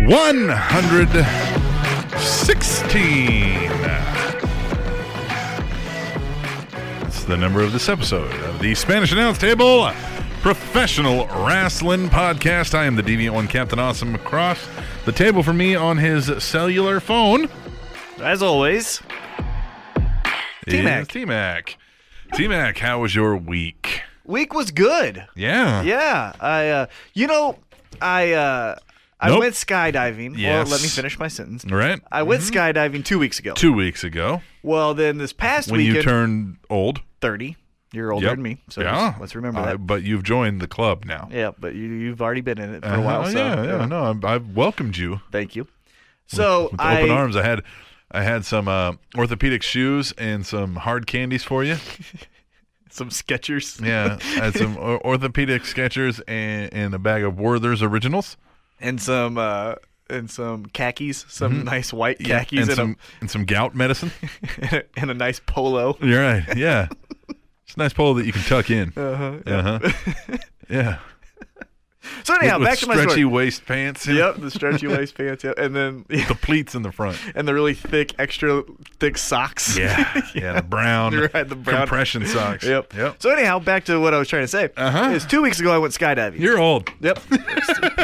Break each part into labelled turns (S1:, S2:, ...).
S1: One hundred sixteen. That's the number of this episode of the Spanish Announce Table Professional Wrestling Podcast. I am the Deviant One, Captain Awesome. Across the table from me on his cellular phone.
S2: As always, T-Mac.
S1: T Mac. T Mac, how was your week?
S2: week was good.
S1: Yeah.
S2: Yeah, I uh, you know, I uh, I
S1: Nope.
S2: went skydiving.
S1: Yes.
S2: Well, let me finish my sentence.
S1: Right? Mm-hmm.
S2: I went skydiving 2 weeks ago.
S1: Two weeks ago
S2: Well, then this past
S1: when
S2: weekend
S1: you turned old.
S2: 30. You're older
S1: Yep.
S2: than me. So
S1: yeah.
S2: just- let's remember
S1: Uh,
S2: that.
S1: But you've joined the club now.
S2: yeah, but you you've already been in it for a
S1: Uh-huh.
S2: while, so
S1: yeah, yeah, no, I'm, I've welcomed you
S2: Thank you. So
S1: with
S2: I
S1: open arms. I had, I had some uh, orthopedic shoes and some hard candies for you.
S2: some sketchers.
S1: Yeah, I had some or- orthopedic sketchers and, and a bag of Werther's originals.
S2: and some uh and some khakis, some nice white
S1: Mm-hmm.
S2: khakis
S1: and
S2: and,
S1: some and some gout medicine.
S2: a, and a nice polo.
S1: You're right. Yeah, it's a nice polo that you can tuck in.
S2: Uh-huh.
S1: Uh huh. Yeah.
S2: So anyhow,
S1: with
S2: back to my
S1: stretchy
S2: story.
S1: waist pants. and
S2: Yep, the stretchy waist pants. Yep, and then
S1: The pleats in the front.
S2: and the really thick, extra thick socks.
S1: Yeah. Yeah. The brown.
S2: You're right, the brown-
S1: compression socks.
S2: Yep.
S1: Yep.
S2: So anyhow, back to what I was trying to say.
S1: Uh-huh.
S2: Is two weeks ago I went skydiving.
S1: You're old.
S2: yep.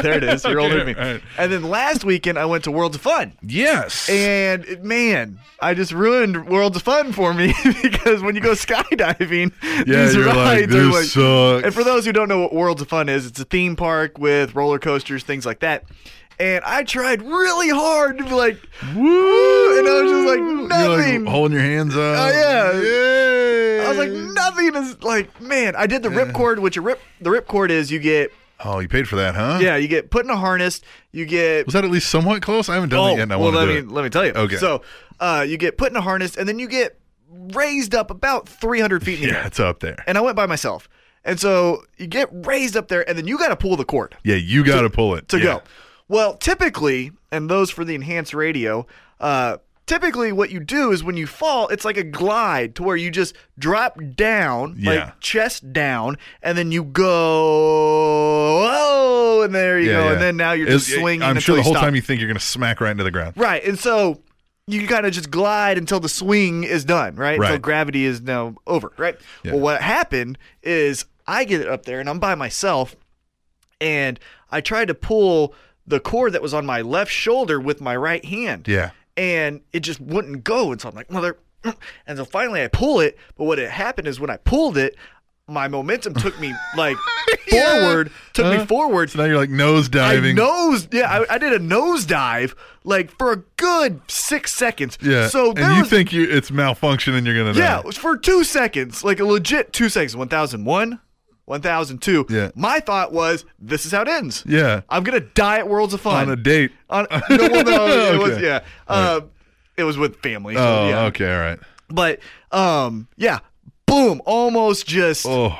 S2: there it is. You're
S1: Okay,
S2: older than me.
S1: all right.
S2: And then last weekend I went to Worlds of Fun.
S1: Yes.
S2: And it- man, I just ruined Worlds of Fun for me because when you go skydiving,
S1: Yeah,
S2: these
S1: you're like,
S2: rides are
S1: "This
S2: like.
S1: sucks."
S2: And for those who don't know what Worlds of Fun is, it's a theme park with roller coasters, things like that. And I tried really hard to be like, woo, and I was just like,
S1: You're
S2: nothing.
S1: holding your hands up.
S2: Oh, yeah.
S1: Yay.
S2: I was like,
S1: Mm.
S2: nothing is like, man. I did the ripcord, which a rip the ripcord is you get,
S1: Oh, you paid for that, huh?
S2: yeah, you get put in a harness, you get
S1: Was that at least somewhat close? I haven't done it yet, and I
S2: Oh, well,
S1: want to
S2: let
S1: do
S2: me
S1: it.
S2: let me tell you.
S1: Okay.
S2: So, uh, you get put in a harness, and then you get raised up about 300 feet in the
S1: yeah,
S2: air.
S1: it's up there.
S2: And I went by myself, and so you get raised up there, and then you got to pull the cord
S1: Yeah, you got to pull it
S2: to
S1: Yeah.
S2: go. Well, typically, and those for the enhanced radio, uh, typically what you do is when you fall, it's like a glide to where you just drop down,
S1: Yeah.
S2: like chest down, and then you go, oh, and there you
S1: Yeah,
S2: go,
S1: yeah.
S2: and then now you're
S1: It's-
S2: just swinging.
S1: I'm
S2: until
S1: sure the
S2: you
S1: whole
S2: stop.
S1: time you think you're going to smack right into the ground.
S2: Right. And so you kind of just glide until the swing is done, right? Until
S1: Right.
S2: gravity is now over, right?
S1: Yeah.
S2: Well, what happened is I get up there and I'm by myself and I tried to pull the cord that was on my left shoulder with my right hand.
S1: Yeah.
S2: And it just wouldn't go. And so I'm like, mother. And so finally I pull it. But what had happened is when I pulled it, my momentum took me like
S1: Yeah.
S2: forward, took
S1: Uh-huh.
S2: me forward.
S1: So now you're like nose diving.
S2: I nose, yeah, I, I did a nosedive like for a good six seconds.
S1: Yeah.
S2: So there
S1: and you
S2: was,
S1: think you it's malfunctioning, you're going to
S2: yeah, it was for two seconds, like a legit two seconds, one thousand one, one thousand two.
S1: Yeah.
S2: My thought was, this is how it ends.
S1: Yeah.
S2: I'm gonna die at Worlds of Fun
S1: On a date.
S2: On- no, well, no, it was
S1: Okay.
S2: yeah. Uh, It was with family. so
S1: Oh,
S2: yeah.
S1: okay. All right.
S2: But um, yeah, boom, almost just
S1: Oh,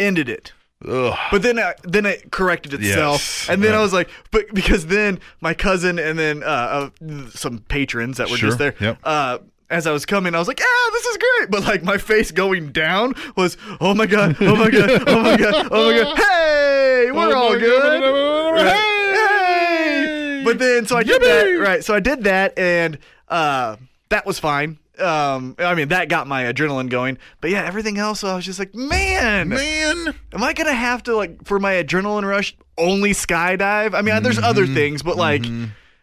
S2: ended it.
S1: ugh.
S2: But then, I, then it corrected itself,
S1: Yes.
S2: and then
S1: Yeah.
S2: I was like, but because then my cousin and then uh, uh, some patrons that were
S1: Sure.
S2: just there.
S1: Yep.
S2: Uh, as I was coming, I was like, "Yeah, this is great!" But like my face going down was, "Oh my god! Oh my god! Oh my god! Oh my god! Hey,
S1: Oh
S2: we're all
S1: my
S2: good!"
S1: God.
S2: Right.
S1: Hey.
S2: But then, so I did
S1: Yippee.
S2: that, right? So I did that, and uh, that was fine. Um, I mean, that got my adrenaline going. But yeah, everything else, I was just like, man,
S1: Man.
S2: Am I gonna have to like for my adrenaline rush only skydive? I mean,
S1: Mm-hmm.
S2: there's other things, but like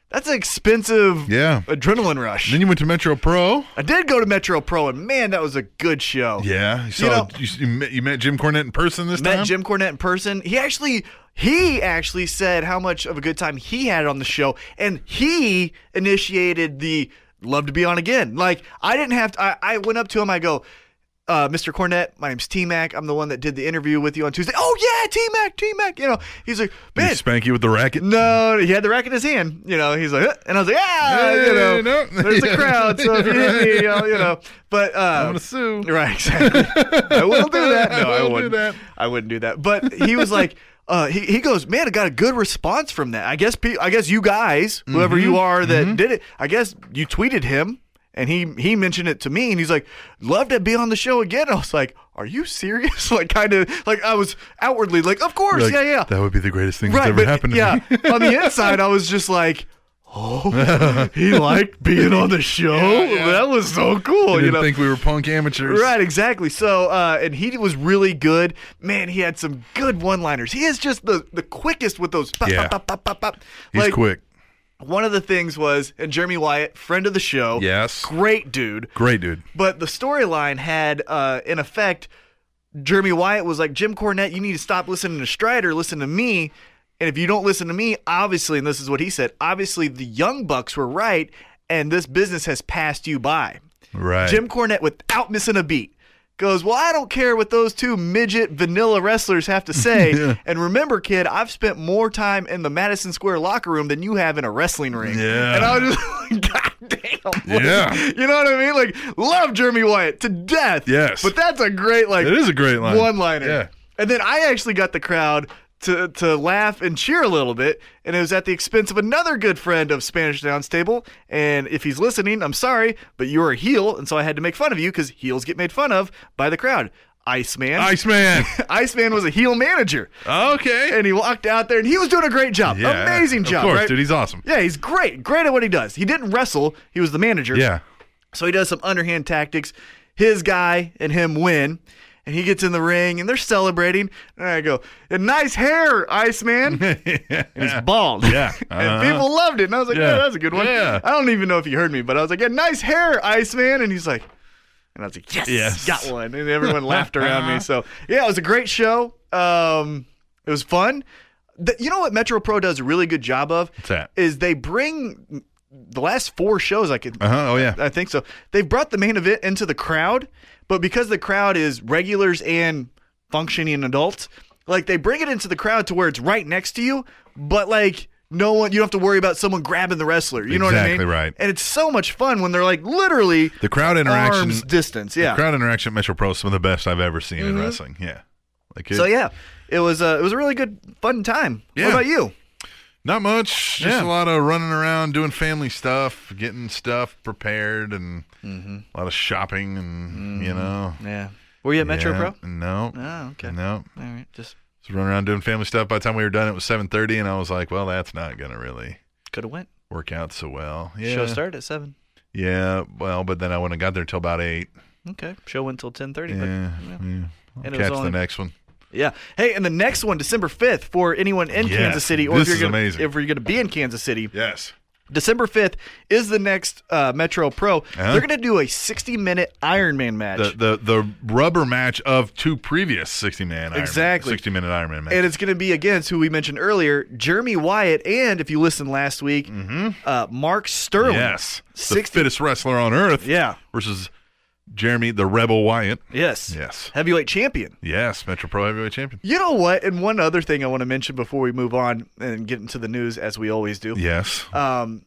S2: that's an expensive
S1: Yeah.
S2: adrenaline rush.
S1: Then you went to Metro Pro.
S2: I did go to Metro Pro, and man, that was a good show.
S1: Yeah, you saw you,
S2: know-
S1: you met, you met Jim Cornette in person this
S2: Met
S1: time.
S2: Jim Cornette in person. He actually he actually said how much of a good time he had on the show, and he initiated the love to be on again. Like I didn't have to. I, I went up to him. I go, uh, Mr. Cornett, my name's T Mac. I'm the one that did the interview with you on Tuesday. Oh yeah, T Mac, T Mac. You know, he's like,
S1: Did he
S2: bitch.
S1: spank you with the racket?
S2: No, he had the rack in his hand. You know, he's like, "Huh," and I was like, yeah, you know,
S1: Hey, no.
S2: there's a crowd. So if you hit me, I'll, you know, but
S1: I'm
S2: uh,
S1: gonna sue.
S2: Right, exactly. I will do that. No,
S1: I
S2: I,
S1: will do
S2: wouldn't.
S1: that.
S2: I wouldn't do that. But he was like, uh, he, he goes, man, I got a good response from that. I guess pe- I guess you guys,
S1: Mm-hmm.
S2: whoever you are that did it, I guess you tweeted him, and he he mentioned it to me, and he's like, love to be on the show again. I was like, are you serious? like, kind of like I was outwardly like, of course,
S1: Like,
S2: yeah, yeah,
S1: That would be the greatest thing
S2: right.
S1: that's ever
S2: but
S1: happened to
S2: yeah,
S1: me.
S2: on the inside, I was just like. Oh, he liked being on the show.
S1: yeah.
S2: That was so cool.
S1: I
S2: you
S1: didn't
S2: know,
S1: think we were punk amateurs.
S2: Right, exactly. So, uh, and he was really good. Man, he had some good one-liners. He is just the the quickest with those. Pop,
S1: Yeah.
S2: pop, pop, pop, pop, pop.
S1: He's
S2: like
S1: quick.
S2: one of the things was, and Jeremy Wyatt, friend of the show.
S1: Yes.
S2: great dude.
S1: Great dude.
S2: But the storyline had, uh, in effect, Jeremy Wyatt was like, Jim Cornette, you need to stop listening to Strider, listen to me. And if you don't listen to me, obviously, and this is what he said, obviously the Young Bucks were right, and this business has passed you by.
S1: Right.
S2: Jim Cornette, without missing a beat, goes, Well, I don't care what those two midget vanilla wrestlers have to say.
S1: Yeah.
S2: And remember, kid, I've spent more time in the Madison Square locker room than you have in a wrestling ring.
S1: Yeah.
S2: And I was just like, God damn. Like,
S1: Yeah.
S2: You know what I mean? Like, love Jeremy Wyatt to death.
S1: Yes.
S2: But that's a great, like,
S1: It is a great line.
S2: one liner.
S1: Yeah.
S2: And then I actually got the crowd to, to laugh and cheer a little bit, and it was at the expense of another good friend of Spanish Downs Table. And if he's listening, I'm sorry, but you're a heel, and so I had to make fun of you because heels get made fun of by the crowd. Iceman.
S1: Iceman.
S2: Iceman was a heel manager,
S1: okay.
S2: and he walked out there, and he was doing a great job.
S1: Yeah.
S2: Amazing job,
S1: Of course,
S2: right?
S1: dude. He's awesome.
S2: yeah, he's great. Great at what he does. He didn't wrestle, he was the manager.
S1: Yeah.
S2: So he does some underhand tactics. His guy and him win. And he gets in the ring and they're celebrating. And I go, and nice hair, Iceman. and he's bald.
S1: Yeah. Uh-huh.
S2: and people loved it. And I was like,
S1: Yeah.
S2: yeah, that's a good one.
S1: Yeah.
S2: I don't even know if he heard me, but I was like, yeah, nice hair, Iceman. And he's like, and I was like, yes,
S1: Yes.
S2: got one. And everyone laughed around me. So yeah, it was a great show. Um, it was fun. The- you know what Metro Pro does a really good job of?
S1: What's that?
S2: Is they bring the last four shows I could
S1: Uh huh. Oh yeah.
S2: I think so. They've brought the main event into the crowd, but because the crowd is regulars and functioning adults, like they bring it into the crowd to where it's right next to you, but like no one, you don't have to worry about someone grabbing the wrestler. You know what I
S1: Exactly
S2: mean?
S1: right.
S2: And it's so much fun when they're like literally
S1: The crowd interaction.
S2: arms distance.
S1: The
S2: Yeah. Mm-hmm.
S1: crowd interaction at Metro Pro is some of the best I've ever seen in wrestling. Yeah. Like it,
S2: So yeah, it was uh, it was a really good fun time.
S1: Yeah.
S2: What about you?
S1: Not much. Just
S2: Yeah.
S1: a lot of running around, doing family stuff, getting stuff prepared, and
S2: Mm-hmm.
S1: a lot of shopping, and you know.
S2: Yeah. Were you at Mm-hmm. Metro
S1: Yeah.
S2: Pro?
S1: No.
S2: Oh, okay.
S1: No.
S2: All right. Just
S1: Just running around doing family stuff. By the time we were done, it was seven thirty, and I was like, "Well, that's not gonna really
S2: could have went.
S1: work out so well." Yeah.
S2: Show started at seven.
S1: Yeah. Well, but then I wouldn't have got there till about eight.
S2: Okay. Show went till ten thirty.
S1: Yeah. yeah. I'll
S2: And it was
S1: catch
S2: only-
S1: the next one.
S2: Yeah. Hey, and the next one, December fifth, for anyone in
S1: Yes.
S2: Kansas City, or
S1: This
S2: if
S1: is
S2: you're gonna,
S1: amazing.
S2: if you're going to be in Kansas City,
S1: Yes.
S2: December fifth is the next uh, Metro Pro.
S1: Uh-huh.
S2: They're going to do a 60 minute Iron Man match,
S1: The the the rubber match of two previous sixty man Iron
S2: Exactly.
S1: sixty minute Iron Man match.
S2: and it's going to be against who we mentioned earlier, Jeremy Wyatt, and if you listened last week, uh, Mark Sterling.
S1: Mm-hmm. Yes. The
S2: 60
S1: fittest wrestler on earth.
S2: Yeah.
S1: Versus Jeremy the Rebel Wyatt.
S2: Yes.
S1: Yes.
S2: Heavyweight champion.
S1: Yes, Metro Pro Heavyweight Champion.
S2: You know what? And one other thing I want to mention before we move on and get into the news, as we always do.
S1: Yes.
S2: Um,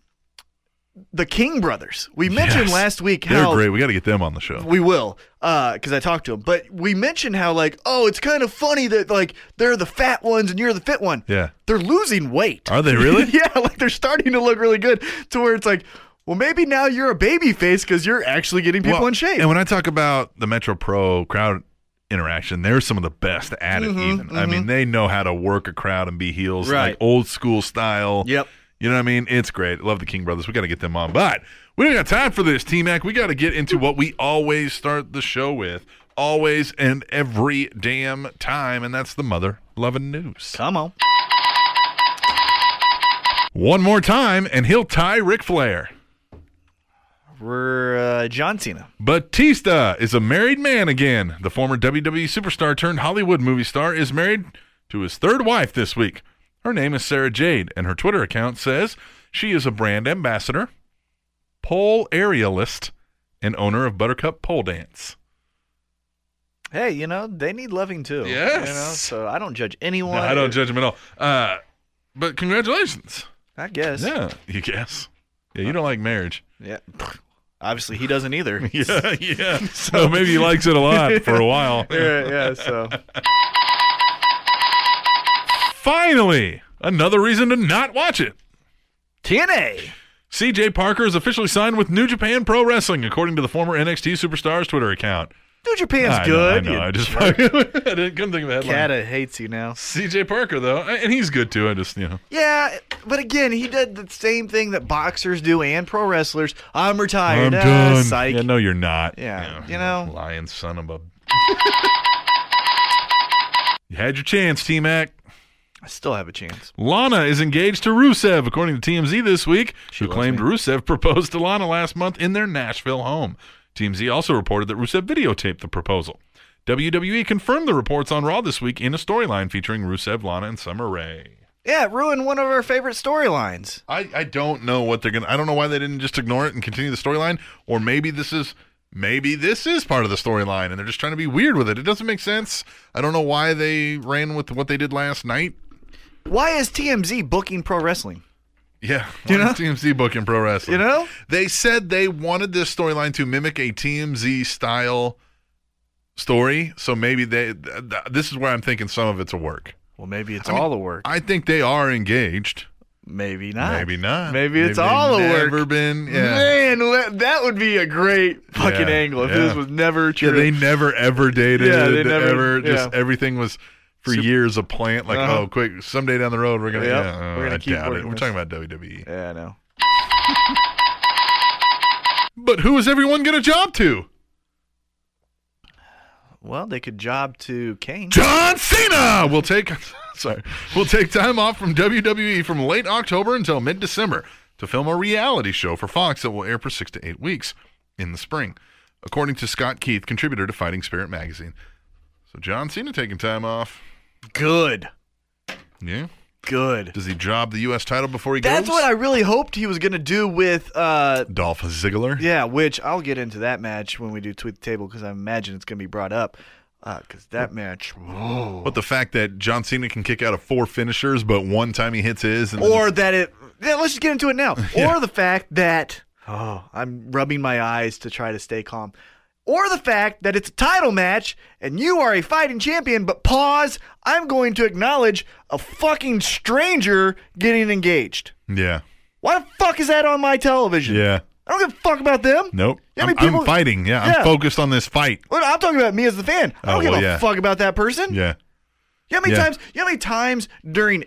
S2: the King brothers. We mentioned
S1: Yes.
S2: last week
S1: They're
S2: how
S1: great. We got to get them on the show.
S2: We will, because I talked to him. But we mentioned how like, oh, it's kind of funny that like they're the fat ones and you're the fit one.
S1: Yeah.
S2: They're losing weight.
S1: Are they really?
S2: yeah, like they're starting to look really good to where it's like, well, maybe now you're a baby face because you're actually getting people
S1: Well,
S2: in shape.
S1: And when I talk about the Metro Pro crowd interaction, they're some of the best at it. even I mean, they know how to work a crowd and be heels
S2: Mm-hmm, Right.
S1: like old school style.
S2: Yep.
S1: You know what I mean? It's great. Love the King Brothers. We got to get them on, but we don't got time for this, T Mac. We got to get into what we always start the show with, always and every damn time, and that's the mother loving news.
S2: Come on.
S1: One more time, and he'll tie Ric Flair.
S2: We're uh, John Cena.
S1: Batista is a married man again. The former WWE superstar turned Hollywood movie star is married to his third wife this week. Her name is Sarah Jade, and her Twitter account says she is a brand ambassador pole aerialist and owner of Buttercup Pole Dance.
S2: Hey, you know they need loving too.
S1: Yes.
S2: You know, so I don't judge
S1: No,
S2: anyone.
S1: I don't judge him at all. Uh, but congratulations.
S2: I guess.
S1: Yeah, you guess. Yeah, you don't like marriage.
S2: Yeah. Obviously, he doesn't either.
S1: Yeah, yeah. So maybe he likes it a lot for a while.
S2: yeah. Yeah. So.
S1: Finally, another reason to not watch it.
S2: TNA.
S1: CJ Parker is officially signed with New Japan Pro Wrestling, according to the former NXT Superstars Twitter account.
S2: New Japan's
S1: I know,
S2: good.
S1: I know.
S2: You
S1: I just I didn't couldn't think of a headline.
S2: Kata hates you now.
S1: CJ Parker though, and he's good too. I just you know.
S2: Yeah, but again, he did the same thing that boxers do and pro wrestlers. I'm
S1: I'm
S2: retired. Ah,
S1: done.
S2: Psych.
S1: Yeah, no, you're not.
S2: Yeah, you know.
S1: lion son of a. you had your chance, T Mac.
S2: I still have a chance.
S1: Lana is engaged to Rusev, according to TMZ this week, who
S2: loves
S1: claimed
S2: me.
S1: Rusev proposed to Lana last month in their Nashville home. TMZ also reported that Rusev videotaped the proposal. WWE confirmed the reports on Raw this week in a storyline featuring Rusev, Lana, and Summer Rae.
S2: Yeah, it ruined one of our favorite storylines.
S1: I, I don't know what they're gonna. I don't know why they didn't just ignore it and continue the storyline, or maybe this is maybe this is part of the storyline, and they're just trying to be weird with it. It doesn't make sense. I don't know why they ran with what they did last night.
S2: Why is TMZ booking pro wrestling?
S1: Yeah,
S2: You
S1: why is TMZ booking pro wrestling.
S2: You know?
S1: they said they wanted this storyline to mimic a TMZ style story, so maybe they. Th- th- this is where I'm thinking some of it's a work.
S2: Well, maybe it's
S1: I mean,
S2: all the work.
S1: I think they are engaged.
S2: Maybe not.
S1: Maybe not.
S2: Ah, Maybe it's
S1: they've
S2: all the work.
S1: Never been. Yeah.
S2: Man, le- that would be a great fucking
S1: Yeah,
S2: angle if
S1: yeah.
S2: this was never
S1: Yeah,
S2: true.
S1: they never ever dated.
S2: Yeah, they
S1: never.
S2: never-
S1: Ever, Just
S2: yeah.
S1: everything was for
S2: Sup-
S1: years a plant. Like,
S2: Uh-huh.
S1: oh, quick, someday down the road we're gonna.
S2: Yep,
S1: Yeah, oh,
S2: we're gonna
S1: I
S2: keep
S1: doubt it.
S2: working
S1: We're
S2: this.
S1: talking about E. WWE.
S2: yeah, I know.
S1: But who is everyone gonna job to?
S2: Well, they could job to Kane.
S1: John Cena will take. Sorry, will take time off from WWE from late October until mid December to film a reality show for Fox that will air for six to eight weeks in the spring, according to Scott Keith, contributor to Fighting Spirit magazine. So John Cena taking time off.
S2: Good.
S1: Yeah.
S2: Good.
S1: Does he job the U.S. title before he goes?
S2: That's what I really hoped he was going to do with uh,
S1: Dolph Ziggler.
S2: Yeah, which I'll get into that match when we do tweet the table because I imagine it's going to be brought up. Because that match, whoa.
S1: But the fact that John Cena can kick out of four finishers, but one time he hits his, and
S2: or that it. Yeah, let's just get into it now.
S1: Yeah.
S2: Or the fact that oh, I'm rubbing my eyes to try to stay calm. Or the fact that it's a title match and you are a fighting champion, but pause. I'm going to acknowledge a fucking stranger getting engaged.
S1: yeah,
S2: Why the fuck is that on my television?
S1: yeah,
S2: I don't give a fuck about them.
S1: nope.
S2: You know how
S1: I'm,
S2: many people-
S1: I'm fighting. Yeah, I'm
S2: Yeah.
S1: focused on this fight.
S2: Well, I'm talking about me as the fan. I
S1: Oh,
S2: don't give
S1: well,
S2: a
S1: yeah.
S2: fuck about that person.
S1: Yeah,
S2: You know how many
S1: Yeah.
S2: times? You know how many times during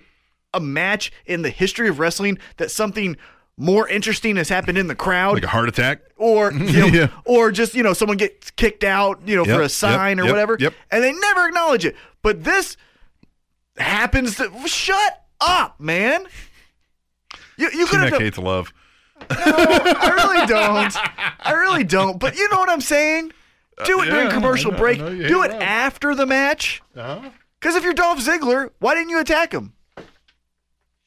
S2: a match in the history of wrestling that something more interesting has happened in the crowd,
S1: like a heart attack.
S2: or you know,
S1: Yeah.
S2: or just you know someone gets kicked out, you know,
S1: Yep,
S2: for a
S1: yep,
S2: sign or
S1: yep,
S2: whatever,
S1: yep.
S2: and they never acknowledge it. But this happens to shut up, man. You you could
S1: Cena
S2: have done,
S1: hates love.
S2: I really don't. I really don't. But you know what I'm saying? Do
S1: Uh,
S2: it
S1: yeah,
S2: during commercial
S1: I know, I
S2: break.
S1: know you
S2: Do
S1: hate
S2: it
S1: love.
S2: after the match.
S1: Uh-huh.
S2: Because if you're Dolph Ziggler, why didn't you attack him?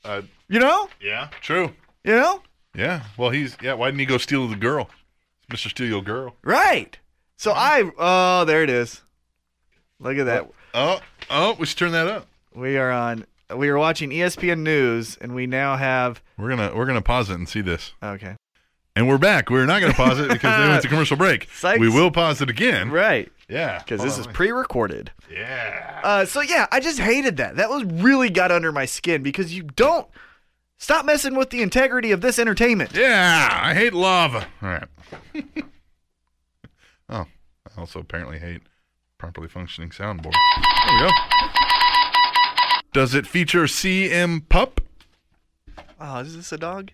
S1: Uh,
S2: You know?
S1: yeah, true.
S2: You know?
S1: Yeah, well, he's yeah. Why didn't he go steal the girl, Mister Steal Your Girl?
S2: Right. So I. Oh, there it is. Look at that.
S1: Oh, oh, we should turn that up.
S2: We are on. We are watching E ESPN News, and we now have.
S1: We're gonna we're gonna pause it and see this.
S2: Okay.
S1: And we're back. We're not gonna pause it because they went to commercial break.
S2: Sykes.
S1: We will pause it again.
S2: Right.
S1: Yeah,
S2: Because
S1: Hold
S2: this
S1: on,
S2: is
S1: wait.
S2: pre-recorded.
S1: yeah.
S2: Uh, so yeah, I just hated that. That was really got under my skin because you don't stop messing with the integrity of this entertainment.
S1: Yeah, I hate lava. All right. oh, I also apparently hate properly functioning soundboard. There we go. Does it feature CM Pup?
S2: Oh, is this a dog?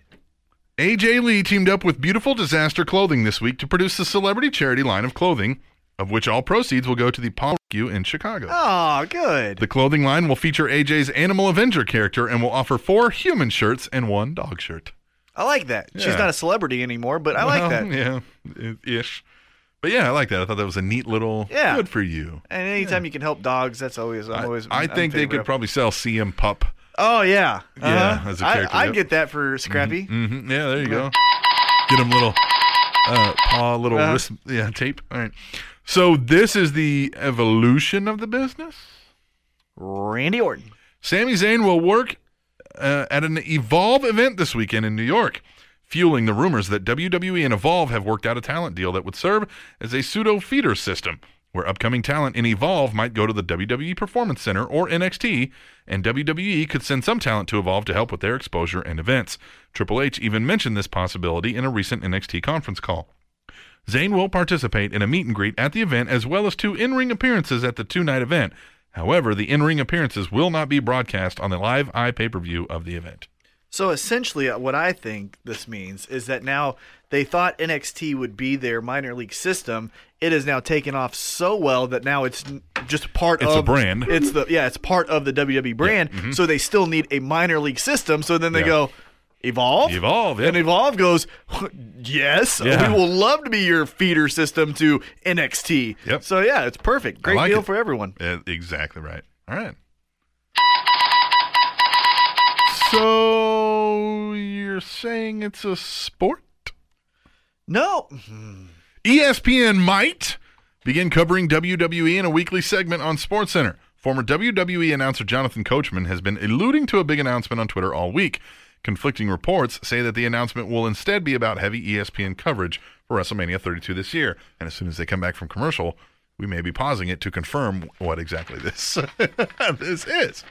S1: AJ Lee teamed up with Beautiful Disaster Clothing this week to produce the celebrity charity line of clothing, of which all proceeds will go to the Paul Rescue in Chicago.
S2: Oh, good.
S1: The clothing line will feature AJ's Animal Avenger character and will offer four human shirts and one dog shirt.
S2: I like that.
S1: Yeah.
S2: She's not a celebrity anymore, but I like
S1: Well,
S2: that.
S1: Yeah, i- ish. But yeah, I like that. I thought that was a neat little.
S2: Yeah.
S1: Good for you.
S2: And anytime you can help dogs, that's always I'm
S1: I,
S2: always.
S1: I
S2: I'm
S1: think they
S2: favorite
S1: could
S2: of-
S1: probably sell CM Pup.
S2: Oh yeah,
S1: Yeah,
S2: Uh-huh.
S1: as a
S2: I-
S1: character,
S2: I
S1: yep. Mm-hmm,
S2: get that for Scrappy.
S1: hmm Yeah, there you go. Get him little uh, paw, little
S2: Uh.
S1: wrist, yeah, tape. All right. So this is the evolution of the business. mm-hmm.
S2: Randy Orton.
S1: Sami Zayn will work uh, at an Evolve event this weekend in New York, fueling the rumors that WWE and Evolve have worked out a talent deal that would serve as a pseudo feeder system, where upcoming talent in Evolve might go to the WWE Performance Center or NXT, and WWE could send some talent to Evolve to help with their exposure and events. Triple H even mentioned this possibility in a recent NXT conference call. Zayn will participate in a meet and greet at the event as well as two in ring appearances at the two night event. However, the in ring appearances will not be broadcast on the live eye pay per view of the event.
S2: So essentially, uh, what I think this means is that now they thought NXT would be their minor league system. It is now taken off so well that now it's n- just part
S1: It's a
S2: of
S1: brand. mm-hmm.
S2: It's the yeah, it's part of the WWE brand. So they still need a minor league system. So then they
S1: Yeah.
S2: go evolve,
S1: Evolve, yeah.
S2: and evolve goes yes,
S1: Yeah.
S2: we will love to be your feeder system to NXT.
S1: Yep.
S2: So yeah, it's perfect. Great
S1: like
S2: deal
S1: it.
S2: for everyone.
S1: Uh, exactly right. All right. So you're saying it's a sport?
S2: No,
S1: E ESPN might begin covering WWE in a weekly segment on SportsCenter. Former WWE announcer Jonathan Coachman has been alluding to a big announcement on Twitter all week. Conflicting reports say that the announcement will instead be about heavy E ESPN coverage for WrestleMania 32 this year. And as soon as they come back from commercial, we may be pausing it to confirm what exactly this this is.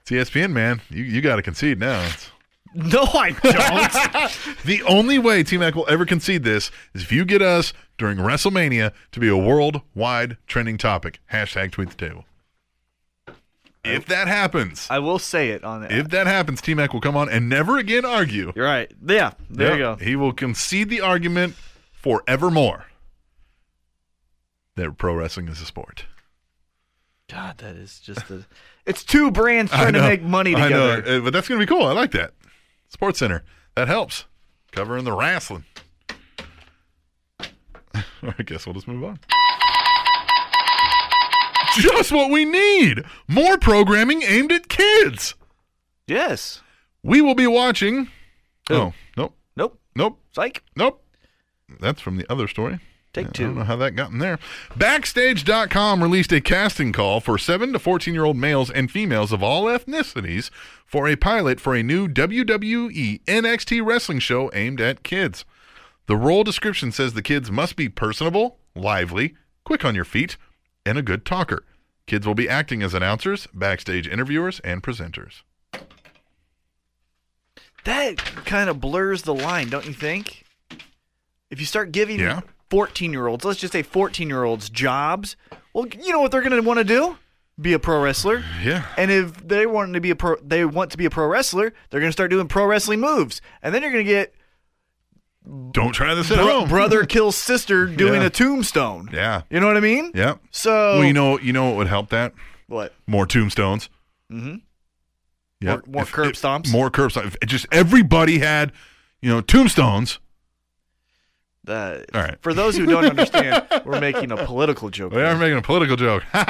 S1: It's E ESPN, man. You you got to concede now. It's-
S2: no, I don't.
S1: the only way T Mac will ever concede this is if you get us during WrestleMania to be a worldwide trending topic. Hashtag tweet the table. If that happens,
S2: I will say it on it.
S1: if that happens, T Mac will come on and never again argue.
S2: You're right. Yeah, there you
S1: Yeah,
S2: go.
S1: He will concede the argument forevermore that pro wrestling is a sport.
S2: God, that is just a. It's two brands trying to make money
S1: I know,
S2: together.
S1: uh, but that's gonna be cool. I like that. Sports Center that helps covering the wrestling. I guess we'll just move on. Just what we need: more programming aimed at kids.
S2: Yes.
S1: We will be watching. Oh nope,
S2: Nope.
S1: nope,
S2: Psych.
S1: nope. That's from the other story.
S2: Take
S1: I don't know
S2: two.
S1: how that got in there. Backstage.com released a casting call for 7 to 14 year old males and females of all ethnicities for a pilot for a new E WWE NXT wrestling show aimed at kids. The role description says the kids must be personable, lively, quick on your feet, and a good talker. Kids will be acting as announcers, backstage interviewers, and presenters.
S2: That kind of blurs the line, don't you think? If you start giving
S1: Yeah.
S2: 14 year olds, let's just say 14 year olds, jobs, well, you know what they're going to want to do? Be a pro wrestler.
S1: Yeah.
S2: And if they want to be a pro, they want to be a pro wrestler. They're going to start doing pro wrestling moves, and then you're going to get
S1: Don't try this at
S2: bro-
S1: home.
S2: brother kills sister doing
S1: Yeah.
S2: a tombstone.
S1: Yeah.
S2: You know what I mean?
S1: Yep.
S2: So
S1: Well, you know, you know what would help that?
S2: what?
S1: more tombstones. Mm-hmm. Yeah,
S2: More- more curb stomps?
S1: More curb stomps. If just everybody had, you know, tombstones.
S2: Uh,
S1: All right.
S2: For those who don't understand, we're making a political joke.
S1: We are making a political joke. All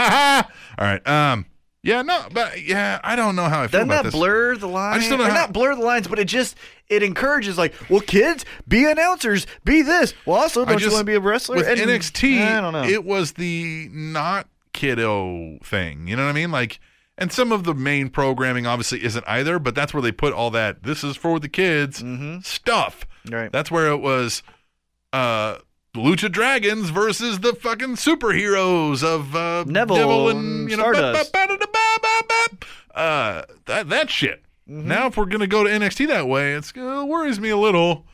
S1: right. Um. Yeah. No. But yeah, I don't know how I feel
S2: Doesn't
S1: about
S2: that
S1: this.
S2: blur the line?
S1: I just don't know
S2: Or
S1: how-
S2: Not blur the lines, but it just it encourages like, well, kids, be announcers, be this. Well, also,
S1: I
S2: don't you
S1: just-
S2: want to be a wrestler?
S1: With
S2: And-
S1: NXT,
S2: I don't know.
S1: it was the not kiddo thing. You know what I mean? Like, and some of the main programming obviously isn't either, but that's where they put all that. This is for the kids
S2: Mm-hmm.
S1: stuff.
S2: Right.
S1: That's where it was. Uh, Lucha Dragons versus the fucking superheroes of uh,
S2: Neville
S1: and
S2: and
S1: you know, ba-
S2: Stardust.
S1: ba- ba- da- ba- ba- ba- uh, that that shit.
S2: Mm-hmm.
S1: Now, if we're gonna go to NXT that way, it's uh, worries me a little.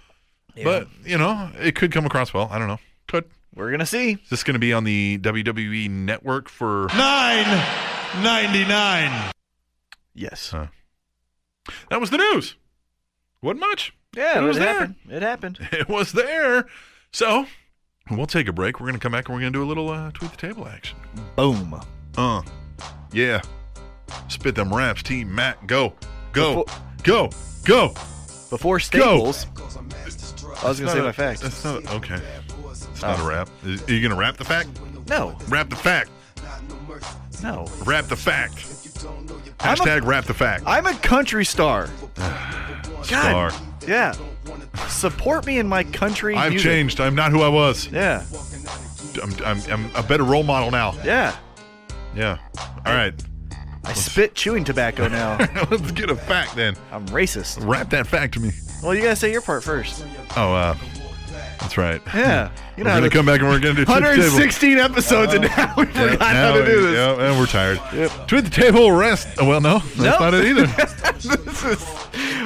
S1: But you know, it could come across well. I don't know. Could.
S2: we're gonna see.
S1: Is this going to be on the WWE network for?
S3: Nine ninety nine.
S2: Yes.
S1: Huh. That was the news. Wasn't much.
S2: Yeah,
S1: It was there.
S2: happened. It happened.
S1: It was there. So we'll take a break. We're going to come back and we're going to do a little uh, tweet the table action.
S2: Boom.
S1: Uh, yeah. Spit them raps, T Mac. Go, go,
S2: Befo-
S1: go, go.
S2: Before Staples, I was
S1: Not
S2: gonna say
S1: a-
S2: my Oh. fact.
S1: That's not okay. It's not a rap. Is, are you going to rap the fact?
S2: No,
S1: Rap the fact.
S2: no.
S1: Rap the fact.
S2: I'm a-
S1: Hashtag rap the fact.
S2: I'm a country star. God.
S1: Star.
S2: Yeah. Support me in my country.
S1: I've
S2: music.
S1: changed. I'm not who I was.
S2: Yeah,
S1: I'm, I'm, I'm a better role model now.
S2: yeah.
S1: Yeah. All right.
S2: I spit chewing tobacco now.
S1: Let's get a fact then.
S2: I'm racist.
S1: Wrap that fact to me.
S2: Well, you gotta say your part first.
S1: Oh, uh, that's right.
S2: Yeah, you
S1: We're gonna
S2: the-
S1: come back and we're gonna do Tweet the table.
S2: 116 episodes, and now we
S1: Yeah,
S2: forgot how to
S1: now-
S2: do this.
S1: yeah, and we're tired. Tweet the table. Rest. Oh, well, no, that's
S2: Nope.
S1: not it either.
S2: this is,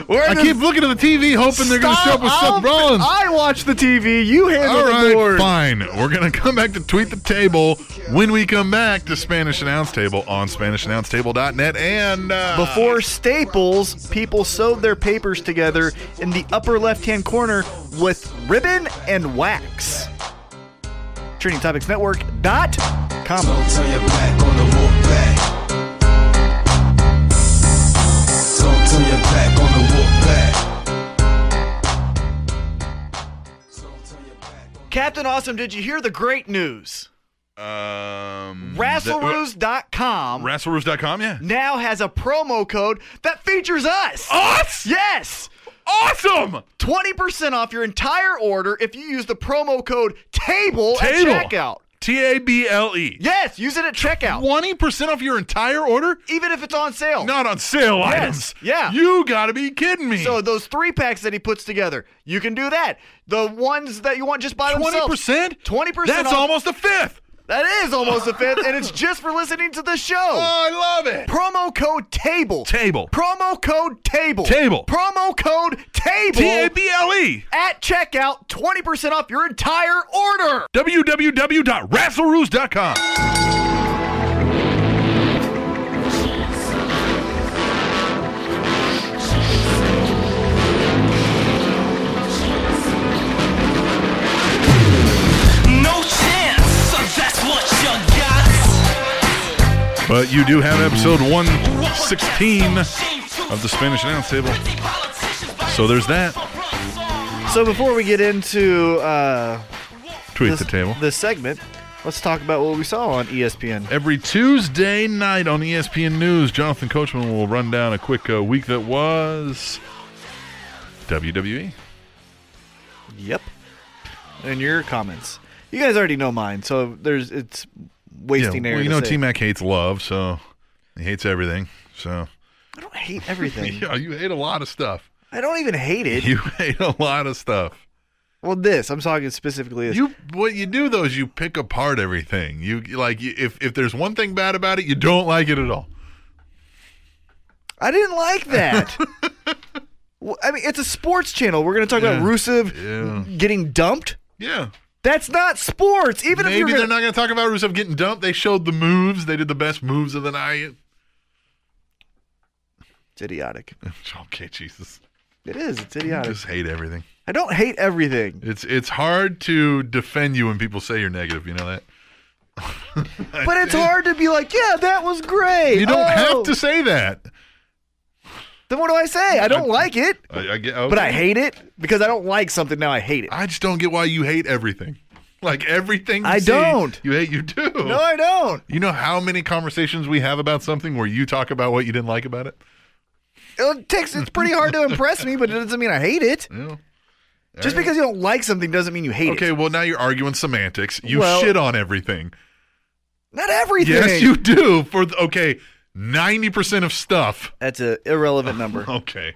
S2: we're
S1: I
S2: just-
S1: keep looking at the TV, hoping they're gonna show up with
S2: Stop,
S1: Seth
S2: I'll-
S1: Rollins.
S2: I watch the TV. You handle
S1: All
S2: the
S1: right,
S2: board.
S1: fine. We're going to come back to Tweet the Table when we come back to Spanish Announce Table on SpanishAnnounceTable.net. And uh,
S2: Before Staples, people sewed their papers together in the upper left hand corner with ribbon and wax. TrainingTopicsNetwork.com.
S3: Don't turn your back on the wolf pack. Don't turn your back on the wolf pack. Don't turn your back on-
S2: Captain Awesome, did you hear the great news?
S1: um,
S2: WrestleRoos.com
S1: Rasselroos.com, yeah.
S2: now has a promo code that features us.
S1: Oh! Us!
S2: Yes!
S1: Awesome!
S2: 20% off your entire order if you use the promo code TABLE,
S1: Table.
S2: at checkout.
S1: T A B L E.
S2: Yes, use it at checkout.
S1: 20% off your entire order?
S2: Even if it's on sale.
S1: Not on sale
S2: Yes,
S1: items.
S2: yeah.
S1: You got to be kidding me.
S2: So those three packs that he puts together, you can do that. The ones that you want just by themselves.
S1: 20%?
S2: 20%
S1: That's
S2: off.
S1: almost a fifth.
S2: That is almost a fifth, and it's just for listening to the show.
S1: Oh, I love it.
S2: Promo code table.
S1: Table.
S2: Promo code table.
S1: Table.
S2: Promo code table.
S1: T A B L E.
S2: at checkout, 20% off your entire order.
S1: www.rasselroos.com.
S4: No chance, so that's what you got.
S1: But you do have episode 116 of the Spanish Announce Table. So there's that.
S2: So before we get into uh,
S1: Tweet
S2: this,
S1: the table.
S2: this segment, let's talk about what we saw on E ESPN.
S1: Every Tuesday night on E ESPN News, Jonathan Coachman will run down a quick uh, week that was E. WWE.
S2: Yep. And your comments. You guys already know mine, so there's it's wasting
S1: well,
S2: air.
S1: you
S2: to
S1: know,
S2: say.
S1: T Mac hates love, so he hates everything. So
S2: I don't hate everything.
S1: yeah, you hate a lot of stuff.
S2: I don't even hate it.
S1: You hate a lot of stuff.
S2: well, this I'm talking specifically. This.
S1: You what you do though is you pick apart everything. You like you, if if there's one thing bad about it, you don't like it at all.
S2: I didn't like that. Well, I mean, it's a sports channel. We're going to talk
S1: Yeah.
S2: about Rusev
S1: Yeah.
S2: getting dumped.
S1: Yeah.
S2: That's not sports. Even if
S1: Maybe
S2: you're
S1: they're
S2: gonna,
S1: not going to talk about Rusev getting dumped. They showed the moves. They did the best moves of the night.
S2: it's idiotic.
S1: okay, Jesus.
S2: It is. It's
S1: I
S2: idiotic.
S1: just hate everything.
S2: I don't hate everything.
S1: It's it's hard to defend you when people say you're negative. You know that.
S2: But it's hard to be like, yeah, that was great.
S1: You don't
S2: Oh.
S1: have to say that.
S2: Then what do I say? I don't like it,
S1: I, I get,
S2: but I
S1: okay.
S2: hate it because I don't like something. Now I hate it.
S1: I just don't get why you hate everything. Like everything. you
S2: I
S1: see,
S2: don't.
S1: You hate. You do.
S2: No, I don't.
S1: You know how many conversations we have about something where you talk about what you didn't like about it?
S2: It takes. It's pretty hard to impress me, but it doesn't mean I hate it.
S1: Yeah.
S2: Just because you don't like something doesn't mean you hate
S1: Okay,
S2: it.
S1: well now you're arguing semantics. You
S2: Well-
S1: shit on everything.
S2: Not everything.
S1: Yes, you do. For the, okay, ninety percent of stuff.
S2: That's an irrelevant number.
S1: Okay,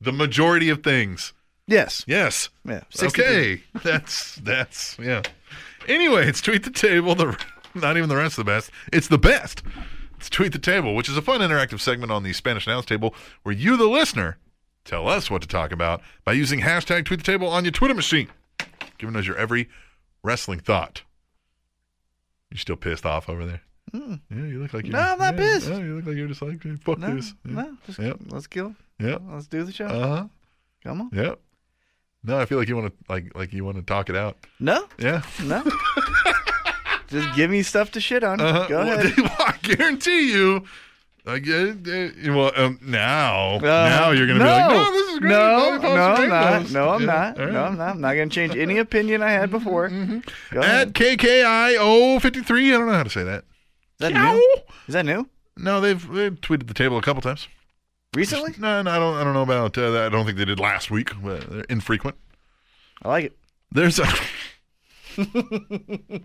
S1: the majority of things.
S2: yes.
S1: Yes.
S2: Yeah. 60%.
S1: Okay, that's that's yeah. Anyway, it's tweet the table. The not even the rest of the best. It's the best. It's tweet the table, which is a fun interactive segment on the Spanish announce table where you, the listener, tell us what to talk about by using hashtag tweet the table on your Twitter machine, giving us your every wrestling thought. You're still pissed off over there. Yeah, you look like you're.
S2: Hmm. No, I'm not
S1: yeah,
S2: pissed.
S1: yeah, you look like you're just like eh, fuck
S2: No,
S1: this. Yeah,
S2: no. Just,
S1: Yep.
S2: Let's kill.
S1: yeah.
S2: Let's do the show.
S1: Uh huh.
S2: Come on.
S1: Yep. No, I feel like you want to like like you want to talk it out.
S2: No.
S1: Yeah.
S2: No. Just give me stuff to shit on.
S1: Uh-huh.
S2: Go
S1: Well,
S2: ahead.
S1: I guarantee you. Like, uh, uh, well, um, now,
S2: Uh,
S1: now you're gonna
S2: no,
S1: be like, no, this is great.
S2: No,
S1: Lollipop's
S2: no, I'm
S1: great,
S2: not.
S1: guys."
S2: No, I'm
S1: Yeah,
S2: not.
S1: all right. Mm-hmm.
S2: No, I'm not. I'm not going to change any opinion I had before. Go ahead.
S1: At KKIO53, I don't know how to say that.
S2: Is that
S1: Yow.
S2: new? Is that new?
S1: No, they've, they've tweeted the table a couple times.
S2: Recently?
S1: No, no, I don't. I don't know about uh, that. I don't think they did last week. But they're infrequent.
S2: I like it.
S1: There's a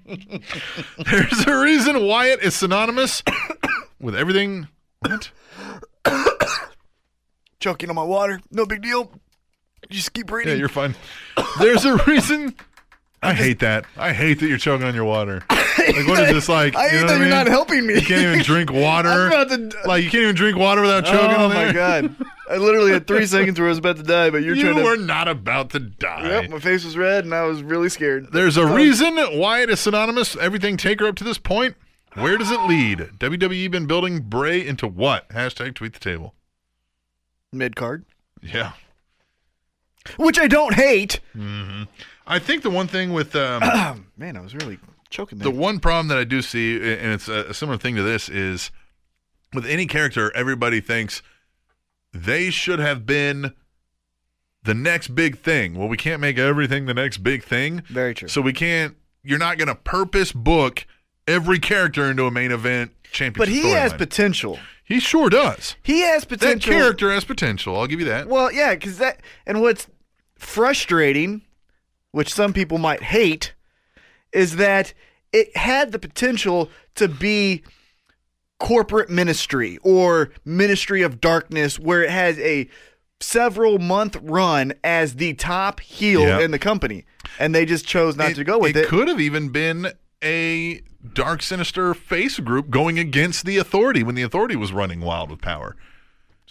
S1: There's a reason Wyatt is synonymous with everything. What?
S2: Choking on my water, no big deal. Just keep
S1: Yeah,
S2: reading.
S1: you're fine. There's a reason. I hate that. I hate that you're choking on your water. Like, what is this like?
S2: I
S1: you know
S2: hate
S1: what
S2: that you're
S1: mean?
S2: not helping me.
S1: You can't even drink water.
S2: I'm about to-
S1: Like you can't even drink water without choking.
S2: oh
S1: on
S2: my
S1: there.
S2: god! I literally had three seconds where I was about to die, but you're
S1: You
S2: trying to.
S1: were not about to die.
S2: Yep, my face was red and I was really scared.
S1: There's a reason why it is synonymous. with Everything Taker up to this point. Where does it lead? WWE been building Bray into what? Hashtag tweet the table.
S2: Mid card,
S1: Yeah.
S2: which I don't hate.
S1: I think the one thing with um,
S2: Man, I was really choking
S1: the
S2: there.
S1: one problem that I do see, and it's a a similar thing to this, is with any character, everybody thinks they should have been the next big thing. Well, we can't make everything the next big thing.
S2: Very true.
S1: So we can't. You're not going to purpose book every character into a main event championship.
S2: but he has
S1: storyline.
S2: potential.
S1: He sure does.
S2: He has
S1: That
S2: potential.
S1: character has potential. I'll give you that.
S2: Well, yeah, because that and what's frustrating, which some people might hate, is that it had the potential to be corporate ministry or ministry of darkness, where it has a several month run as the top heel
S1: Yeah.
S2: in the company, and they just chose not to go with it.
S1: it could have even been a dark, sinister face group going against the authority when the authority was running wild with power.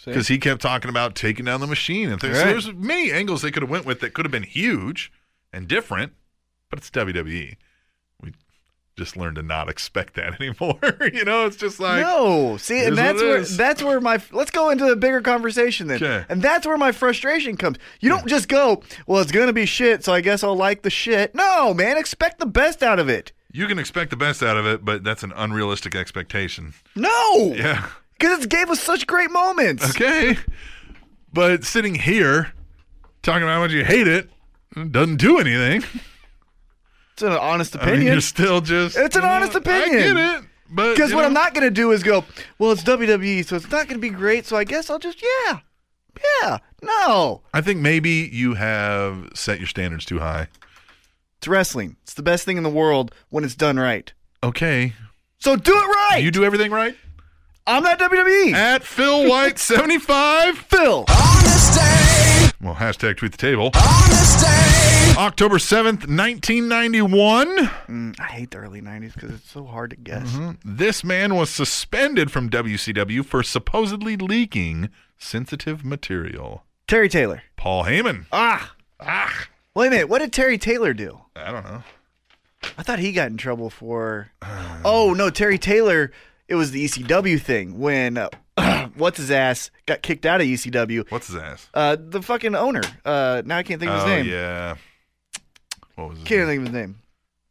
S1: Because he kept talking about taking down the machine and things. So
S2: Right.
S1: there's many angles they could have went with that could have been huge and different, but it's WWE. We just learned to not expect that anymore. you know, it's just like
S2: no, see,
S1: Here's
S2: and that's
S1: what it
S2: where
S1: is.
S2: that's where my let's go into a bigger conversation then,
S1: Okay.
S2: and that's where my frustration comes. You don't just go, well, it's gonna be shit, so I guess I'll like the shit. No, man, expect the best out of it.
S1: you can expect the best out of it, but that's an unrealistic expectation.
S2: No, because
S1: Yeah.
S2: it gave us such great moments.
S1: Okay. But sitting here talking about how much you hate it doesn't do anything.
S2: It's an honest
S1: I mean,
S2: opinion.
S1: you're still just.
S2: It's an honest
S1: Uh, I
S2: opinion.
S1: get it. But.
S2: because
S1: you
S2: what I'm
S1: know,
S2: not gonna do is go, well, it's WWE, so it's not gonna be great. So I guess I'll just, yeah, yeah. No,
S1: I think maybe you have set your standards too high.
S2: it's wrestling. It's the best thing in the world when it's done right.
S1: Okay.
S2: So do it right.
S1: You do everything right?
S2: I'm not WWE.
S1: At Phil White 75. Well,
S2: Phil.
S1: hashtag tweet the table. October 7th, 1991.
S2: I hate the early 90s because it's so hard to guess.
S1: Mm-hmm. This man was suspended from WCW for supposedly leaking sensitive material.
S2: Terry Taylor.
S1: Paul Heyman.
S2: Ah.
S1: Ah,
S2: Wait a minute. What did Terry Taylor do?
S1: I don't know.
S2: I thought he got in trouble for.
S1: Uh,
S2: Oh, no. Terry Taylor, it was the ECW thing when uh, what's his ass got kicked out of ECW.
S1: What's his ass?
S2: Uh, the fucking owner. Uh, now I can't think of his
S1: oh
S2: name.
S1: yeah, what was his
S2: Can't
S1: name?
S2: think of his name.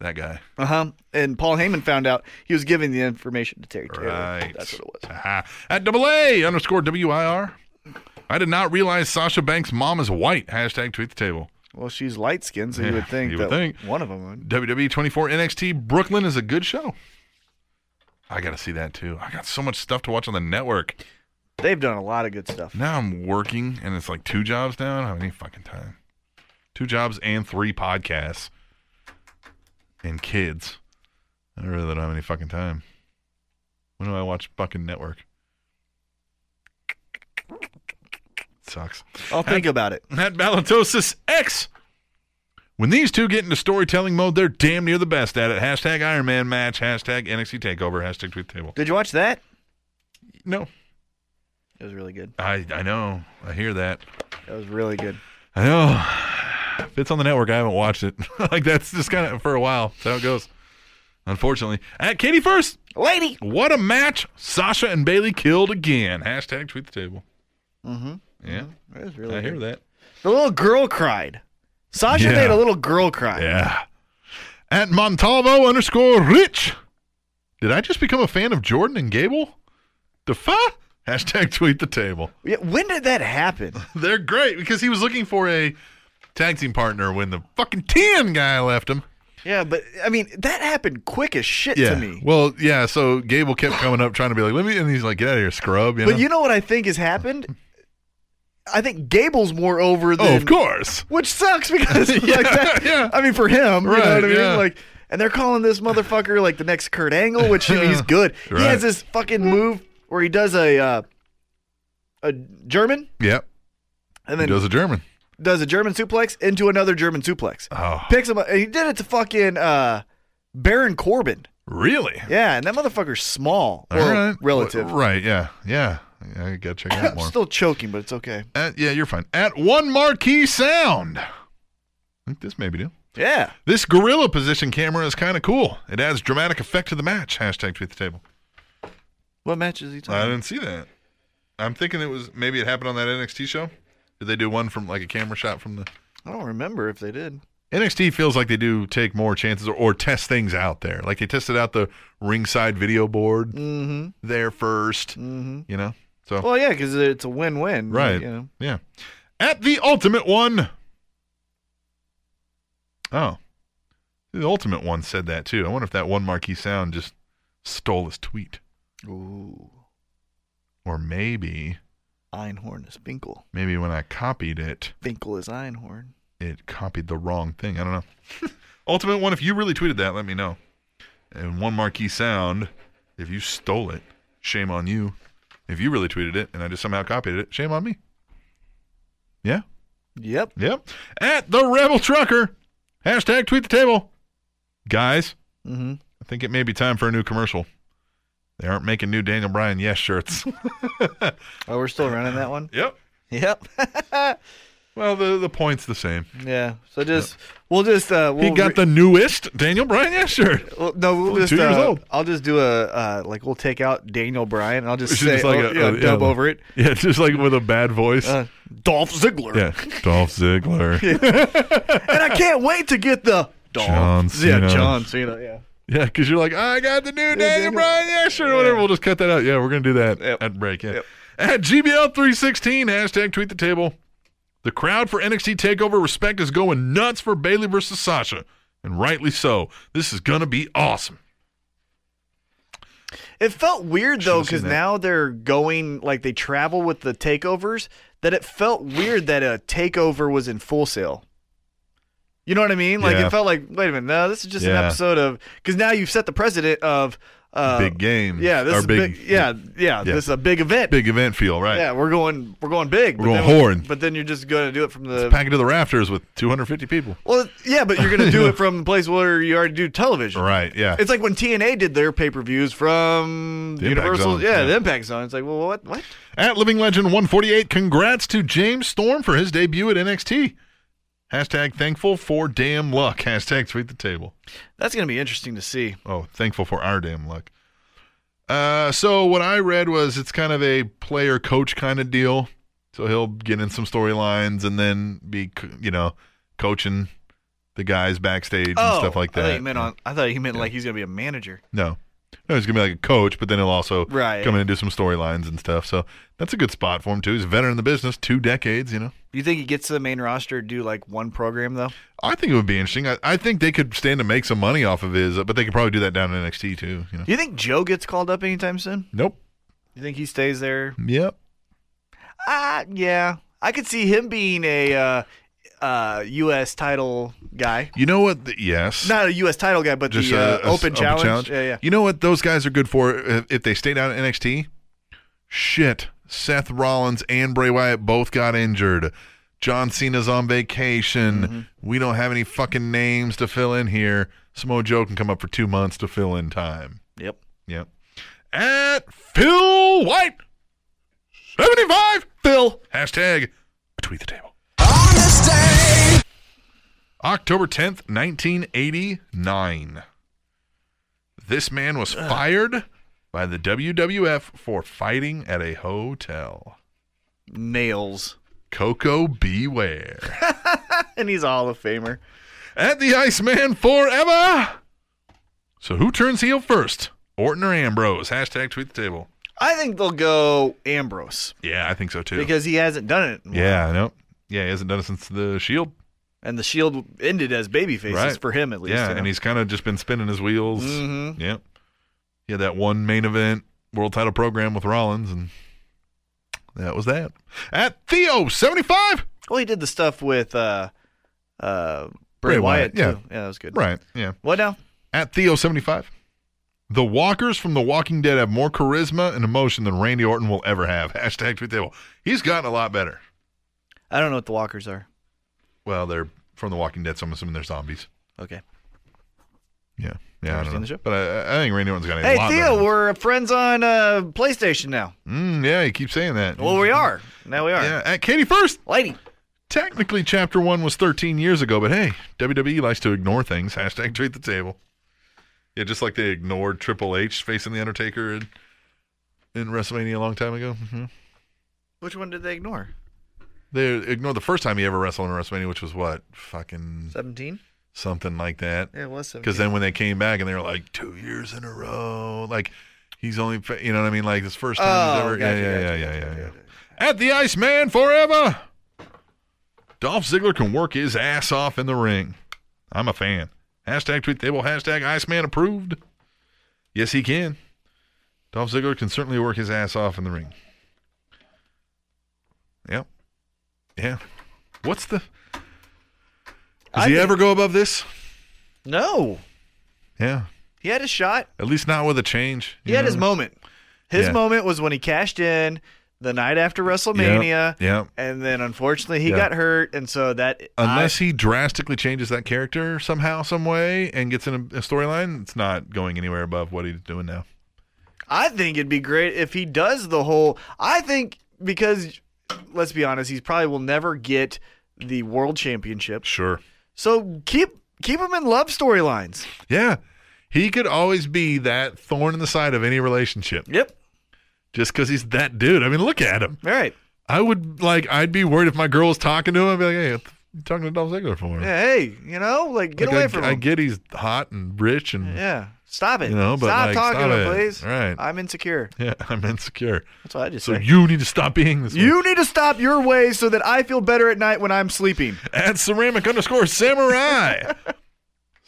S1: that guy?
S2: Uh huh. And Paul Heyman found out he was giving the information to Terry Taylor.
S1: Right.
S2: That's what it was.
S1: Aha. At double A underscore W I R. I did not realize Sasha Banks' mom is white. Hashtag tweet the table.
S2: Well, she's light skinned, so
S1: Yeah,
S2: you would think
S1: you would
S2: that
S1: think.
S2: one of them would.
S1: WWE 24 NXT Brooklyn is a good show. I got to see that too. I got so much stuff to watch on the network.
S2: They've done a lot of good stuff.
S1: Now I'm working and it's like two jobs now. I don't have any fucking time. Two jobs and three podcasts and kids. I really don't have any fucking time. When do I watch fucking network? Sucks.
S2: I'll think about it.
S1: Matt Balatosis X. When these two get into storytelling mode, they're damn near the best at it. Hashtag Iron Man match. Hashtag NXT Takeover. Hashtag Tweet the Table.
S2: Did you watch that?
S1: No,
S2: It was really good.
S1: I I know. I hear that.
S2: That was really good.
S1: I know. If it's on the network, I haven't watched it. like that's just kind of for a while. That's how it goes. Unfortunately, at Katie first.
S2: Lady.
S1: What a match! Sasha and Bailey killed again. Hashtag tweet the table. Mm-hmm. Yeah,
S2: That was
S1: I
S2: really
S1: hear
S2: good.
S1: that.
S2: The little girl cried. Sasha
S1: Yeah.
S2: made a little girl cry.
S1: Yeah. At Montalvo underscore Rich. Did I just become a fan of Jordan and Gable? Defy. Hashtag tweet the table.
S2: Yeah, When did that happen?
S1: They're great because he was looking for a tag team partner when the fucking ten guy left him.
S2: yeah, but I mean, that happened quick as shit
S1: Yeah.
S2: to me.
S1: Well, yeah. So Gable kept coming up trying to be like, let me, and he's like, get out of here, scrub. You
S2: but
S1: know?
S2: you know what I think has happened? I think Gable's more over than
S1: Oh, of course.
S2: which sucks because like
S1: Yeah,
S2: that,
S1: yeah.
S2: I mean for him, you know
S1: Right,
S2: what I mean?
S1: yeah.
S2: Like and they're calling this motherfucker like the next Kurt Angle, which I mean, he's good.
S1: Right.
S2: He has this fucking move where he does a uh, a German
S1: Yep.
S2: and
S1: He
S2: then
S1: does
S2: does
S1: a German.
S2: a-, German suplex into another German suplex.
S1: Oh,
S2: Picks him up and he did it to fucking uh, Baron Corbin.
S1: really?
S2: Yeah, and that motherfucker's small
S1: All
S2: or
S1: right.
S2: relative.
S1: Right. Yeah. Yeah. Yeah, I gotta check it out
S2: I'm
S1: more.
S2: still choking, but it's okay.
S1: At, yeah, you're fine. At one marquee sound. I think this may be new.
S2: Yeah.
S1: This gorilla position camera is kind of cool. It adds dramatic effect to the match. Hashtag tweet the table.
S2: What match is he talking?
S1: I
S2: about?
S1: didn't see that. I'm thinking it was maybe it happened on that NXT show. Did they do one from like a camera shot from the
S2: I don't remember if they did.
S1: NXT feels like they do take more chances or, or test things out there. Like they tested out the ringside video board there 1st You know? So
S2: Mm-hmm, Well, yeah, because it's a win-win.
S1: Right.
S2: You know.
S1: Yeah. At the ultimate one. Oh. The ultimate one said that too. I wonder if that one marquee sound just stole his tweet.
S2: Ooh,
S1: Or maybe
S2: Einhorn is Finkel.
S1: maybe when I copied it,
S2: Finkel is Einhorn.
S1: it copied the wrong thing. I don't know. ultimate one, if you really tweeted that, let me know. And one marquee sound, if you stole it, shame on you. If you really tweeted it and I just somehow copied it, shame on me. Yeah?
S2: Yep.
S1: Yep. At the Rebel Trucker. Hashtag tweet the table. Guys,
S2: Mm-hmm.
S1: I think it may be time for a new commercial. They aren't making new Daniel Bryan Yes shirts.
S2: Oh, we're still running that one.
S1: yep.
S2: Yep.
S1: Well, the, the point's the same.
S2: yeah. So just we'll just uh, we'll
S1: He got the newest Daniel Bryan Yes shirt.
S2: the no. We'll just
S1: two years
S2: uh,
S1: old.
S2: I'll just do a uh, like we'll take out Daniel Bryan. and I'll just
S1: It's
S2: say
S1: just like
S2: oh,
S1: a-
S2: you know,
S1: a- yeah,
S2: dub
S1: the-
S2: over it.
S1: Yeah, just like with a bad voice.
S2: Uh, Dolph Ziggler.
S1: yeah. Dolph Ziggler.
S2: And I can't wait to get the Dolph.
S1: John Cena.
S2: Yeah, John Cena. Yeah.
S1: yeah, because you're like, "Oh, I got the new Daniel
S2: Daniel-
S1: Bryan Yes shirt or whatever. We'll just cut that out. Yeah, we're going to do that
S2: Yep.
S1: at break. Yeah.
S2: Yep.
S1: At GBL316, hashtag tweet the table. The crowd for NXT TakeOver Respect is going nuts for Bailey versus Sasha, and rightly so. This is going to be awesome.
S2: It felt weird though
S1: Should've seen
S2: because
S1: that.
S2: now they're going like they travel with the takeovers. That it felt weird that a takeover was in full sale. You know what I mean? Like
S1: Yeah.
S2: it felt like wait a minute, no, this is just an
S1: Yeah.
S2: episode of because now you've set the precedent of uh,
S1: big game.
S2: Yeah, this
S1: Or
S2: is big, yeah, yeah,
S1: yeah.
S2: this is a big event.
S1: Big event feel, right?
S2: Yeah, we're going we're going big.
S1: We're
S2: but
S1: going
S2: then,
S1: horn.
S2: But then you're just going to do it from the
S1: Pack it to the rafters with 250 people.
S2: well, yeah, but you're going to do it from the place where you already do television.
S1: Right, yeah.
S2: It's like when TNA did their pay per views from
S1: The Impact
S2: Universal,
S1: Zone,
S2: yeah,
S1: yeah.
S2: the Impact Zone. It's like, well, what, what?
S1: At Living Legend 148, congrats to James Storm for his debut at NXT. Hashtag thankful for damn luck. Hashtag tweet the table.
S2: That's going to be interesting to see.
S1: Oh, thankful for our damn luck. Uh, so what I read was it's kind of a player coach kind of deal. So he'll get in some storylines and then be, co- you know, coaching the guys backstage and stuff like
S2: Oh, I thought
S1: that.
S2: he meant on. I thought he meant like he's going to be a manager.
S1: No. No, he's gonna be like a coach, but then he'll also
S2: Right.
S1: come in and do some storylines and stuff. So that's a good spot for him too. He's a veteran in the business, two decades, you know.
S2: You think he gets to the main roster to do like one program though?
S1: I think it would be interesting. I, I think they could stand to make some money off of his, uh, but they could probably do that down in NXT too. You know.
S2: Do you think Joe gets called up anytime soon?
S1: Nope.
S2: You think he stays there?
S1: Yep.
S2: Ah, yeah. I could see him being a uh, uh, U.S. title guy.
S1: You know what? The, yes.
S2: Not a U.S. title guy, but
S1: Just
S2: the
S1: a-
S2: uh,
S1: a s-
S2: open, challenge. Yeah, yeah.
S1: You know what? Those guys are good for if, if they stay down at NXT. Shit. Seth Rollins and Bray Wyatt both got injured. John Cena's on vacation.
S2: Mm-hmm.
S1: We don't have any fucking names to fill in here. Samoa Joe can come up for two months to fill in time.
S2: Yep.
S1: Yep. At Phil White, seventy-five.
S2: Phil.
S1: Hashtag tweet the table. October 10th, 1989. This man was fired by the WWF for fighting at a hotel.
S2: Nails.
S1: Coco beware.
S2: And he's a Hall of Famer.
S1: at the Iceman forever. So who turns heel first? Orton or Ambrose? Hashtag tweet the table.
S2: I think they'll go Ambrose
S1: Yeah, I think so too.
S2: because he hasn't done it. in a while.
S1: yeah, I know. Yeah, he hasn't done it since the Shield.
S2: And the Shield ended as baby faces
S1: Right.
S2: for him at least.
S1: yeah,
S2: you know?
S1: and he's kind of just been spinning his wheels.
S2: Mhm.
S1: Yeah. He had that one main event world title program with Rollins, and that was that. At Theo seventy five.
S2: Well, he did the stuff with uh, uh, Bray,
S1: Bray Wyatt,
S2: Wyatt,
S1: yeah.
S2: too. Yeah, that was good.
S1: Right. Yeah.
S2: What now?
S1: At Theo seventy five. The walkers from The Walking Dead have more charisma and emotion than Randy Orton will ever have. Hashtag tweet table. He's gotten a lot better.
S2: I don't know what the walkers are.
S1: Well, they're from The Walking Dead, so I'm assuming they're zombies.
S2: Okay.
S1: Yeah. Yeah. I
S2: seen
S1: don't
S2: the
S1: know.
S2: show?
S1: But I, I think Randy Orton's got a
S2: Hey,
S1: lot
S2: Theo,
S1: better.
S2: we're friends on uh, PlayStation now.
S1: Mm, yeah, you keep saying that.
S2: Well, we are. Now we are.
S1: Mm-hmm. Yeah, at Katie first.
S2: Lady.
S1: Technically, Chapter One was 13 years ago, but hey, WWE likes to ignore things. Hashtag treat the table. Yeah, just like they ignored Triple H facing the Undertaker in, in WrestleMania a long time ago. hmm
S2: Which one did they ignore?
S1: They ignored the first time he ever wrestled in WrestleMania, which was what fucking
S2: 17?
S1: something like that.
S2: Yeah, it was 17.
S1: Because then when they came back and they were like two years in a row, like he's only, fa- you know what I mean? Like this first time he's
S2: Oh,
S1: ever,
S2: gotcha,
S1: yeah, yeah, yeah,
S2: gotcha,
S1: yeah,
S2: gotcha,
S1: yeah, yeah. At the Iceman forever. Dolph Ziggler can work his ass off in the ring. I'm a fan. Hashtag tweet table. Hashtag Iceman approved. Yes, he can. Dolph Ziggler can certainly work his ass off in the ring. Yep. Yeah. What's the? Does
S2: I
S1: he
S2: think-
S1: ever go above this?
S2: No.
S1: Yeah.
S2: He had his shot.
S1: At least not with a change.
S2: He
S1: you
S2: had
S1: know?
S2: his moment. His
S1: Yeah.
S2: moment was when he cashed in the night after WrestleMania.
S1: yeah.
S2: And then unfortunately he
S1: Yeah.
S2: got hurt. And so that.
S1: Unless he drastically changes that character somehow, some way, and gets in a, a storyline, it's not going anywhere above what he's doing now.
S2: I, I think it'd be great if he does the whole. I think because, let's be honest, he probably will never get the world championship.
S1: Sure.
S2: So keep keep him in love storylines.
S1: Yeah. He could always be that thorn in the side of any relationship
S2: Yep.
S1: just because he's that dude. I mean, look at him.
S2: All right.
S1: I would, like, I'd be worried if my girl was talking to him. I'd be like, hey, what the f- you talking to Dolph Ziggler for?
S2: Yeah, hey, you know, like get
S1: Like,
S2: away
S1: I,
S2: from
S1: I
S2: him.
S1: get he's hot and rich and, yeah,
S2: yeah. Stop it.
S1: You know, but,
S2: stop
S1: like,
S2: talking
S1: stop
S2: to him,
S1: it.
S2: please.
S1: Right.
S2: I'm insecure.
S1: I'm insecure.
S2: That's what I just
S1: So
S2: said.
S1: you need to stop being this way.
S2: You need to stop your ways so that I feel better at night when I'm sleeping.
S1: at ceramic underscore samurai.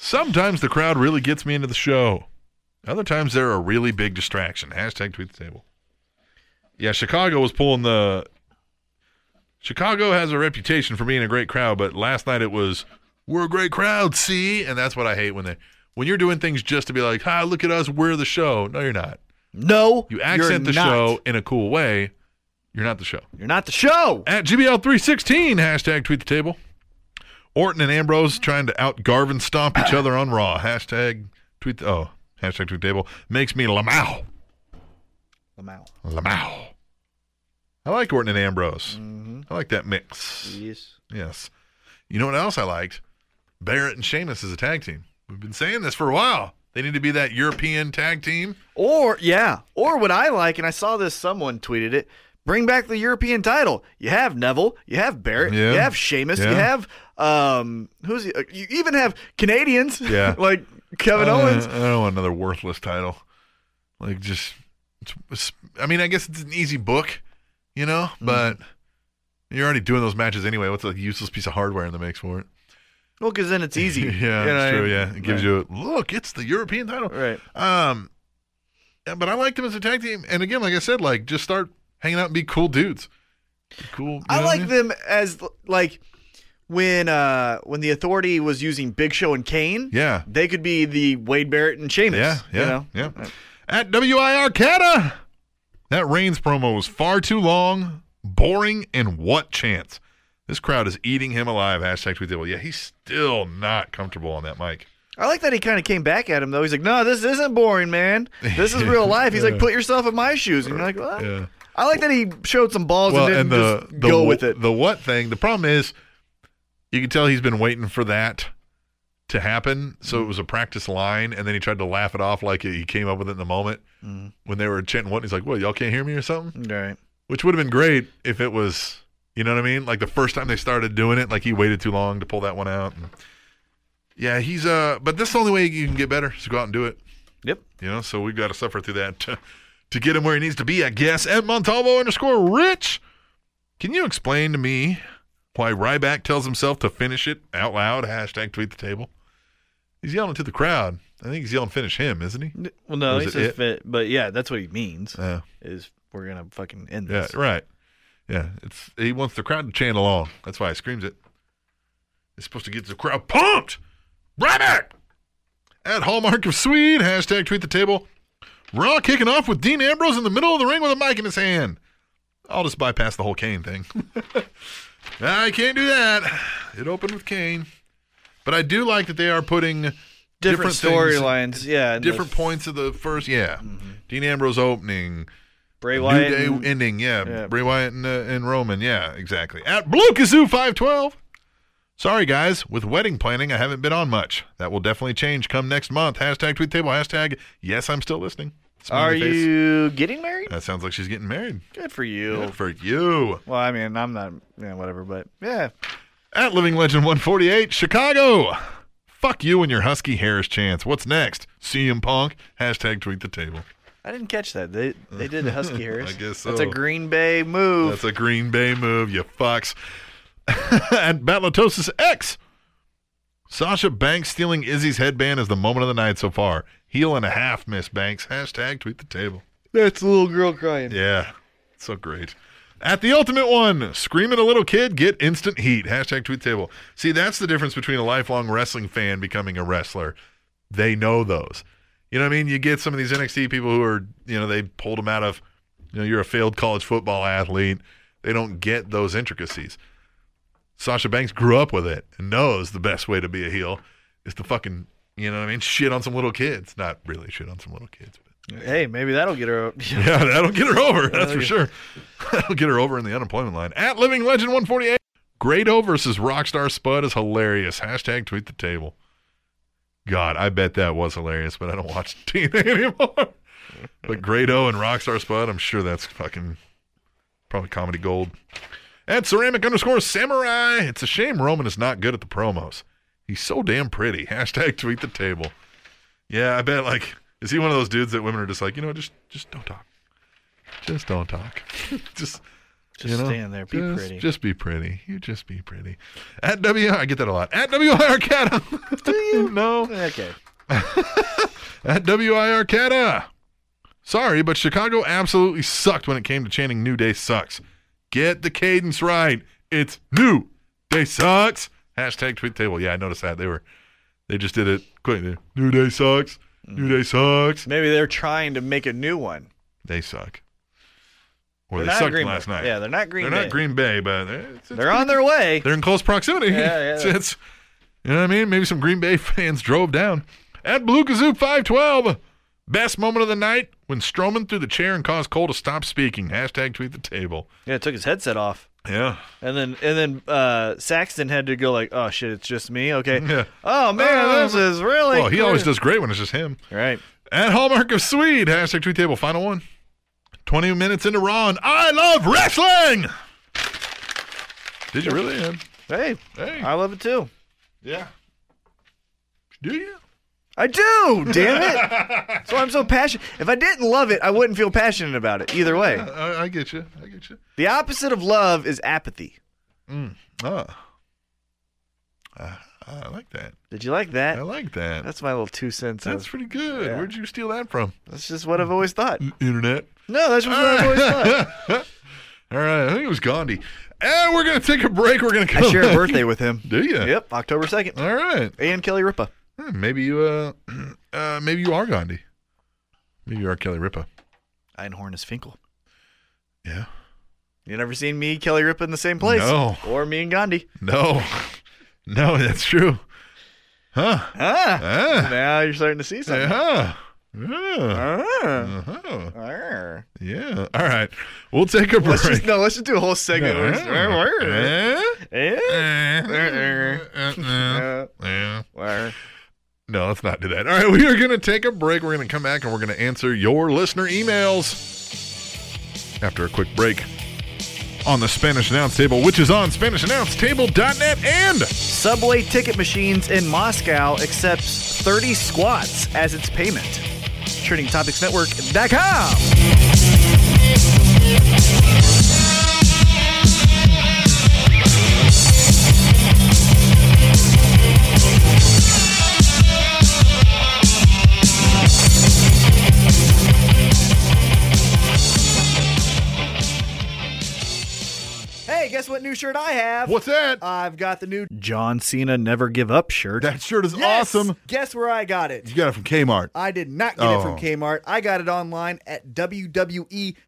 S1: Sometimes the crowd really gets me into the show. Other times they're a really big distraction. Hashtag tweet the table. Yeah, Chicago was pulling the. Chicago has a reputation for being a great crowd, but last night it was we're a great crowd, see, and that's what I hate when they when you're doing things just to be like, "Hi, look at us, we're the show." No, you're not.
S2: No,
S1: You
S2: you're
S1: accent the
S2: not.
S1: show in a cool way. You're not the show.
S2: You're not the show.
S1: At GBL316, hashtag tweet the table. Orton and Ambrose trying to out Garvin stomp each other on Raw. Hashtag tweet, oh, hashtag tweet the table. Makes me Lamau.
S2: Lamau.
S1: Lamau. I like Orton and Ambrose. I like that mix.
S2: Yes.
S1: Yes. You know what else I liked? Barrett and Sheamus as a tag team. We've been saying this for a while. They need to be that European tag team.
S2: Or yeah. Or what I like, and I saw this someone tweeted it. Bring back the European title. You have Neville. You have Barrett.
S1: Yeah.
S2: You have Sheamus.
S1: Yeah.
S2: You have um who's he, you even have Canadians.
S1: Yeah.
S2: like Kevin
S1: Uh,
S2: Owens.
S1: I don't want another worthless title. Like just, it's, it's, I mean, I guess it's an easy book, you know.
S2: Mm-hmm.
S1: But you're already doing those matches anyway. What's a useless piece of hardware in the mix for it?
S2: Well, because then it's easy.
S1: yeah,
S2: You know
S1: that's
S2: what I
S1: true.
S2: mean?
S1: Yeah, it gives you a look. It's the European title.
S2: Right.
S1: Um, yeah, but I like them as a tag team. And again, like I said, like just start hanging out and be cool dudes. Cool. you know
S2: I
S1: what
S2: like
S1: mean?
S2: them as like when uh when the authority was using Big Show and Kane.
S1: Yeah.
S2: They could be the Wade Barrett and Sheamus.
S1: Yeah, yeah,
S2: you know? Uh,
S1: yeah. At WIR Cata, that Reigns promo was far too long, boring, and what chance? This crowd is eating him alive. Hashtag tweet the devil. Yeah, he's still not comfortable on that mic.
S2: I like that he kind of came back at him though. He's like, "No, this isn't boring, man. This is real life." He's like, "Put yourself in my shoes," and you're like, "What?"
S1: Yeah.
S2: I like that he showed some balls
S1: Well,
S2: and
S1: and
S2: didn't
S1: the,
S2: Uh, just
S1: the
S2: go
S1: wh-
S2: with it.
S1: The what thing? The problem is, you can tell he's been waiting for that to happen.
S2: Mm.
S1: So it was a practice line, and then he tried to laugh it off like he came up with it in the moment
S2: Mm.
S1: when they were chanting what. He's like, "What? Y'all can't hear me or something?"
S2: All right.
S1: which would have been great if it was you know what i mean like the first time they started doing it like he waited too long to pull that one out and- yeah he's uh but that's the only way you can get better is to go out and do it
S2: Yep.
S1: you know so we've got to suffer through that to, to get him where he needs to be i guess at montalvo underscore rich can you explain to me why ryback tells himself to finish it out loud hashtag tweet the table he's yelling to the crowd i think he's yelling finish him isn't he Uh,
S2: Well, no,
S1: Was
S2: he
S1: it
S2: says
S1: it?
S2: fit, but yeah, that's what he means
S1: yeah
S2: is we're gonna fucking end
S1: yeah
S2: this.
S1: right Yeah, it's he wants the crowd to chant along. That's why he screams it. It's supposed to get the crowd pumped. Right back at Hallmark of Swede hashtag tweet the table. Raw kicking off with Dean Ambrose in the middle of the ring with a mic in his hand. I'll just bypass the whole Kane thing. I can't do that. It opened with Kane, but I do like that they are putting
S2: Different,
S1: things-
S2: storylines. Yeah. and the
S1: different points of the first. Yeah, Dean Ambrose opening.
S2: Bray
S1: New
S2: Wyatt.
S1: Day
S2: and-
S1: ending, yeah.
S2: yeah.
S1: Bray Wyatt and, uh, and Roman, yeah, exactly. At Blue Kazoo 512. Sorry, guys. With wedding planning, I haven't been on much. That will definitely change come next month. Hashtag tweet table. Hashtag yes, I'm still listening. Smiley
S2: Are
S1: face.
S2: you getting married?
S1: That sounds like she's getting married.
S2: Good for you.
S1: Good for you.
S2: Well, I mean, I'm not. Yeah, whatever. But yeah,
S1: At Living Legend 148, Chicago. Fuck you and your Husky Harris chance. What's next? CM Punk. Hashtag tweet the table.
S2: I didn't catch that. They they did Husky Harris.
S1: I guess
S2: That's a
S1: so.
S2: Green Bay move.
S1: That's a Green Bay move, you fucks. and Battletosis X. Sasha Banks stealing Izzy's headband is the moment of the night so far. Heel and a half, Miss Banks. Hashtag tweet the table.
S2: That's a little girl crying.
S1: Yeah, so great. At the ultimate one, scream at a little kid, get instant heat. Hashtag tweet the table. See, that's the difference between a lifelong wrestling fan becoming a wrestler. They know those. You know what I mean? You get some of these NXT people who are, you know, they pulled them out of, you know, you're a failed college football athlete. They don't get those intricacies. Sasha Banks grew up with it and knows the best way to be a heel is to fucking, you know what I mean? Shit on some little kids. Not really shit on some little kids, but
S2: Hey, maybe that'll get her. out.
S1: yeah, that'll get her over. That's for sure. That'll get her over in the unemployment line. At Living Legend 148. Grado versus Rockstar Spud is hilarious. Hashtag tweet the table. God, I bet that was hilarious, but I don't watch TNA anymore. But Grado and Rockstar Spud, I'm sure that's fucking probably comedy gold. At ceramic underscore samurai, it's a shame Roman is not good at the promos. He's so damn pretty. Hashtag tweet the table. Yeah, I bet like is he one of those dudes that women are just like, you know, what, just just don't talk. Just don't talk. just
S2: Just
S1: you know,
S2: stand there. Be
S1: just-
S2: pretty.
S1: Just be pretty. You just be pretty. At W I get that a lot. At W I Arcata. Do you? no.
S2: Okay.
S1: At WIR Arcata. Sorry, but Chicago absolutely sucked when it came to chanting New Day Sucks. Get the cadence right. It's New Day Sucks. Hashtag tweet table. Yeah, I noticed that. They were they just did it quick. They- New Day Sucks. New Day Sucks.
S2: Maybe they're trying to make a new one.
S1: They suck. Or
S2: They're
S1: they
S2: not
S1: sucked
S2: Green
S1: last
S2: Bay.
S1: night.
S2: Yeah, they're not Green
S1: They're
S2: Bay.
S1: not Green Bay, but it's- it's
S2: They're on their way.
S1: they're in close proximity.
S2: yeah.
S1: It's- it's- you know what I mean? Maybe some Green Bay fans drove down. At Blue Kazoo 512, best moment of the night when Strowman threw the chair and caused Cole to stop speaking. Hashtag tweet the table.
S2: Yeah, it took his headset off.
S1: Yeah.
S2: And then and then uh, Saxton had to go like, oh shit, it's just me. Okay.
S1: Yeah.
S2: Oh man,
S1: Oh,
S2: this is really.
S1: Well, he always
S2: good.
S1: does great when it's just him.
S2: Right.
S1: At Hallmark of Swede, hashtag tweet table, final one. 20 minutes into Raw, and I love wrestling! Did you really? Ed?
S2: Hey,
S1: Hey.
S2: I love it too.
S1: Yeah. Do you?
S2: I do. Damn it. That's why I'm so passionate. If I didn't love it, I wouldn't feel passionate about it either way.
S1: I, I get you. I get you.
S2: The opposite of love is apathy.
S1: Ah. Ah, I like that.
S2: Did you like
S1: I
S2: that?
S1: like that. That's,
S2: That's my little two cents. That's,
S1: pretty good. Where'd you steal that from?
S2: that's just what I've always thought.
S1: Internet.
S2: No, that's just what I've always thought.
S1: All right. I think it was Gandhi. And we're going to take a break. We're going to come
S5: I share a
S1: back.
S5: birthday with him.
S1: Do you?
S2: Yep, October 2nd.
S1: All right.
S5: And Kelly Ripa.
S1: Hmm, Maybe you uh, uh maybe you are Gandhi. Maybe you are Kelly Ripa.
S2: Einhorn is Finkel.
S1: Yeah.
S2: You never seen me, Kelly Ripa, in the same place?
S1: No.
S2: Or me and Gandhi.
S1: No. No, that's true. Huh.
S2: Ah,
S1: Ah.
S2: now you're starting to see something.
S1: Yeah. Yeah.
S2: Ah.
S1: Uh-huh.
S2: Arr.
S1: Yeah. All right. We'll take a break.
S2: Let's just, no, let's just do a whole segment. where
S1: Uh-huh.
S2: it's- Arr,
S1: Eh?
S2: arr,
S1: Eh?
S2: arr,
S1: Yeah.
S2: arr.
S1: No, let's not do that. All right, we are going to take a break. We're going to come back and we're going to answer your listener emails after a quick break on the Spanish Announce Table, which is on SpanishAnnounceTable.net. And
S2: Subway ticket machines in Moscow accepts 30 squats as its payment. TrendingTopicsNetwork.com.
S6: Hey, guess what new shirt I have?
S7: What's that?
S6: I've got the new John Cena Never Give Up shirt.
S7: that shirt is
S6: Yes!
S7: awesome.
S6: Guess where I got it?
S7: You got it from Kmart.
S6: I did not get it
S7: Oh.
S6: from Kmart. I got it online at E WWEshop.com.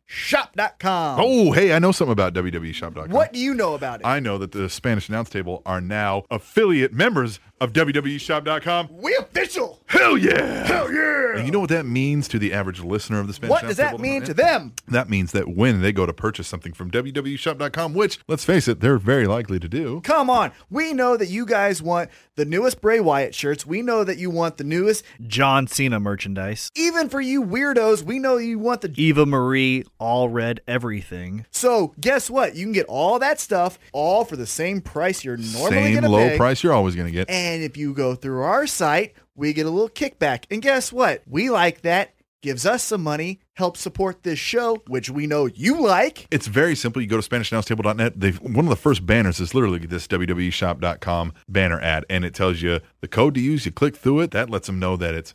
S7: oh, hey, I know something about
S1: E
S7: WWEshop.com.
S6: What do you know about it?
S7: I know that the Spanish announce table are now affiliate members of
S1: E
S7: WWEshop.com.
S6: we official.
S7: Hell yeah! Hell yeah! And you know what that means to the average listener of the Spanish
S6: What
S7: announce
S6: does that
S7: table?
S6: mean to them?
S7: That means that when they go to purchase something from E WWEshop.com, which, let's face it, they're very likely to do.
S6: Come on. We know that you guys want the newest Bray Wyatt shirts. We know that you want the newest.
S2: John Cena merchandise.
S6: Even for you weirdos, we know you want the.
S2: Eva Marie, all red, everything.
S6: So guess what? You can get all that stuff all for the same price you're normally
S7: Same
S6: going to
S7: low
S6: pay.
S7: price you're always going to get.
S6: And if you go through our site, we get a little kickback. And guess what? We like that. Gives us some money, helps support this show, which we know you like.
S7: It's very simple. You go to SpanishAnnounceTable.net. They've one of the first banners is literally this E WWEshop.com banner ad, and it tells you the code to use. You click through it. That lets them know that it's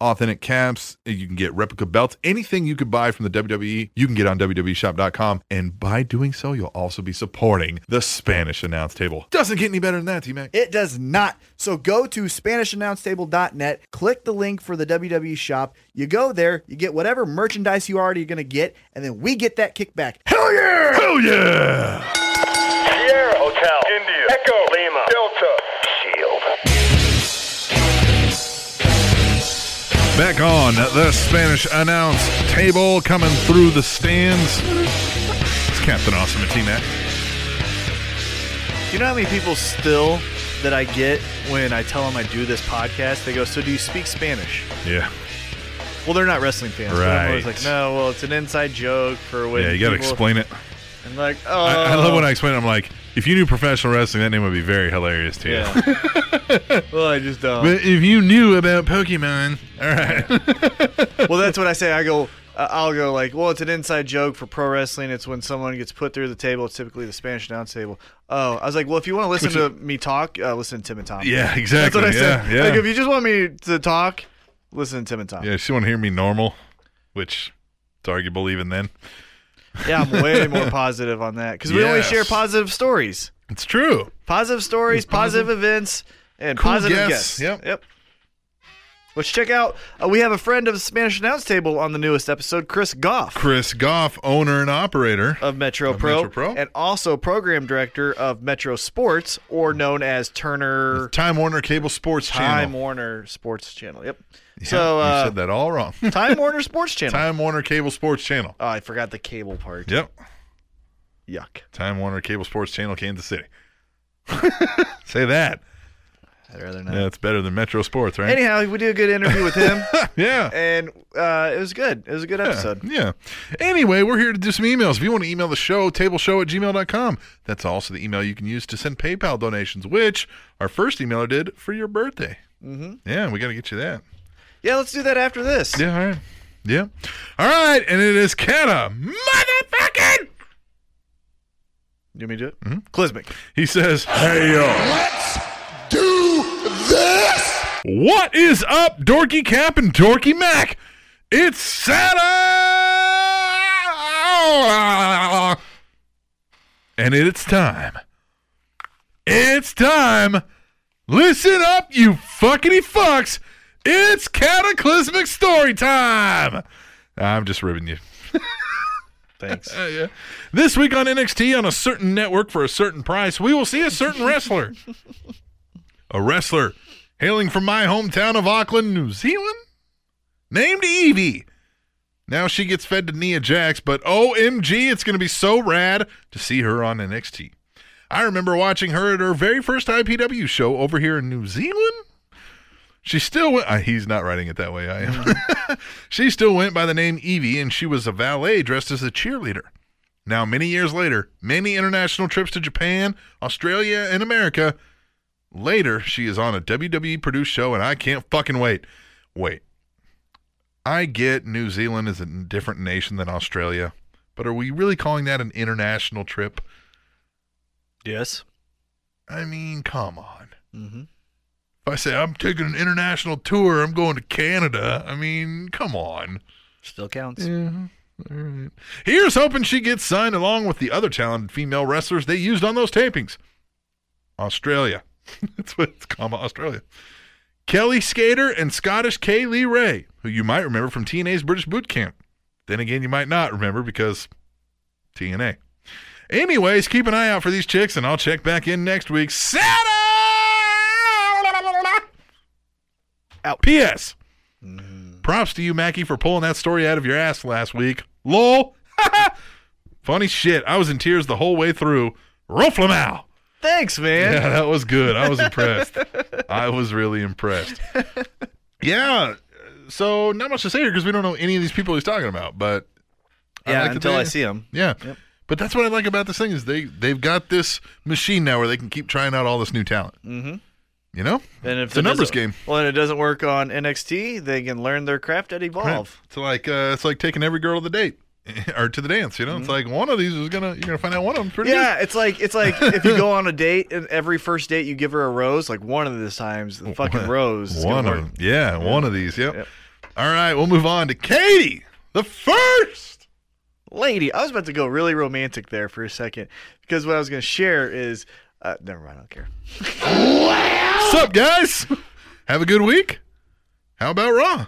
S7: Authentic caps. You can get replica belts. Anything you could buy from the WWE, you can get on E WWEshop.com. And by doing so, you'll also be supporting the Spanish announce table. Doesn't get any better than that, T Mac.
S6: It does not. So go to SpanishAnnounceTable.net, click the link for the WWE shop. You go there, you get whatever merchandise you already going to get, and then we get that kickback.
S7: Hell yeah! Hell yeah!
S8: Sierra Hotel. India. Echo. Lima. Delta. Shield.
S1: Back on the Spanish announce table, coming through the stands. It's Captain Awesome and T Mac.
S2: You know how many people still that I get when I tell them I do this podcast? They go, So do you speak Spanish?
S1: Yeah.
S2: Well, they're not wrestling fans. but I'm always
S1: Right.
S2: like, No, well, it's an inside joke for when.
S1: Yeah, you got to
S2: people-"
S1: explain it.
S2: And like, Oh.
S1: I, I love when I explain it. I'm like, if you knew professional wrestling, that name would be very hilarious to you.
S2: Yeah. well, I just don't.
S1: But if you knew about Pokemon, all right.
S2: well, that's what I say. I go, uh, I'll go like, well, it's an inside joke for pro wrestling. It's when someone gets put through the table. It's typically the Spanish announce table. Oh, I was like, well, if you want to listen to me talk, uh, listen to Tim and Tom.
S1: yeah,
S2: that's
S1: exactly.
S2: what I
S1: yeah,
S2: said.
S1: yeah.
S2: Like, if you just want me to talk, listen to Tim and Tom.
S1: yeah, she want to hear me normal, which it's arguable even then.
S2: Yeah, I'm way more positive on that because we only
S1: Yes.
S2: share positive stories,
S1: It's true.
S2: positive stories, positive, events, and positive
S1: guests.
S2: guests.
S1: Yep.
S2: Yep. Let's check out. Uh, we have a friend of Spanish Announce Table on the newest episode, Chris Goff.
S1: Chris Goff, owner and operator.
S2: of Metro,
S1: Of
S2: Pro,
S1: Metro Pro.
S2: and also program director of Metro Sports, or known as Turner
S1: Time Warner Cable Sports
S2: Time
S1: Channel.
S2: Warner Sports Channel. Yep.
S1: Yeah,
S2: so
S1: you
S2: uh,
S1: said that all wrong.
S2: Time Warner Sports Channel.
S1: Time Warner Cable Sports Channel.
S2: oh, I forgot the cable part.
S1: Yep.
S2: Yuck.
S1: Time Warner Cable Sports Channel, Kansas City. Say that.
S2: I'd rather not.
S1: Yeah, it's better than Metro Sports, right?
S2: Anyhow, we did a good interview with him,
S1: yeah.
S2: and uh, it was good. It was a good
S1: Yeah,
S2: episode.
S1: yeah. Anyway, we're here to do some emails. If you want to email the show, tableshow at gmail.com. That's also the email you can use to send PayPal donations, which our first emailer did for your birthday. Mm-hmm. Yeah, we got to get you that.
S2: Yeah, let's do that after this.
S1: Yeah, all right. Yeah. All right, and it is Kata. Motherfucking!
S2: You want me to do it?
S1: Mm-hmm.
S2: Clismic.
S1: He says, Hey, yo. Let's do this. What is up, Dorky Cap and Dorky Mac? It's Saturday. And it's time. It's time. Listen up, you fuckity fucks. It's cataclysmic story time. I'm just ribbing you.
S2: Thanks.
S1: Uh, yeah. This week on NXT on a certain network for a certain price, we will see a certain wrestler. a wrestler hailing from my hometown of Auckland, New Zealand, named Evie. Now she gets fed to Nia Jax, but OMG, it's going to be so rad to see her on NXT. I remember watching her at her very first IPW show over here in New Zealand. She still went. Uh, he's not writing it that way. I am. she still went by the name Evie, and she was a valet dressed as a cheerleader. Now, many years later, many international trips to Japan, Australia, and America. Later, she is on a WWE produced show, and I can't fucking wait. Wait. I get New Zealand is a different nation than Australia, but are we really calling that an international trip?
S2: Yes.
S1: I mean, come on. If I say I'm taking an international tour, I'm going to Canada. I mean, come on.
S2: Still counts.
S1: Here's hoping she gets signed along with the other talented female wrestlers they used on those tapings. Australia. That's what it's comma Australia. Kelly Skater and Scottish Kay Lee Ray, who you might remember from TNA's British Boot Camp. Then again, you might not remember because TNA. Anyways, keep an eye out for these chicks, and I'll check back in next week. Saturday! Out. P.S. Props to you, Mackie, for pulling that story out of your ass last week. Lol. Funny shit. I was in tears the whole way through. Rufflamow.
S2: Thanks, man.
S1: Yeah, that was good. I was impressed. I was really impressed. Yeah. So not much to say here because we don't know any of these people he's talking about, but
S2: Yeah,
S1: like that
S2: until I
S1: they-
S2: see him.
S1: yeah. But that's what I like about this thing is they they've got this machine now where they can keep trying out all this new talent. Mm-hmm. You know,
S2: And if
S1: it's a
S2: it
S1: numbers
S2: doesn't-
S1: game.
S2: Well, and it doesn't work on NXT, they can learn their craft at Evolve.
S1: Right. It's like uh, it's like taking every girl to the date or to the dance. You know, it's like one of these is gonna you're gonna find out one of them pretty good.
S2: Mm-hmm. Yeah, it's like it's like if you go on a date and every first date you give her a rose, like one of these times the fucking rose. Is
S1: One
S2: gonna
S1: of
S2: work.
S1: them. Yeah, one of these. Yep.
S2: Yep.
S1: All right, we'll move on to Katie, the first.
S2: Lady, I was about to go really romantic there for a second because what I was going to share is uh, never mind, I don't care.
S1: What's up, guys? Have a good week. How about Raw?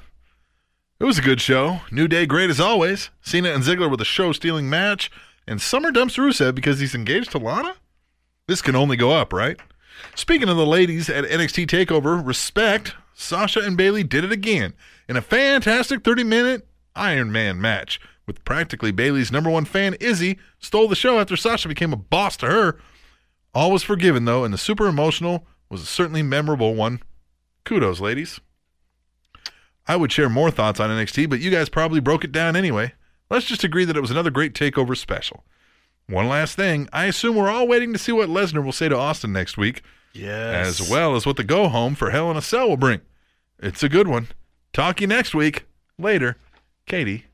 S1: It was a good show. New Day great as always. Cena and Ziggler with a show stealing match. And Summer dumps Rusev because he's engaged to Lana? This can only go up, right? Speaking of the ladies at NXT TakeOver, respect, Sasha and Bailey did it again in a fantastic 30 minute Iron Man match with practically Bailey's number one fan, Izzy, stole the show after Sasha became a boss to her. All was forgiven, though, and the super emotional was a certainly memorable one. Kudos, ladies. I would share more thoughts on NXT, but you guys probably broke it down anyway. Let's just agree that it was another great takeover special. One last thing I assume we're all waiting to see what Lesnar will say to Austin next week,
S2: Yes.
S1: as well as what the go home for Hell in a Cell will bring. It's a good one. Talk you next week. Later, Katie,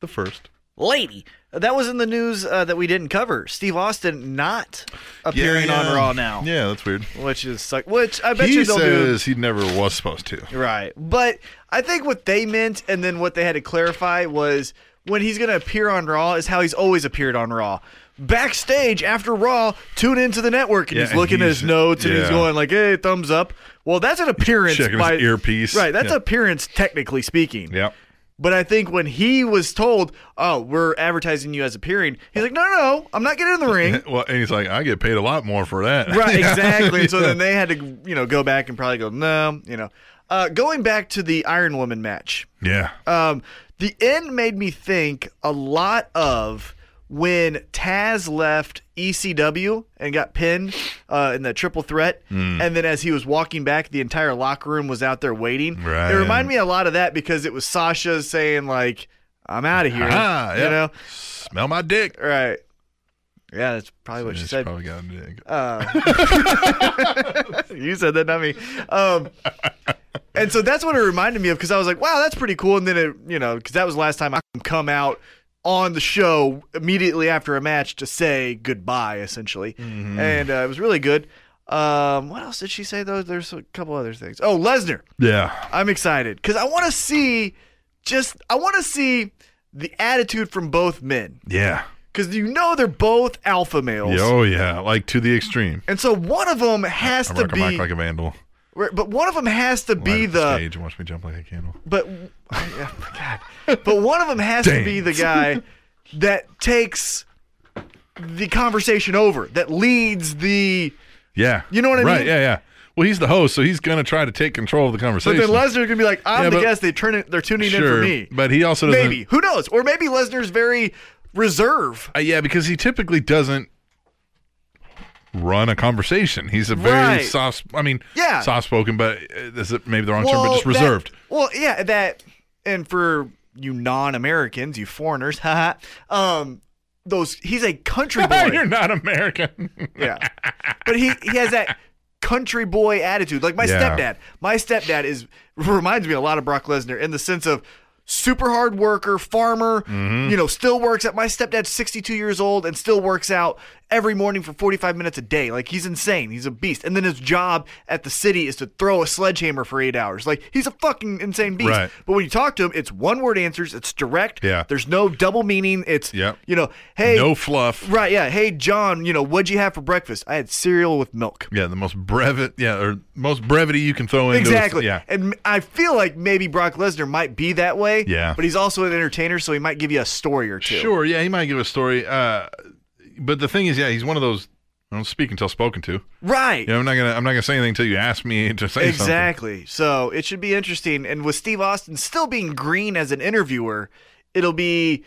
S1: the first.
S2: Lady, that was in the news uh, that we didn't cover. Steve Austin not appearing
S1: Yeah, yeah.
S2: on Raw now,
S1: Yeah, that's weird.
S2: which is suck. Which I bet
S1: he
S2: you they'll do
S1: says he never was supposed to.
S2: Right. But I think what they meant and then what they had to clarify was when he's going to appear on Raw is how he's always appeared on Raw. Backstage after Raw, tune into the network and
S1: Yeah,
S2: he's
S1: and
S2: looking at
S1: he's-
S2: his notes and
S1: yeah.
S2: he's going like, "Hey, thumbs up." Well, that's an appearance
S1: Checking his
S2: by
S1: earpiece.
S2: Right, that's
S1: Yeah.
S2: appearance technically speaking.
S1: Yep.
S2: But I think when he was told, "Oh, we're advertising you as appearing," he's like, "No, no, no I'm not getting in the ring."
S1: Well, and he's like, I get paid a lot more for that.
S2: Right, exactly. So then they had to, you know, go back and probably go, no, you know. Uh, going back to the Iron Woman match,
S1: Yeah.
S2: um, the end made me think a lot of when Taz left ECW and got pinned uh, in the triple threat,
S1: Hmm.
S2: and then as he was walking back, the entire locker room was out there waiting.
S1: Right.
S2: It reminded me a lot of that because it was Sasha saying like, "I'm out of here,"
S1: Ah, yeah.
S2: you know.
S1: Smell my dick.
S2: Right. Yeah, that's probably what she
S1: She's
S2: said. Uh,
S1: probably got a dick.
S2: you said that, not me. Um, and so that's what it reminded me of because I was like, wow, that's pretty cool. And then it, you know, because that was the last time I come out on the show immediately after a match to say goodbye, essentially.
S1: Mm-hmm.
S2: And uh, it was really good. Um, what else did she say though? There's a couple other things. Oh, Lesnar.
S1: yeah.
S2: I'm excited because I want to see just I want to see the attitude from both men
S1: Yeah.
S2: because you know they're both alpha males.
S1: Yeah, Oh, yeah. Like to the extreme.
S2: And so one of them has
S1: I
S2: to
S1: rock a
S2: be
S1: mic like a vandal.
S2: Right, but one of them has to
S1: Light
S2: be
S1: up
S2: the
S1: stage and watch me jump like a candle.
S2: but yeah, God, but one of them has to be the guy that takes the conversation over, that leads the.
S1: Yeah.
S2: You know what I
S1: right,
S2: mean?
S1: Yeah, yeah. Well, he's the host, so he's gonna try to take control of the
S2: But
S1: conversation.
S2: then Lesnar can be like, "I'm
S1: Yeah,
S2: the
S1: but-
S2: guest. They turn it. They're tuning
S1: sure,
S2: in for me.
S1: but he also doesn't.
S2: maybe who knows? Or maybe Lesnar's very reserve.
S1: Uh, yeah, because he typically doesn't run a conversation. He's a very
S2: Right.
S1: soft. I mean,
S2: Yeah.
S1: soft spoken, but uh, this is maybe the wrong term,
S2: Well,
S1: but just
S2: that-
S1: reserved.
S2: well, yeah, that and for you non-Americans, you foreigners, haha. um, those he's a country boy.
S1: You're not American.
S2: Yeah. But he, he has that country boy attitude. Like my
S1: Yeah.
S2: stepdad. My stepdad is reminds me a lot of Brock Lesnar in the sense of super hard worker, farmer,
S1: Mm-hmm.
S2: you know, still works out. My stepdad's 62 years old and still works out every morning for 45 minutes a day. Like he's insane. He's a beast. And then his job at the city is to throw a sledgehammer for 8 hours. Like he's a fucking insane beast.
S1: Right.
S2: But when you talk to him, it's one-word answers, it's direct.
S1: Yeah.
S2: There's no double meaning. It's
S1: Yep.
S2: you know, hey
S1: no fluff.
S2: Right, yeah. Hey, John, you know, what'd you have for breakfast? I had cereal with milk.
S1: Yeah, the most brevet. Yeah, or most brevity you can throw in.
S2: Exactly.
S1: Yeah.
S2: And I feel like maybe Brock Lesnar might be that way.
S1: Yeah.
S2: But he's also an entertainer, so he might give you a story or two.
S1: Sure. Yeah, he might give a story. Uh, but the thing is, yeah, he's one of those. I don't speak until spoken to.
S2: Right.
S1: You know, I'm not gonna. I'm not gonna say anything until you ask me to say something.
S2: Exactly. So it should be interesting. And with Steve Austin still being green as an interviewer, it'll be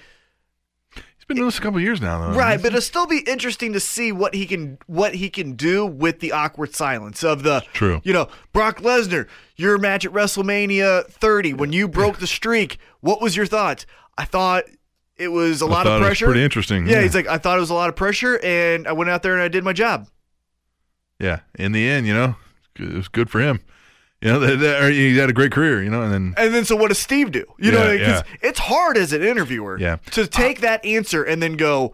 S1: He's been doing this a couple of years now, though.
S2: right, but it'll still be interesting to see what he can what he can do with the awkward silence of the
S1: True.
S2: You know, Brock Lesnar, your match at WrestleMania 30 when you broke the streak. What was your thoughts? I thought it was a lot
S1: thought it
S2: of
S1: was
S2: pressure.
S1: pretty interesting,
S2: Yeah,
S1: yeah.
S2: he's like, I thought it was a lot of pressure, and I went out there and I did my job.
S1: Yeah. In the end, you know, it was good for him. You know, that, that, or he had a great career. You know, and then
S2: And then, so what does Steve do?
S1: Yeah,
S2: You know, because
S1: yeah.
S2: it's hard as an interviewer
S1: Yeah.
S2: to take that answer and then go,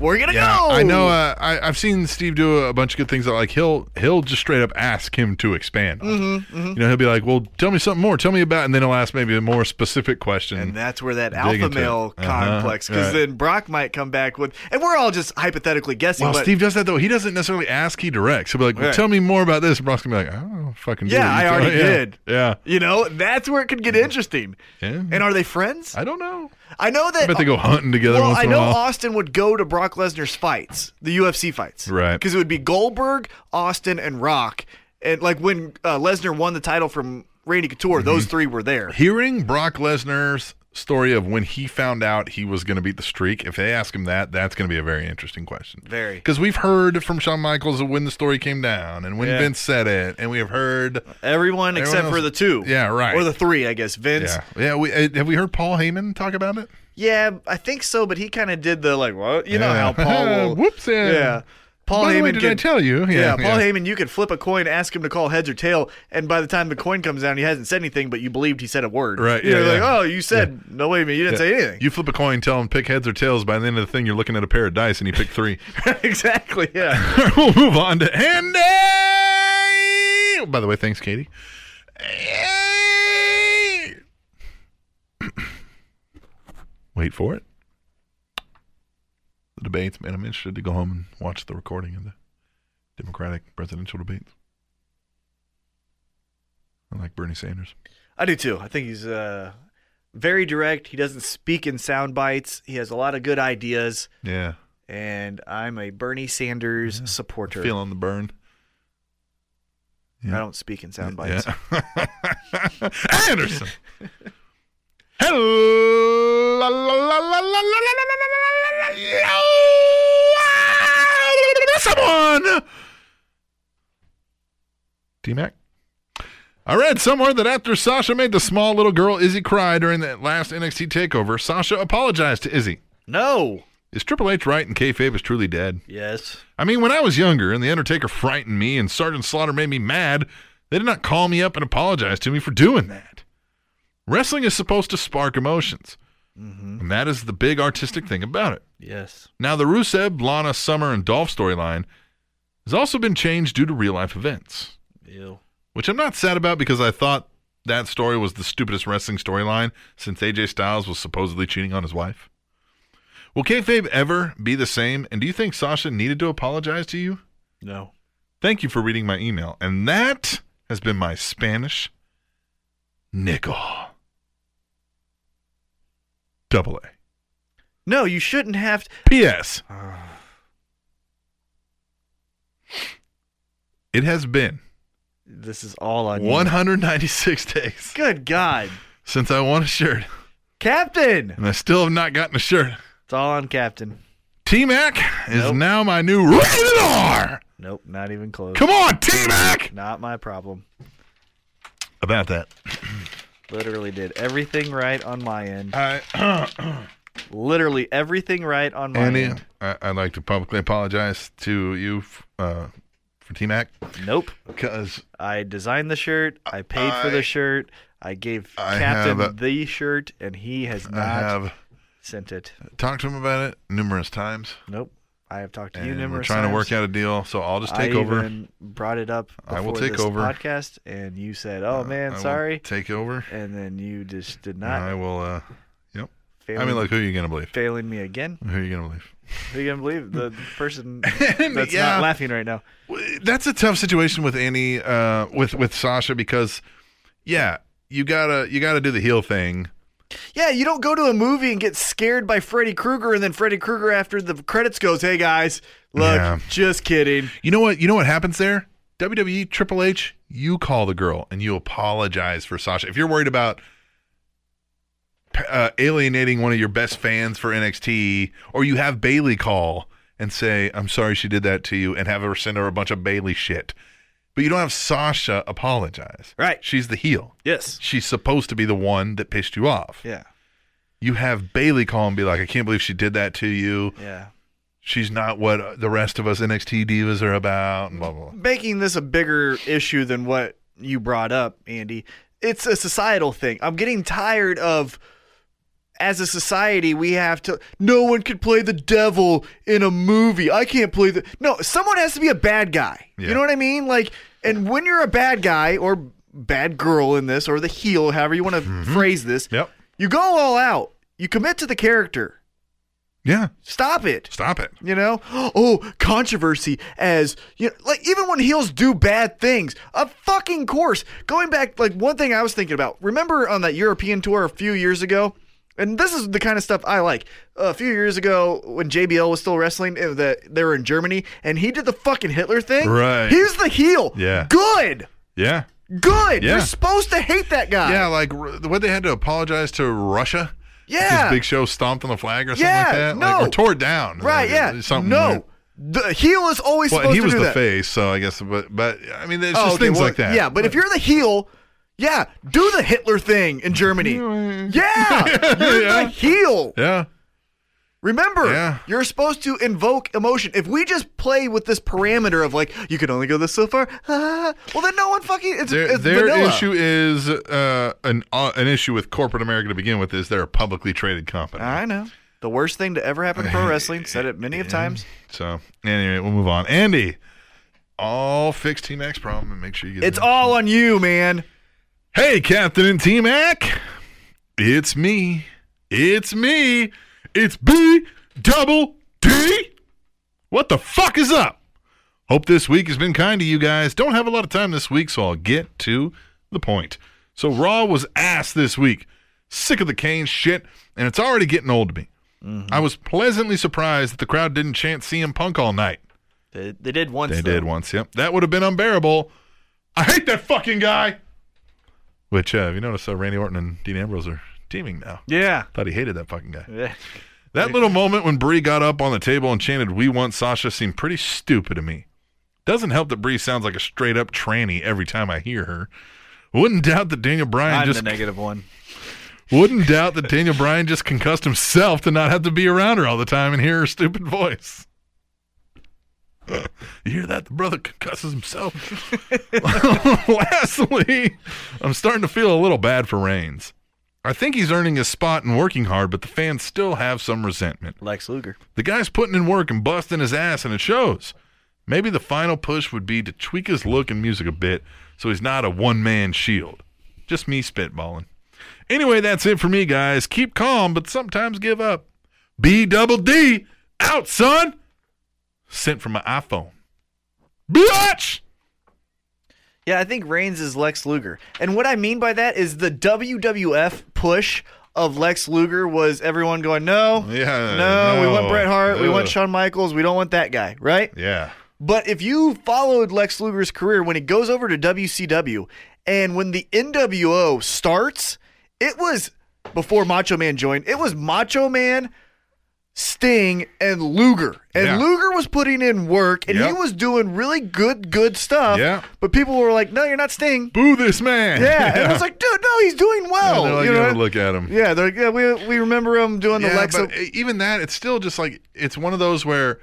S2: "We're gonna
S1: Yeah,
S2: go."
S1: I know. Uh, I, I've seen Steve do a bunch of good things. That like he'll he'll just straight up ask him to expand.
S2: Mm-hmm,
S1: on it. You know, he'll be like, "Well, tell me something more. Tell me about," and then he'll ask maybe a more specific question.
S2: And that's where that
S1: Dig
S2: alpha
S1: into it.
S2: male
S1: Uh-huh,
S2: complex, because
S1: right.
S2: then Brock might come back with, and we're all just hypothetically guessing.
S1: well,
S2: but
S1: Steve does that though. He doesn't necessarily ask; he directs. He'll be like, well,
S2: Right.
S1: "Tell me more about this." And Brock's gonna be like, "I don't know, fucking." do
S2: Yeah,
S1: it. You
S2: I
S1: tell-
S2: already
S1: yeah,
S2: did.
S1: Yeah,
S2: you know, that's where it could get interesting.
S1: Yeah.
S2: And are they friends?
S1: I don't know.
S2: I know that.
S1: I bet they go hunting together
S2: Well,
S1: once
S2: I
S1: in a
S2: know
S1: while.
S2: Austin would go to Brock Lesnar's fights, the UFC fights,
S1: Right.
S2: Because it would be Goldberg, Austin, and Rock, and like when uh, Lesnar won the title from Randy Couture, those
S1: Mm-hmm.
S2: three were there.
S1: Hearing Brock Lesnar's story of when he found out he was going to beat the streak, if they ask him that, that's going to be a very interesting question.
S2: Very.
S1: Because we've heard from Shawn Michaels of when the story came down and when
S2: Yeah.
S1: Vince said it, and we have heard.
S2: Everyone except
S1: Everyone
S2: for
S1: else-
S2: the two,
S1: Yeah, right.
S2: or the three, I guess. Vince,
S1: Yeah, yeah. We, uh, have we heard Paul Heyman talk about it?
S2: Yeah, I think so, but he kind of did the like, what? You know
S1: Yeah.
S2: how Paul will.
S1: Whoops, yeah.
S2: Paul
S1: By
S2: Heyman
S1: the way, did I
S2: could-
S1: tell you?
S2: Yeah,
S1: Yeah,
S2: Paul
S1: yeah.
S2: Heyman, you could flip a coin, ask him to call heads or tail, and by the time the coin comes down, he hasn't said anything, but you believed he said a word.
S1: Right,
S2: You're
S1: yeah,
S2: like,
S1: yeah.
S2: oh, you said, no, wait a minute, you didn't say anything.
S1: You flip a coin, tell him pick heads or tails. By the end of the thing, you're looking at a pair of dice, and you pick three.
S2: exactly, yeah.
S1: we'll move on to Andy. By the way, thanks, Katie. Wait for it. The debates, man. I'm interested to go home and watch the recording of the Democratic presidential debates. I like Bernie Sanders.
S2: I do too. I think he's uh, very direct. He doesn't speak in sound bites. He has a lot of good ideas,
S1: Yeah,
S2: and I'm a Bernie Sanders supporter.
S1: feeling the burn.
S2: I don't speak in sound bites.
S1: Yeah. Anderson. Hello, someone. D Mac. I read somewhere that after Sasha made the small little girl Izzy cry during that last NXT takeover, Sasha apologized to Izzy.
S2: No.
S1: Is Triple H right and kayfabe is truly dead?
S2: Yes.
S1: I mean, when I was younger and The Undertaker frightened me and Sergeant Slaughter made me mad, they did not call me up and apologize to me for doing that. Wrestling is supposed to spark emotions, and that is the big artistic thing about it.
S2: Yes.
S1: Now, the Rusev, Lana, Summer, and Dolph storyline has also been changed due to real life events,
S2: Ew.
S1: which I'm not sad about because I thought that story was the stupidest wrestling storyline since AJ Styles was supposedly cheating on his wife. Will kayfabe ever be the same? And do you think Sasha needed to apologize to you?
S2: No.
S1: Thank you for reading my email. And that has been my Spanish nickel. Double A.
S2: No, you shouldn't have to.
S1: P.S. It has been
S2: This is all on you.
S1: 196 days
S2: Good God.
S1: since I won a shirt,
S2: Captain.
S1: and I still have not gotten a shirt.
S2: It's all on Captain.
S1: T Mac is
S2: Nope.
S1: now my new rated R.
S2: Nope, not even close.
S1: Come on, T Mac.
S2: Not my problem.
S1: About that,
S2: Literally did everything right on my end.
S1: I
S2: Literally everything right on my
S1: Andy,
S2: end.
S1: I, I'd like to publicly apologize to you f- uh, for T Mac?
S2: Nope.
S1: Because
S2: I designed the shirt. I paid for
S1: I-
S2: the shirt. I gave
S1: I
S2: Captain
S1: have a-
S2: the shirt, and he has
S1: I
S2: not
S1: have
S2: sent it.
S1: talked to him about it numerous times.
S2: Nope. I have talked to
S1: And
S2: you numerous
S1: we're trying
S2: times.
S1: to work out a deal, so I'll just take
S2: I
S1: over.
S2: even brought it up. Before
S1: I will take
S2: this
S1: over. Uh,
S2: podcast, and you said, "Oh
S1: I
S2: man,
S1: will
S2: sorry,"
S1: Take over.
S2: and then you just did
S1: and I
S2: not.
S1: will. uh Yep.
S2: failing,
S1: I mean, like, who are you gonna believe?
S2: failing me again.
S1: Who are you gonna believe?
S2: Who you gonna believe? The person that's
S1: yeah.
S2: not laughing right now.
S1: that's a tough situation with Annie uh with with Sasha because yeah, you got to you got to do the heel thing.
S2: Yeah, you don't go to a movie and get scared by Freddy Krueger, and then Freddy Krueger after the credits goes, "Hey guys, look,
S1: Yeah.
S2: just kidding."
S1: You know what? You know what happens there? WWE Triple H, you call the girl and you apologize for Sasha. If you're worried about uh, alienating one of your best fans for NXT, or you have Bailey call and say, "I'm sorry she did that to you," and have her send her a bunch of Bailey shit, but you don't have Sasha apologize.
S2: Right.
S1: She's the heel.
S2: Yes.
S1: She's supposed to be the one that pissed you off.
S2: Yeah.
S1: you have Bailey call and be like, I can't believe she did that to you.
S2: Yeah.
S1: She's not what the rest of us NXT divas are about, and blah, blah, blah.
S2: making this a bigger issue than what you brought up, Andy. It's a societal thing. I'm getting tired of as a society we have to no one can play the devil in a movie. I can't play the No, someone has to be a bad guy.
S1: Yeah.
S2: You know what I mean? Like and when you're a bad guy or bad girl in this or the heel, however you want to phrase this,
S1: Mm-hmm. Yep.
S2: you go all out. You commit to the character.
S1: Yeah.
S2: Stop it.
S1: Stop it.
S2: You know, oh, controversy as you know, like even when heels do bad things, a fucking course. Going back, like one thing I was thinking about. Remember on that European tour a few years ago, and this is the kind of stuff I like. a few years ago, when JBL was still wrestling, uh, that they were in Germany, and he did the fucking Hitler thing.
S1: Right.
S2: he's the heel.
S1: Yeah.
S2: good,
S1: Yeah.
S2: good.
S1: Yeah.
S2: You're supposed to hate that guy.
S1: Yeah, like r- what they had to apologize to Russia.
S2: Yeah.
S1: Because Big Show stomped on the flag or something
S2: Yeah,
S1: like that. Like,
S2: no.
S1: or tore it down.
S2: right.
S1: Like,
S2: Yeah,
S1: Something
S2: no.
S1: weird.
S2: The heel is always
S1: Well, and
S2: supposed
S1: he was
S2: to
S1: the
S2: do that.
S1: face, so I guess, but, but I mean, it's
S2: Oh,
S1: just
S2: okay,
S1: things
S2: well,
S1: like that.
S2: Yeah, but if you're the heel, yeah, do the Hitler thing in Germany. yeah, you're the heel.
S1: Yeah.
S2: Remember,
S1: Yeah.
S2: you're supposed to invoke emotion. If we just play with this parameter of like, you can only go this so far, ah, well then no one fucking it's,
S1: Their,
S2: it's
S1: their
S2: vanilla.
S1: issue is uh, an uh, an issue with corporate America to begin with is they're a publicly traded company.
S2: I know. The worst thing to ever happen to pro wrestling. Said it many of times.
S1: So anyway, we'll move on. Andy, all fix T Mac's problem and make sure you get
S2: It's
S1: it.
S2: all on you, man.
S1: Hey, Captain and T Mac, it's me. It's me. It's B double D. What the fuck is up? Hope this week has been kind to you guys. Don't have a lot of time this week, so I'll get to the point. So Raw was ass this week. Sick of the Kane shit, and it's already getting old to me. I was pleasantly surprised that the crowd didn't chant CM Punk all night.
S2: They, they did once.
S1: They did once. Yep. That would have been unbearable. I hate that fucking guy. Which, uh, if you notice, uh, Randy Orton and Dean Ambrose are teaming now.
S2: Yeah.
S1: Thought he hated that fucking guy.
S2: Yeah.
S1: That little moment when Bree got up on the table and chanted, We want Sasha, seemed pretty stupid to me. Doesn't help that Bree sounds like a straight up tranny every time I hear her. Wouldn't doubt that Daniel Bryan
S2: I'm
S1: just
S2: the negative one.
S1: wouldn't doubt that Daniel Bryan just concussed himself to not have to be around her all the time and hear her stupid voice. You hear that? The brother concusses himself. Lastly, I'm starting to feel a little bad for Reigns. I think he's earning his spot and working hard, but the fans still have some resentment.
S2: Lex Luger.
S1: The guy's putting in work and busting his ass, and it shows. Maybe the final push would be to tweak his look and music a bit so he's not a one man shield. Just me spitballing. Anyway, that's it for me, guys. Keep calm, but sometimes give up. B double D out, son. Sent from my iPhone. Bitch!
S2: Yeah, I think Reigns is Lex Luger. And what I mean by that is the WWF push of Lex Luger was everyone going, no,
S1: Yeah,
S2: no, we want
S1: no,
S2: Bret Hart, we want
S1: ugh."
S2: Shawn Michaels, we don't want that guy, right?
S1: Yeah.
S2: But if you followed Lex Luger's career when he goes over to WCW and when the NWO starts, it was before Macho Man joined, it was Macho Man, Sting, and Luger. And
S1: Yeah.
S2: Luger was putting in work and he
S1: Yep.
S2: was doing really good, good stuff.
S1: Yeah.
S2: But people were like, no, you're not Sting.
S1: Boo this man.
S2: Yeah. And I was like, dude, no, he's doing well.
S1: They're like,
S2: you
S1: you
S2: know
S1: gotta
S2: what-
S1: look at him.
S2: yeah, they're like, yeah, we, we remember him doing the
S1: Yeah, e,
S2: Lexa.
S1: but even that, it's still just like it's one of those where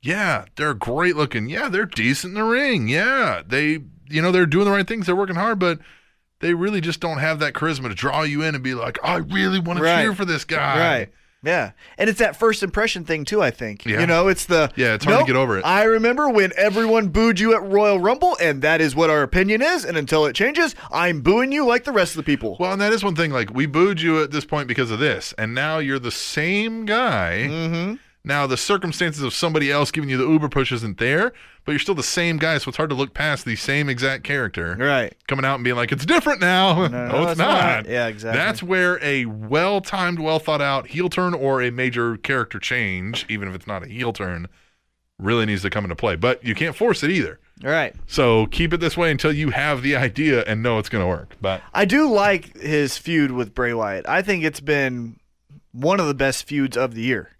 S1: yeah, they're great looking. Yeah, they're decent in the ring. Yeah, they, you know, they're doing the right things. They're working hard, but they really just don't have that charisma to draw you in and be like, I really want
S2: Right.
S1: to cheer for this guy.
S2: Right. Yeah. And it's that first impression thing too, I think.
S1: Yeah.
S2: You know, it's the
S1: Yeah, it's hard to
S2: "Nope,
S1: get over it."
S2: I remember when everyone booed you at Royal Rumble and that is what our opinion is and until it changes, I'm booing you like the rest of the people.
S1: Well, and that is one thing. Like we booed you at this point because of this, and now you're the same guy. Mm-hmm. Now the circumstances of somebody else giving you the Uber push isn't there, but you're still the same guy, so it's hard to look past the same exact character.
S2: Right.
S1: Coming out and being like, it's different now. No,
S2: no,
S1: it's,
S2: it's
S1: not.
S2: not. Yeah, exactly.
S1: That's where a well timed, well thought out heel turn or a major character change, even if it's not a heel turn, really needs to come into play. But you can't force it either.
S2: All right.
S1: So keep it this way until you have the idea and know it's going to work. But
S2: I do like his feud with Bray Wyatt. I think it's been one of the best feuds of the year.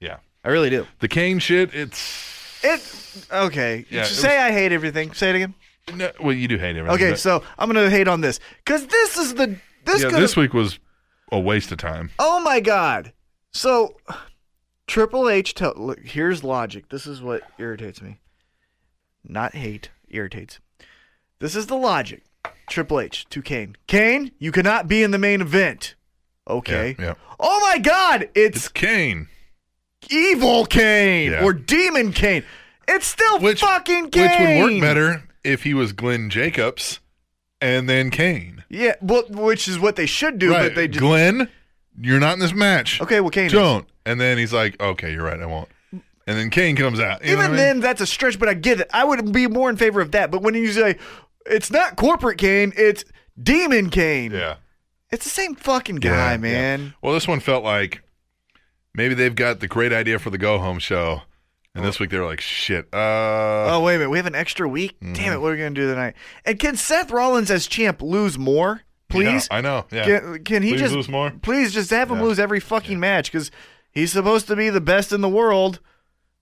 S1: yeah.
S2: I really do.
S1: The Kane shit, it's
S2: It okay.
S1: Yeah, it
S2: say I hate everything. Say it again.
S1: no, well, you do hate everything.
S2: Okay,
S1: but-
S2: so I'm gonna hate on this because this is the this
S1: yeah,
S2: could
S1: this week was a waste of time.
S2: Oh my God! So Triple H tell look here's logic. This is what irritates me. Not hate irritates. This is the logic. Triple H to Kane. Kane, you cannot be in the main event. Okay.
S1: Yeah, yeah.
S2: Oh my God! It's
S1: It's Kane,
S2: evil Kane
S1: Yeah.
S2: or demon Kane. It's still
S1: which
S2: fucking Kane.
S1: which would work better if he was Glenn Jacobs and then Kane.
S2: Yeah, well, which is what they should do,
S1: right,
S2: but they just
S1: Glenn, you're not in this match.
S2: okay. Well, Kane. is.
S1: don't. And then he's like, okay, you're right, I won't. And then Kane comes out. You know
S2: Even
S1: what I mean?
S2: then, that's a stretch, but I get it. I would be more in favor of that. But when you say it's not corporate Kane, it's demon Kane.
S1: yeah.
S2: It's the same fucking guy,
S1: Yeah,
S2: man.
S1: yeah. Well, this one felt like maybe they've got the great idea for the go home show, and this week they're like, shit. Uh,
S2: Oh, wait a minute. We have an extra week?
S1: Mm-hmm.
S2: Damn it. What are we going to do tonight? And can Seth Rollins as champ lose more, please?
S1: Yeah, I know. Yeah.
S2: Can, can he
S1: Please
S2: just
S1: lose more?
S2: Please just have him lose every fucking match because he's supposed to be the best in the world,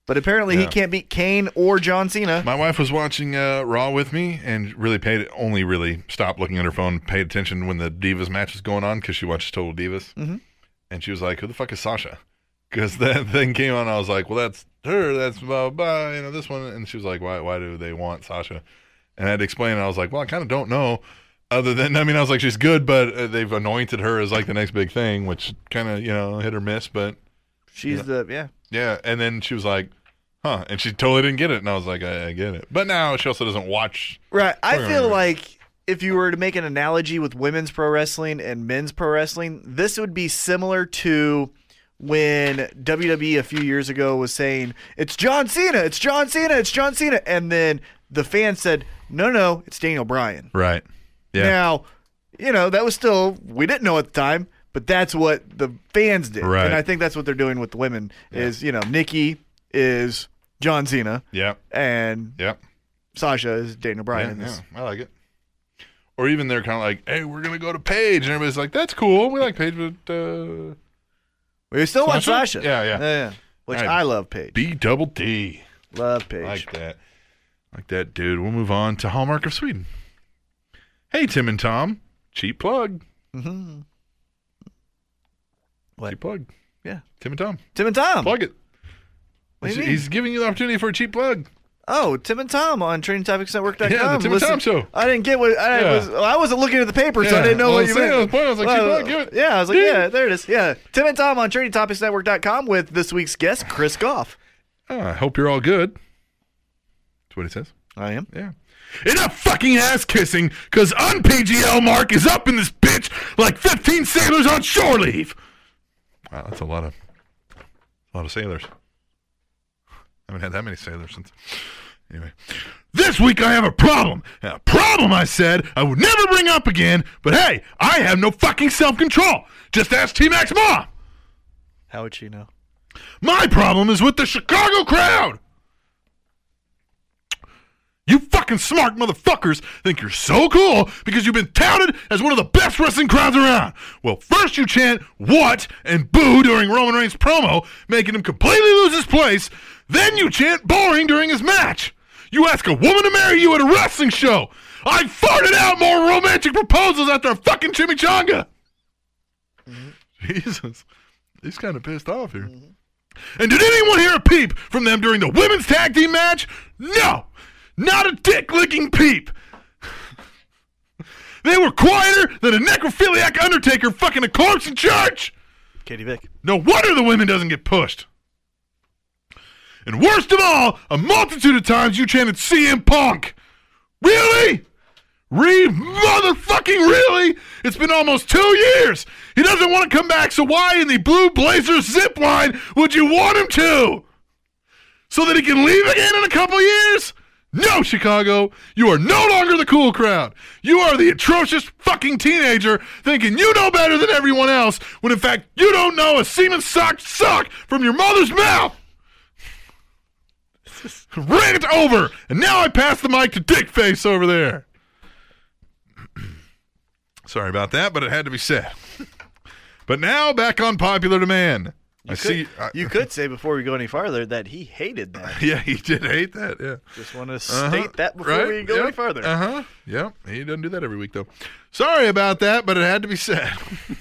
S2: but apparently he
S1: Yeah.
S2: can't beat Kane or John Cena.
S1: My wife was watching uh, Raw with me and really paid only really stopped looking at her phone, paid attention when the Divas match was going on because she watches Total Divas, mm-hmm. and she was like, "Who the fuck is Sasha?" Because that thing came on, I was like, "Well, that's her. That's blah blah." You know this one, and she was like, "Why? Why do they want Sasha?" And I had to explain. And I was like, "Well, I kind of don't know." Other than, I mean, I was like, "She's good," but uh, they've anointed her as like the next big thing, which kind of you know hit or miss, but.
S2: She's the, yeah.
S1: Yeah, and then she was like, "Huh," and she totally didn't get it, and I was like, "I, I get it," but now she also doesn't watch.
S2: Right. I
S1: Right, right,
S2: feel
S1: right.
S2: like if you were to make an analogy with women's pro wrestling and men's pro wrestling, this would be similar to when WWE a few years ago was saying, It's John Cena, it's John Cena, it's John Cena. And then the fans said, No, no, it's Daniel Bryan.
S1: Right. Yeah.
S2: Now, you know, that was still, we didn't know at the time, but that's what the fans did.
S1: Right.
S2: And I think that's what they're doing with the women is, you know, Nikki is John Cena
S1: Yeah.
S2: and
S1: Yeah.
S2: Sasha is Daniel
S1: Yeah,
S2: Bryan. in this.
S1: yeah, I like it. Or even they're kind of like, "Hey, we're gonna go to Paige," and everybody's like, "That's cool. We like Paige, but uh,
S2: We still want
S1: Sasha?
S2: Sasha.
S1: Yeah, yeah.
S2: Which
S1: All right.
S2: I love Paige.
S1: B double D,
S2: Love Paige.
S1: like that, like that, dude." We'll move on to Hallmark of Sweden. Hey, Tim and Tom, cheap plug.
S2: Mm-hmm. What?
S1: Cheap plug.
S2: Yeah.
S1: Tim and Tom,
S2: Tim and Tom.
S1: plug it.
S2: What do you
S1: He's-
S2: mean?
S1: he's giving you the opportunity for a cheap plug.
S2: Oh, Tim and Tom on TrainingTopicsNetwork.com.
S1: Yeah, the Tim and
S2: Listen,
S1: Tom show.
S2: I didn't get what I
S1: Yeah.
S2: was. I wasn't looking at the paper, so
S1: Yeah,
S2: I didn't know
S1: well,
S2: what you
S1: see, that was the
S2: meant.
S1: point. I was like,
S2: Well,
S1: keep going, give it.
S2: Yeah, I was like,
S1: Dude.
S2: yeah, there it is. Yeah, Tim and Tom on TrainingTopicsNetwork.com with this week's guest, Chris Goff.
S1: Oh, I hope you're all good. That's what it says.
S2: I am.
S1: Yeah. Enough fucking ass kissing, because unPGL Mark is up in this bitch like 15 sailors on shore leave. Wow, that's a lot of, a lot of sailors. I haven't had that many sailors since. Anyway, this week I have a problem. A problem I said I would never bring up again, but hey, I have no fucking self control. Just ask T Mac's mom.
S2: How would she know?
S1: My problem is with the Chicago crowd. You fucking smart motherfuckers think you're so cool because you've been touted as one of the best wrestling crowds around. Well, first you chant what and boo during Roman Reigns' promo, making him completely lose his place. Then you chant boring during his match. You ask a woman to marry you at a wrestling show. I farted out more romantic proposals after a fucking chimichanga. Jesus. He's kind of pissed off here. And did anyone hear a peep from them during the women's tag team match? No! Not a dick licking peep! They were quieter than a necrophiliac undertaker fucking a corpse in church!
S2: Katie Vick.
S1: No wonder the women doesn't get pushed. And worst of all, a multitude of times you chanted CM Punk. Really? Re motherfucking really? It's been almost two years. He doesn't want to come back, so why in the blue blazer zip line would you want him to? So that he can leave again in a couple years? No, Chicago, you are no longer the cool crowd. You are the atrocious fucking teenager thinking you know better than everyone else when in fact you don't know a semen sock sock from your mother's mouth. Rant over, and now I pass the mic to Dickface over there. Sorry about that, but it had to be said. but now back on popular demand. I see. I-
S2: You could say before we go any farther that he hated that.
S1: yeah, he did hate that. Yeah.
S2: Just want to
S1: Uh-huh,
S2: state that before
S1: right,
S2: we go any
S1: yep,
S2: farther.
S1: Uh-huh. Yep. He doesn't do that every week though. Sorry about that, but it had to be said.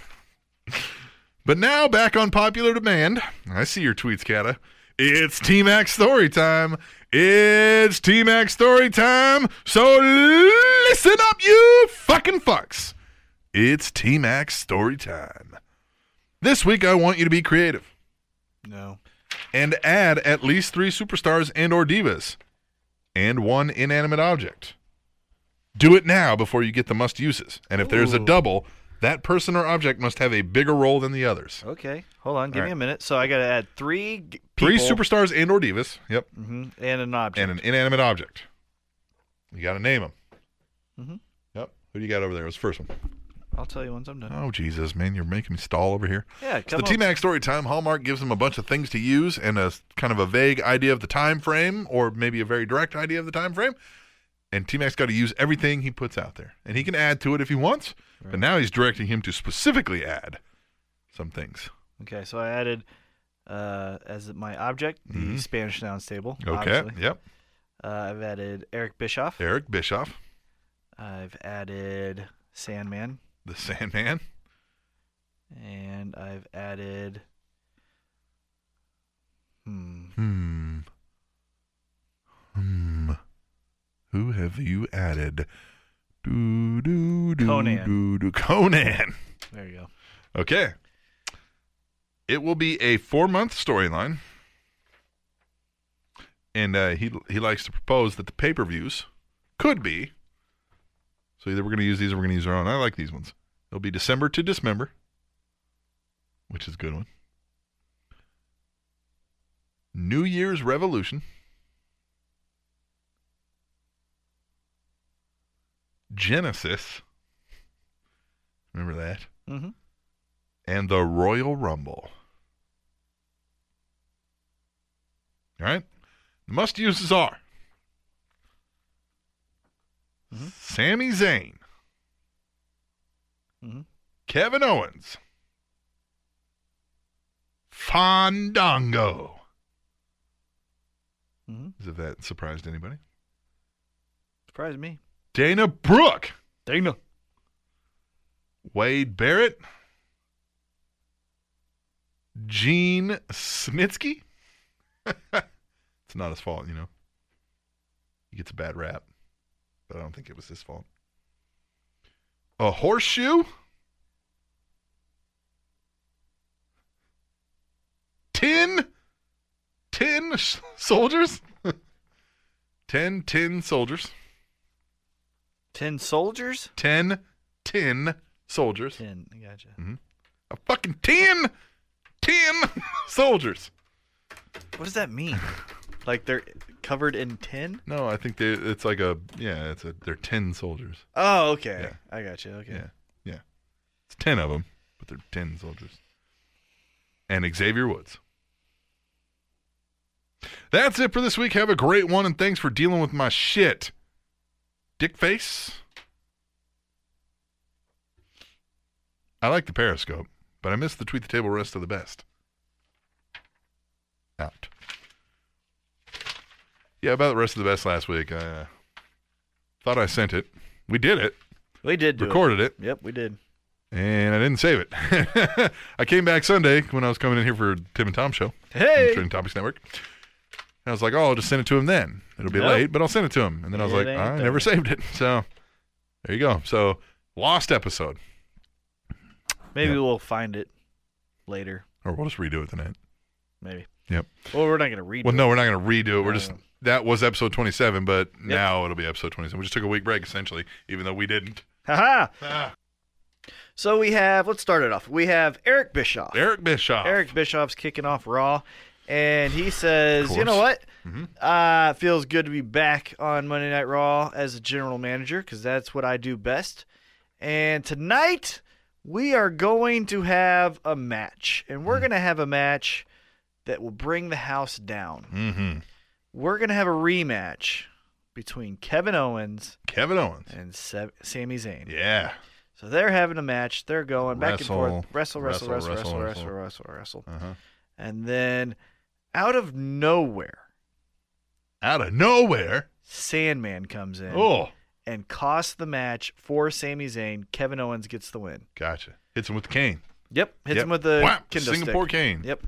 S1: but now back on popular demand. I see your tweets, Kata. It's T Mac story time. It's T Mac story time. So listen up, you fucking fucks. It's T Mac story time. This week I want you to be creative
S2: No.
S1: and add at least three superstars and or divas and one inanimate object do it now before you get the must uses and if there's a double that person or object must have a bigger role than the others
S2: Okay. Hold on. Give
S1: All
S2: me
S1: right.
S2: a minute. So I got to add three g-
S1: three
S2: people
S1: superstars and or divas yep
S2: Mhm, and an object.
S1: and an inanimate object you gotta name them yep who do you got over there it was the first one
S2: I'll tell you once I'm done.
S1: Oh Jesus, man, you're making me stall over here.
S2: Yeah,
S1: It's
S2: come
S1: the
S2: on.
S1: T Mac story time. Hallmark gives them a bunch of things to use and a s- kind of a vague idea of the time frame, or maybe a very direct idea of the time frame. And T Mac's got to use everything he puts out there, and he can add to it if he wants. But now he's directing him to specifically add some things.
S2: Okay. So I added uh, as my object the Spanish nouns table.
S1: Mm-hmm. Okay.
S2: obviously.
S1: Yep.
S2: Uh, I've added Eric Bischoff.
S1: Eric Bischoff,
S2: I've added Sandman,
S1: the Sandman,
S2: and I've added. Hmm.
S1: Hmm. Hmm. Who have you added? Do, do, do,
S2: Conan.
S1: Do, do. Conan.
S2: There you go.
S1: Okay. It will be a four month storyline. And uh, he he likes to propose that the pay per views could be. So either we're going to use these or we're going to use our own. I like these ones. It'll be December to Dismember, which is a good one. New Year's Revolution. Genesis. Remember that?
S2: Mm-hmm.
S1: and the Royal Rumble. All right. Must uses are Sammy Zayn,
S2: Mhm.
S1: Kevin Owens, Fandango.
S2: Mhm.
S1: As if that surprised anybody.
S2: Surprised me.
S1: Dana Brooke,
S2: Dana.
S1: Wade Barrett, Gene Snitsky. it's not his fault, you know. He gets a bad rap, but I don't think it was his fault. A horseshoe? Ten? Ten s- soldiers? ten, ten soldiers.
S2: Ten soldiers.
S1: Ten, ten soldiers.
S2: Ten. I Gotcha.
S1: Mm. a fucking 10 10 soldiers
S2: What does that mean? like they're covered in tin?
S1: no i think they it's like a yeah it's a they're 10 soldiers
S2: Oh, okay.
S1: Yeah.
S2: I got you. Okay.
S1: yeah yeah it's 10 of them but they're 10 soldiers and xavier woods that's it for this week have a great one and thanks for dealing with my shit dick face i like the periscope but i missed the tweet the table rest of the best out yeah about the rest of the best last week i uh, thought i sent it we did it
S2: We did do it.
S1: recorded it
S2: Yep, we did.
S1: and I didn't save it. I came back Sunday when I was coming in here for Tim and Tom show.
S2: Hey.
S1: on Trending Topics Network. And I was like, oh, I'll just send it to him then. It'll be
S2: Nope.
S1: late, but I'll send it to him. And then I was
S2: It
S1: like,
S2: ain't
S1: I
S2: there.
S1: never saved it. So there you go. So lost episode,
S2: Maybe
S1: Yeah.
S2: we'll find it later.
S1: or we'll just redo it tonight.
S2: Maybe.
S1: Yep.
S2: Well, we're not gonna read.
S1: Well,
S2: it.
S1: no, we're not going to redo it. We're just
S2: No.
S1: that was episode 27, but now it'll be episode 27. We just took a week break essentially, even though we didn't.
S2: Haha.
S1: Ah.
S2: So we have. Let's start it off. We have Eric Bischoff.
S1: Eric Bischoff.
S2: Eric Bischoff's kicking off Raw, and he says,
S1: Of
S2: "You know
S1: course.
S2: what? Uh, feels good to be back on Monday Night Raw as a general manager because that's what I do best. And tonight we are going to have a match, and we're going to have a match that will bring the house down.
S1: Mm-hmm.
S2: We're going to have a rematch between Kevin Owens
S1: Kevin Owens.
S2: and Se- Sami Zayn.
S1: Yeah.
S2: So they're having a match. They're going back and
S1: Wrestle,
S2: forth. Wrestle, wrestle,
S1: wrestle, wrestle,
S2: wrestle, wrestle, wrestle,
S1: wrestle.
S2: wrestle, wrestle.
S1: Uh-huh.
S2: And then out of nowhere,
S1: Out of nowhere.
S2: Sandman comes in
S1: Oh,
S2: and costs the match for Sami Zayn. Kevin Owens gets the win.
S1: gotcha. Hits him with the cane.
S2: Yep. Hits
S1: Yep.
S2: him with the
S1: Whap,
S2: kendo stick.
S1: Singapore cane.
S2: Yep.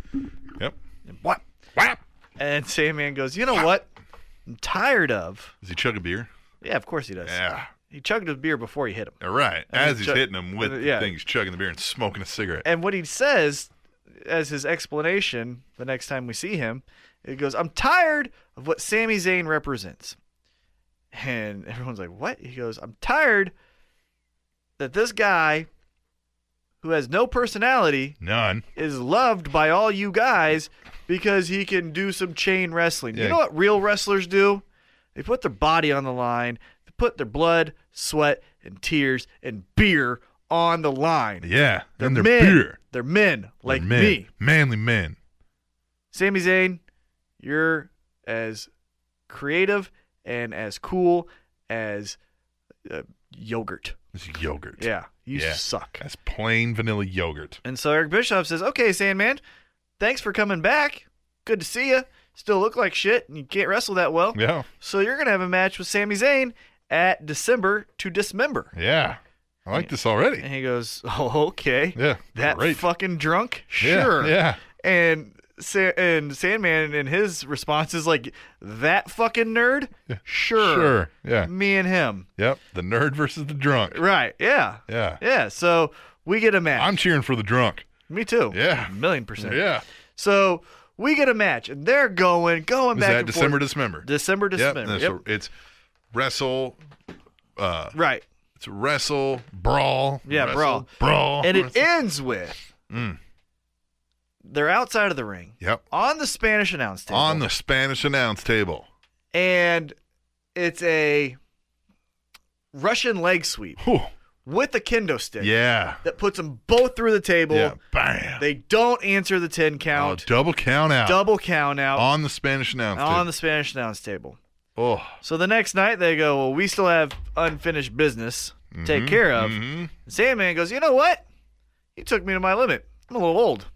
S1: Yep.
S2: And whap.
S1: Whap.
S2: And Sandman goes, you know what? I'm tired of.
S1: Does he chug a beer?
S2: Yeah, of course he does.
S1: Yeah.
S2: He chugged his beer before he hit him.
S1: All right.
S2: And
S1: As
S2: he
S1: he's
S2: chug-
S1: hitting him with
S2: and,
S1: the
S2: yeah.
S1: thing, he's chugging the beer and smoking a cigarette.
S2: And what he says as his explanation the next time we see him, it goes, I'm tired of what Sami Zayn represents. And everyone's like, What? He goes, I'm tired that this guy who has no personality
S1: None.
S2: is loved by all you guys because he can do some chain wrestling.
S1: Yeah.
S2: You know what real wrestlers do? They put their body on the line, they put their blood, sweat, and tears and beer on the line.
S1: Yeah.
S2: They're
S1: and their
S2: men.
S1: beer.
S2: They're men like
S1: They're men.
S2: me.
S1: Manly men.
S2: Sami Zayn, you're as creative and as cool as uh, yogurt.
S1: It's yogurt.
S2: Yeah, you
S1: Yeah.
S2: suck.
S1: That's plain vanilla yogurt.
S2: And so Eric Bischoff says, "Okay, Sandman, thanks for coming back. Good to see you. Still look like shit, and you can't wrestle that well.
S1: Yeah.
S2: So you're gonna have a match with Sami Zayn at December to Dismember."
S1: Yeah. I like this already.
S2: And he goes, "Oh, okay.
S1: Yeah.
S2: that
S1: Great.
S2: fucking drunk?
S1: Yeah,
S2: Sure.
S1: Yeah.
S2: and Sa- and Sandman and his response is like that fucking nerd. Sure,
S1: Sure. Yeah.
S2: me and him.
S1: Yep. The nerd versus the drunk.
S2: Right? Yeah.
S1: Yeah.
S2: Yeah. So we get a match.
S1: I'm cheering for the drunk.
S2: me too.
S1: Yeah.
S2: A million percent.
S1: Yeah.
S2: So we get a match, and they're going going
S1: Is
S2: back
S1: that
S2: and
S1: December
S2: forth.
S1: Dismember?
S2: December,
S1: Yep.
S2: December.
S1: that's
S2: Yep.
S1: a- it's wrestle. Uh,
S2: right.
S1: it's wrestle brawl.
S2: Yeah,
S1: wrestle,
S2: brawl.
S1: brawl.
S2: And it
S1: wrestle-
S2: ends with
S1: Oh, Mm.
S2: they're outside of the ring
S1: Yep.
S2: on the Spanish announce table.
S1: On the Spanish announce table.
S2: and it's a Russian leg sweep
S1: Whew.
S2: with a kendo stick.
S1: Yeah.
S2: that puts them both through the table.
S1: Yeah. Bam.
S2: They don't answer the 10
S1: Oh,
S2: count,
S1: double count out.
S2: double count out on,
S1: on the Spanish announce
S2: the Spanish announce table.
S1: table. Oh.
S2: So the next night they go, Well, we still have unfinished business to take care of.
S1: Mhm.
S2: And Sandman goes, You know what? You took me to my limit. I'm a little old.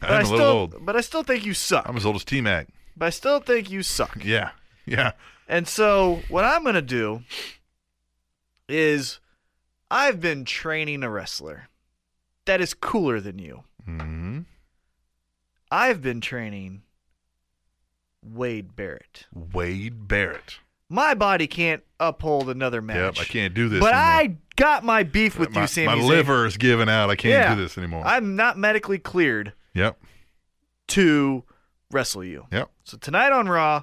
S2: But
S1: I'm a
S2: still,
S1: little old.
S2: But I still think you suck.
S1: I'm as old as T Mac.
S2: but I still think you suck.
S1: Yeah. Yeah.
S2: And so what I'm going to do is I've been training a wrestler that is cooler than you.
S1: hmm
S2: I've been training Wade Barrett.
S1: Wade Barrett.
S2: My body can't uphold another match.
S1: Yep. I can't do this.
S2: But
S1: anymore.
S2: I got my beef with
S1: my,
S2: you, Sammy.
S1: my
S2: Zayn.
S1: liver is giving out. I can't
S2: Yeah.
S1: do this anymore.
S2: I'm not medically cleared
S1: yep.
S2: to wrestle you.
S1: Yep.
S2: So tonight on Raw,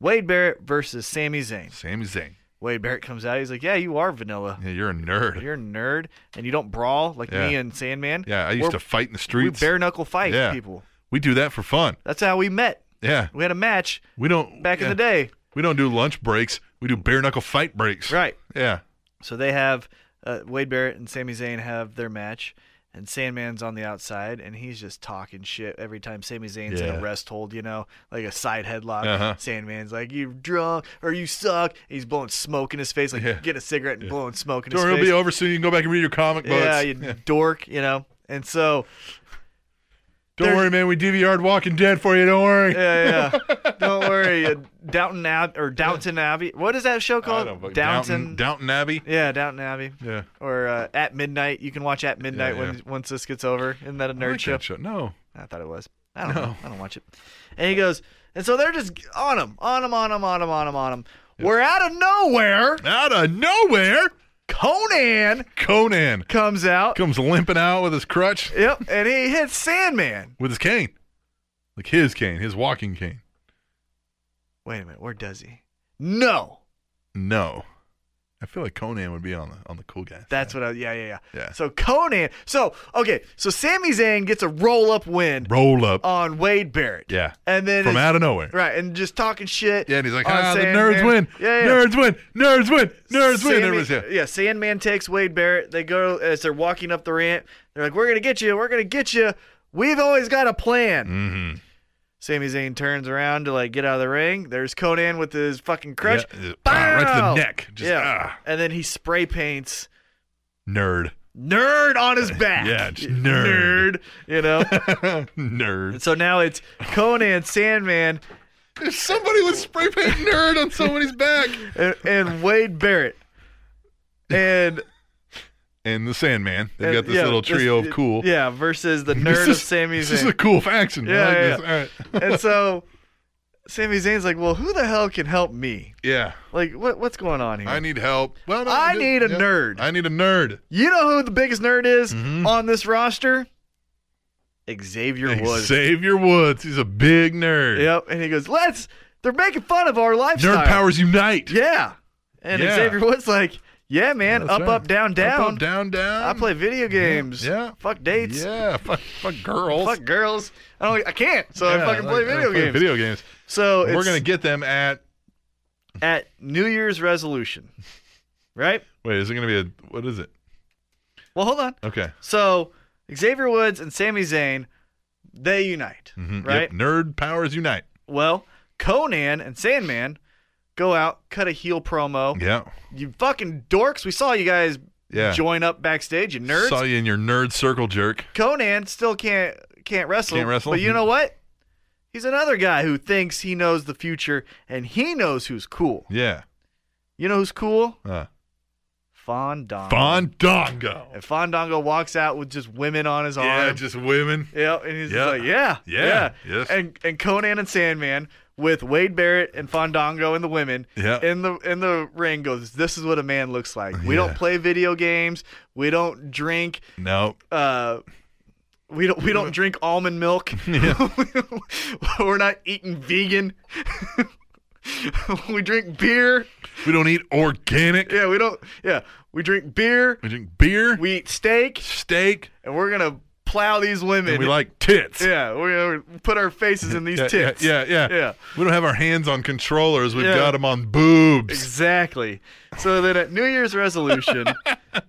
S2: Wade Barrett versus Sami Zayn.
S1: Sami Zayn.
S2: Wade Barrett comes out. He's like, "Yeah, you are vanilla.
S1: Yeah, you're a nerd.
S2: You're a nerd, and you don't brawl like
S1: Yeah.
S2: me and Sandman.
S1: yeah, I used
S2: We're-
S1: to fight in the
S2: We
S1: streets.
S2: bare knuckle fight
S1: Yeah.
S2: people.
S1: We do that for fun.
S2: That's how we met.
S1: Yeah.
S2: We had a match
S1: We don't
S2: back in
S1: yeah.
S2: the day.
S1: We don't do lunch breaks. We do bare knuckle fight breaks.
S2: Right.
S1: Yeah.
S2: So they have uh, Wade Barrett and Sami Zayn have their match, and Sandman's on the outside, and he's just talking shit every time Sami Zayn's in
S1: Yeah.
S2: a rest hold, you know, like a side headlock.
S1: Uh-huh.
S2: Sandman's like, "You drunk or you suck?" And he's blowing smoke in his face, like
S1: Yeah.
S2: get a cigarette and blowing smoke in
S1: Don't
S2: his
S1: it'll
S2: face.
S1: be over soon. You can go back and read your comic books.
S2: yeah, you dork, you know. And so,
S1: Don't
S2: There's-
S1: worry, man. We DVR'd Walking Dead for you. Don't worry.
S2: yeah, yeah. Don't worry, the uh, Downton Abbey or Downton Abbey. What is that show called?
S1: fucking-
S2: Downton.
S1: Downton Abbey.
S2: yeah, Downton Abbey.
S1: Yeah.
S2: Or uh, at midnight. You can watch at midnight
S1: yeah.
S2: when once this gets over. Isn't that a
S1: I
S2: nerd
S1: like
S2: show?
S1: that show. No.
S2: I thought it was. I don't know. I don't watch it. And he goes, and so they're just on him, on him, on him, on him, on him, on him. We're out of nowhere.
S1: Out of nowhere,
S2: Conan
S1: Conan
S2: comes out.
S1: comes limping out with his crutch,
S2: Yep, and he hits Sandman.
S1: with his cane, like his cane, his walking cane.
S2: Wait a minute, where does he? No,
S1: No, I feel like Conan would be on the on the cool guys.
S2: that's what I. Yeah, yeah, yeah.
S1: Yeah.
S2: So Conan. So okay. So Sami Zayn gets a roll up win
S1: roll up.
S2: on Wade Barrett.
S1: yeah,
S2: Oh. and then
S1: from
S2: it's-
S1: out of nowhere.
S2: right, and just talking shit.
S1: Yeah, and he's like,
S2: on
S1: ah, the
S2: Sandman."
S1: nerds win.
S2: Yeah, yeah.
S1: Nerds win. Nerds win. Nerds win.
S2: Sammy-
S1: Everyone's yeah.
S2: Sandman takes Wade Barrett. They go as they're walking up the ramp. They're like, "We're gonna get you. We're gonna get you. We've always got a plan."
S1: Mm.
S2: Mm-hmm. Sami Zayn turns around to like get out of the ring. There's Conan with his fucking crutch.
S1: Yeah, just, ah, right to the
S2: Bow!
S1: neck. Just,
S2: yeah,
S1: ah.
S2: and then he spray paints
S1: Nerd.
S2: nerd on his back.
S1: Yeah, just
S2: nerd.
S1: nerd.
S2: You know.
S1: Nerd.
S2: and so now it's Conan, Sandman,
S1: There's somebody with spray paint nerd on somebody's back.
S2: and, and Wade Barrett. And
S1: And the Sandman. They've
S2: and,
S1: got this
S2: yeah,
S1: little trio of cool.
S2: Yeah, versus the nerd
S1: This
S2: of
S1: is-
S2: Sami
S1: This
S2: Zayn.
S1: is a cool faction. I
S2: Yeah,
S1: like
S2: yeah,
S1: this. All right.
S2: and so Sami Zayn's like, "Well, who the hell can help me?
S1: yeah.
S2: Like, what what's going on here?
S1: I need help. Well, no,
S2: I
S1: did-
S2: need a
S1: yeah.
S2: nerd.
S1: I need a nerd.
S2: you know who the biggest nerd is
S1: Mm-hmm.
S2: on this roster? Xavier Woods.
S1: Xavier Woods. He's a big nerd.
S2: Yep." And he goes, "Let's." They're making fun of our lifestyle.
S1: Nerd powers unite.
S2: Yeah. And
S1: Yeah.
S2: Xavier Woods like, "Yeah, man,
S1: That's
S2: up,
S1: right.
S2: up, down, down.
S1: Up, up, down, down.
S2: I play video games.
S1: Yeah.
S2: Fuck dates.
S1: Yeah. Fuck, fuck girls.
S2: Fuck girls. I don't. I can't. So I
S1: Yeah,
S2: fucking play
S1: like, I
S2: video games.
S1: Video games.
S2: So
S1: We're
S2: it's
S1: gonna get them at.
S2: at New Year's resolution, right?
S1: Wait, is it gonna be a? What is it?
S2: Well, hold on.
S1: Okay.
S2: So Xavier Woods and Sami Zayn, they unite,
S1: Mhm.
S2: right?
S1: Yep. Nerd powers unite.
S2: Well, Conan and Sandman go out, cut a heel promo.
S1: Yeah.
S2: You fucking dorks! We saw you guys
S1: Yeah.
S2: join up backstage. You nerds.
S1: Saw you in your nerd circle, jerk.
S2: Conan still can't can't wrestle.
S1: Can't wrestle?
S2: But you know what? He's another guy who thinks he knows the future and he knows who's cool.
S1: Yeah.
S2: You know who's cool?
S1: Uh,
S2: Fondongo.
S1: Fondongo.
S2: And Fondongo walks out with just women on his
S1: Yeah,
S2: arm.
S1: just women.
S2: Yeah, and he's just
S1: Yeah.
S2: like, yeah,
S1: Yeah, yes.
S2: and and Conan and Sandman with Wade Barrett and Fandango and the women
S1: Yeah.
S2: in the in the ring goes, this is what a man looks like. We
S1: Yeah.
S2: don't play video games, we don't drink,
S1: No.
S2: uh, we don't we don't drink almond milk. We're not eating vegan. we drink beer.
S1: We don't eat organic.
S2: Yeah, we don't. Yeah, we drink beer.
S1: We drink beer,
S2: We eat steak,
S1: steak,
S2: and we're gonna plow these women.
S1: and we like tits.
S2: Yeah, we're gonna put our faces in these
S1: Yeah, yeah,
S2: tits.
S1: yeah, yeah,
S2: Yeah.
S1: We don't have our hands on controllers. We've
S2: Yeah.
S1: 'em got them on boobs.
S2: Exactly. So then at New Year's resolution,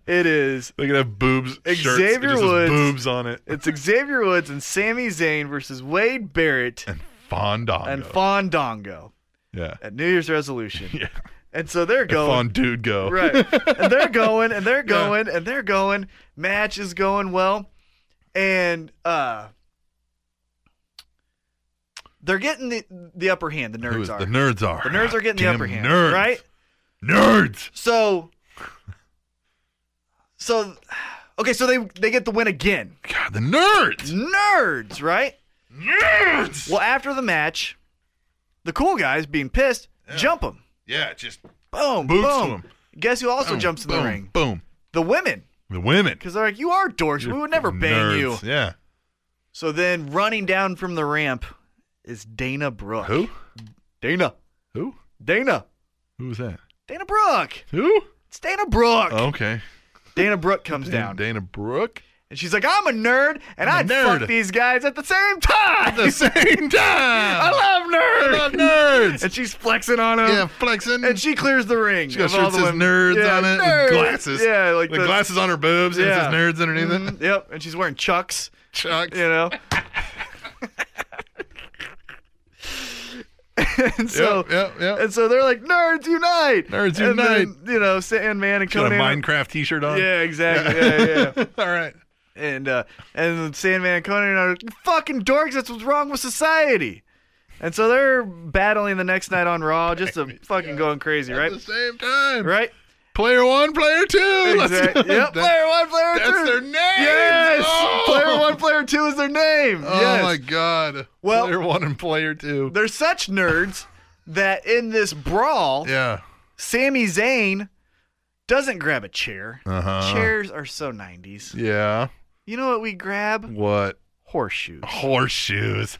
S2: it is
S1: They could have boobs. shirts that
S2: Xavier
S1: just says
S2: Woods.
S1: boobs on it.
S2: it's Xavier Woods and Sami Zayn versus Wade Barrett
S1: And Fondongo.
S2: and Fondango
S1: yeah.
S2: at New Year's resolution.
S1: Yeah.
S2: And so they're going.
S1: Fond dude go.
S2: Right. And they're going and they're going and they're going. Match is going well. And uh they're getting the the upper hand, the
S1: Who is-
S2: nerds are.
S1: The nerds are.
S2: The nerds are getting the
S1: Damn
S2: upper hand,
S1: Nerds.
S2: right?
S1: Nerds.
S2: So So okay, so they they get the win again.
S1: God, the nerds.
S2: Nerds, right?
S1: Nerds.
S2: Well, after the match, the cool guys being pissed, jump them.
S1: Yeah, just
S2: Boom,
S1: Boots
S2: boom.
S1: to 'em.
S2: Guess who also
S1: boom,
S2: jumps in
S1: boom,
S2: the ring?
S1: Boom.
S2: The women.
S1: The women.
S2: Because they're like, you are dorks. we would never bang you.
S1: Nerds. Yeah.
S2: So then running down from the ramp is Dana Brooke.
S1: Who?
S2: Dana.
S1: Who?
S2: Dana.
S1: Who was that?
S2: Dana Brooke.
S1: Who?
S2: It's Dana Brooke.
S1: Okay.
S2: Dana Brooke comes down.
S1: Oh. Dana Brooke.
S2: And she's like, I'm a nerd, and
S1: I'm
S2: I'd
S1: a nerd."
S2: fuck these guys at the same time.
S1: Ah, At the same time.
S2: I love nerds.
S1: love nerds.
S2: And she's flexing on him.
S1: yeah, flexing.
S2: And she clears the ring.
S1: She got
S2: of all
S1: shirts
S2: the
S1: that says
S2: women.
S1: nerds
S2: Yeah,
S1: on it
S2: nerds.
S1: with glasses.
S2: Yeah, like
S1: With
S2: the-
S1: glasses on her boobs and
S2: Yeah.
S1: it says nerds underneath it.
S2: Mhm, Yep, and she's wearing chucks,
S1: Chucks.
S2: you know. and so
S1: Yep, yep, yep.
S2: And so they're like, "Nerds unite!
S1: Nerds
S2: and
S1: unite.
S2: Then, you know, Sandman and
S1: Got a
S2: Conan.
S1: Minecraft t-shirt on.
S2: Yeah, exactly. Yeah, yeah. yeah.
S1: All right.
S2: and uh, and Sandman and Conan are like, "You fucking dorks. That's what's wrong with society." And so they're battling the next night on Raw, just to fucking going crazy, right?
S1: At the same time.
S2: Right?
S1: Player one, player two. Let's
S2: Exact-
S1: go.
S2: Yep.
S1: That-
S2: player one, player
S1: that's
S2: two.
S1: their names.
S2: Yes.
S1: Oh.
S2: Player one, player two is their name.
S1: Oh
S2: yes.
S1: my god.
S2: Well-
S1: player one and player two.
S2: They're such nerds that in this brawl,
S1: Yeah.
S2: Sami Zayn doesn't grab a chair.
S1: Uh-huh.
S2: Chairs are so 90s.
S1: Yeah.
S2: You know what we grab?
S1: What?
S2: Horseshoes.
S1: Horseshoes.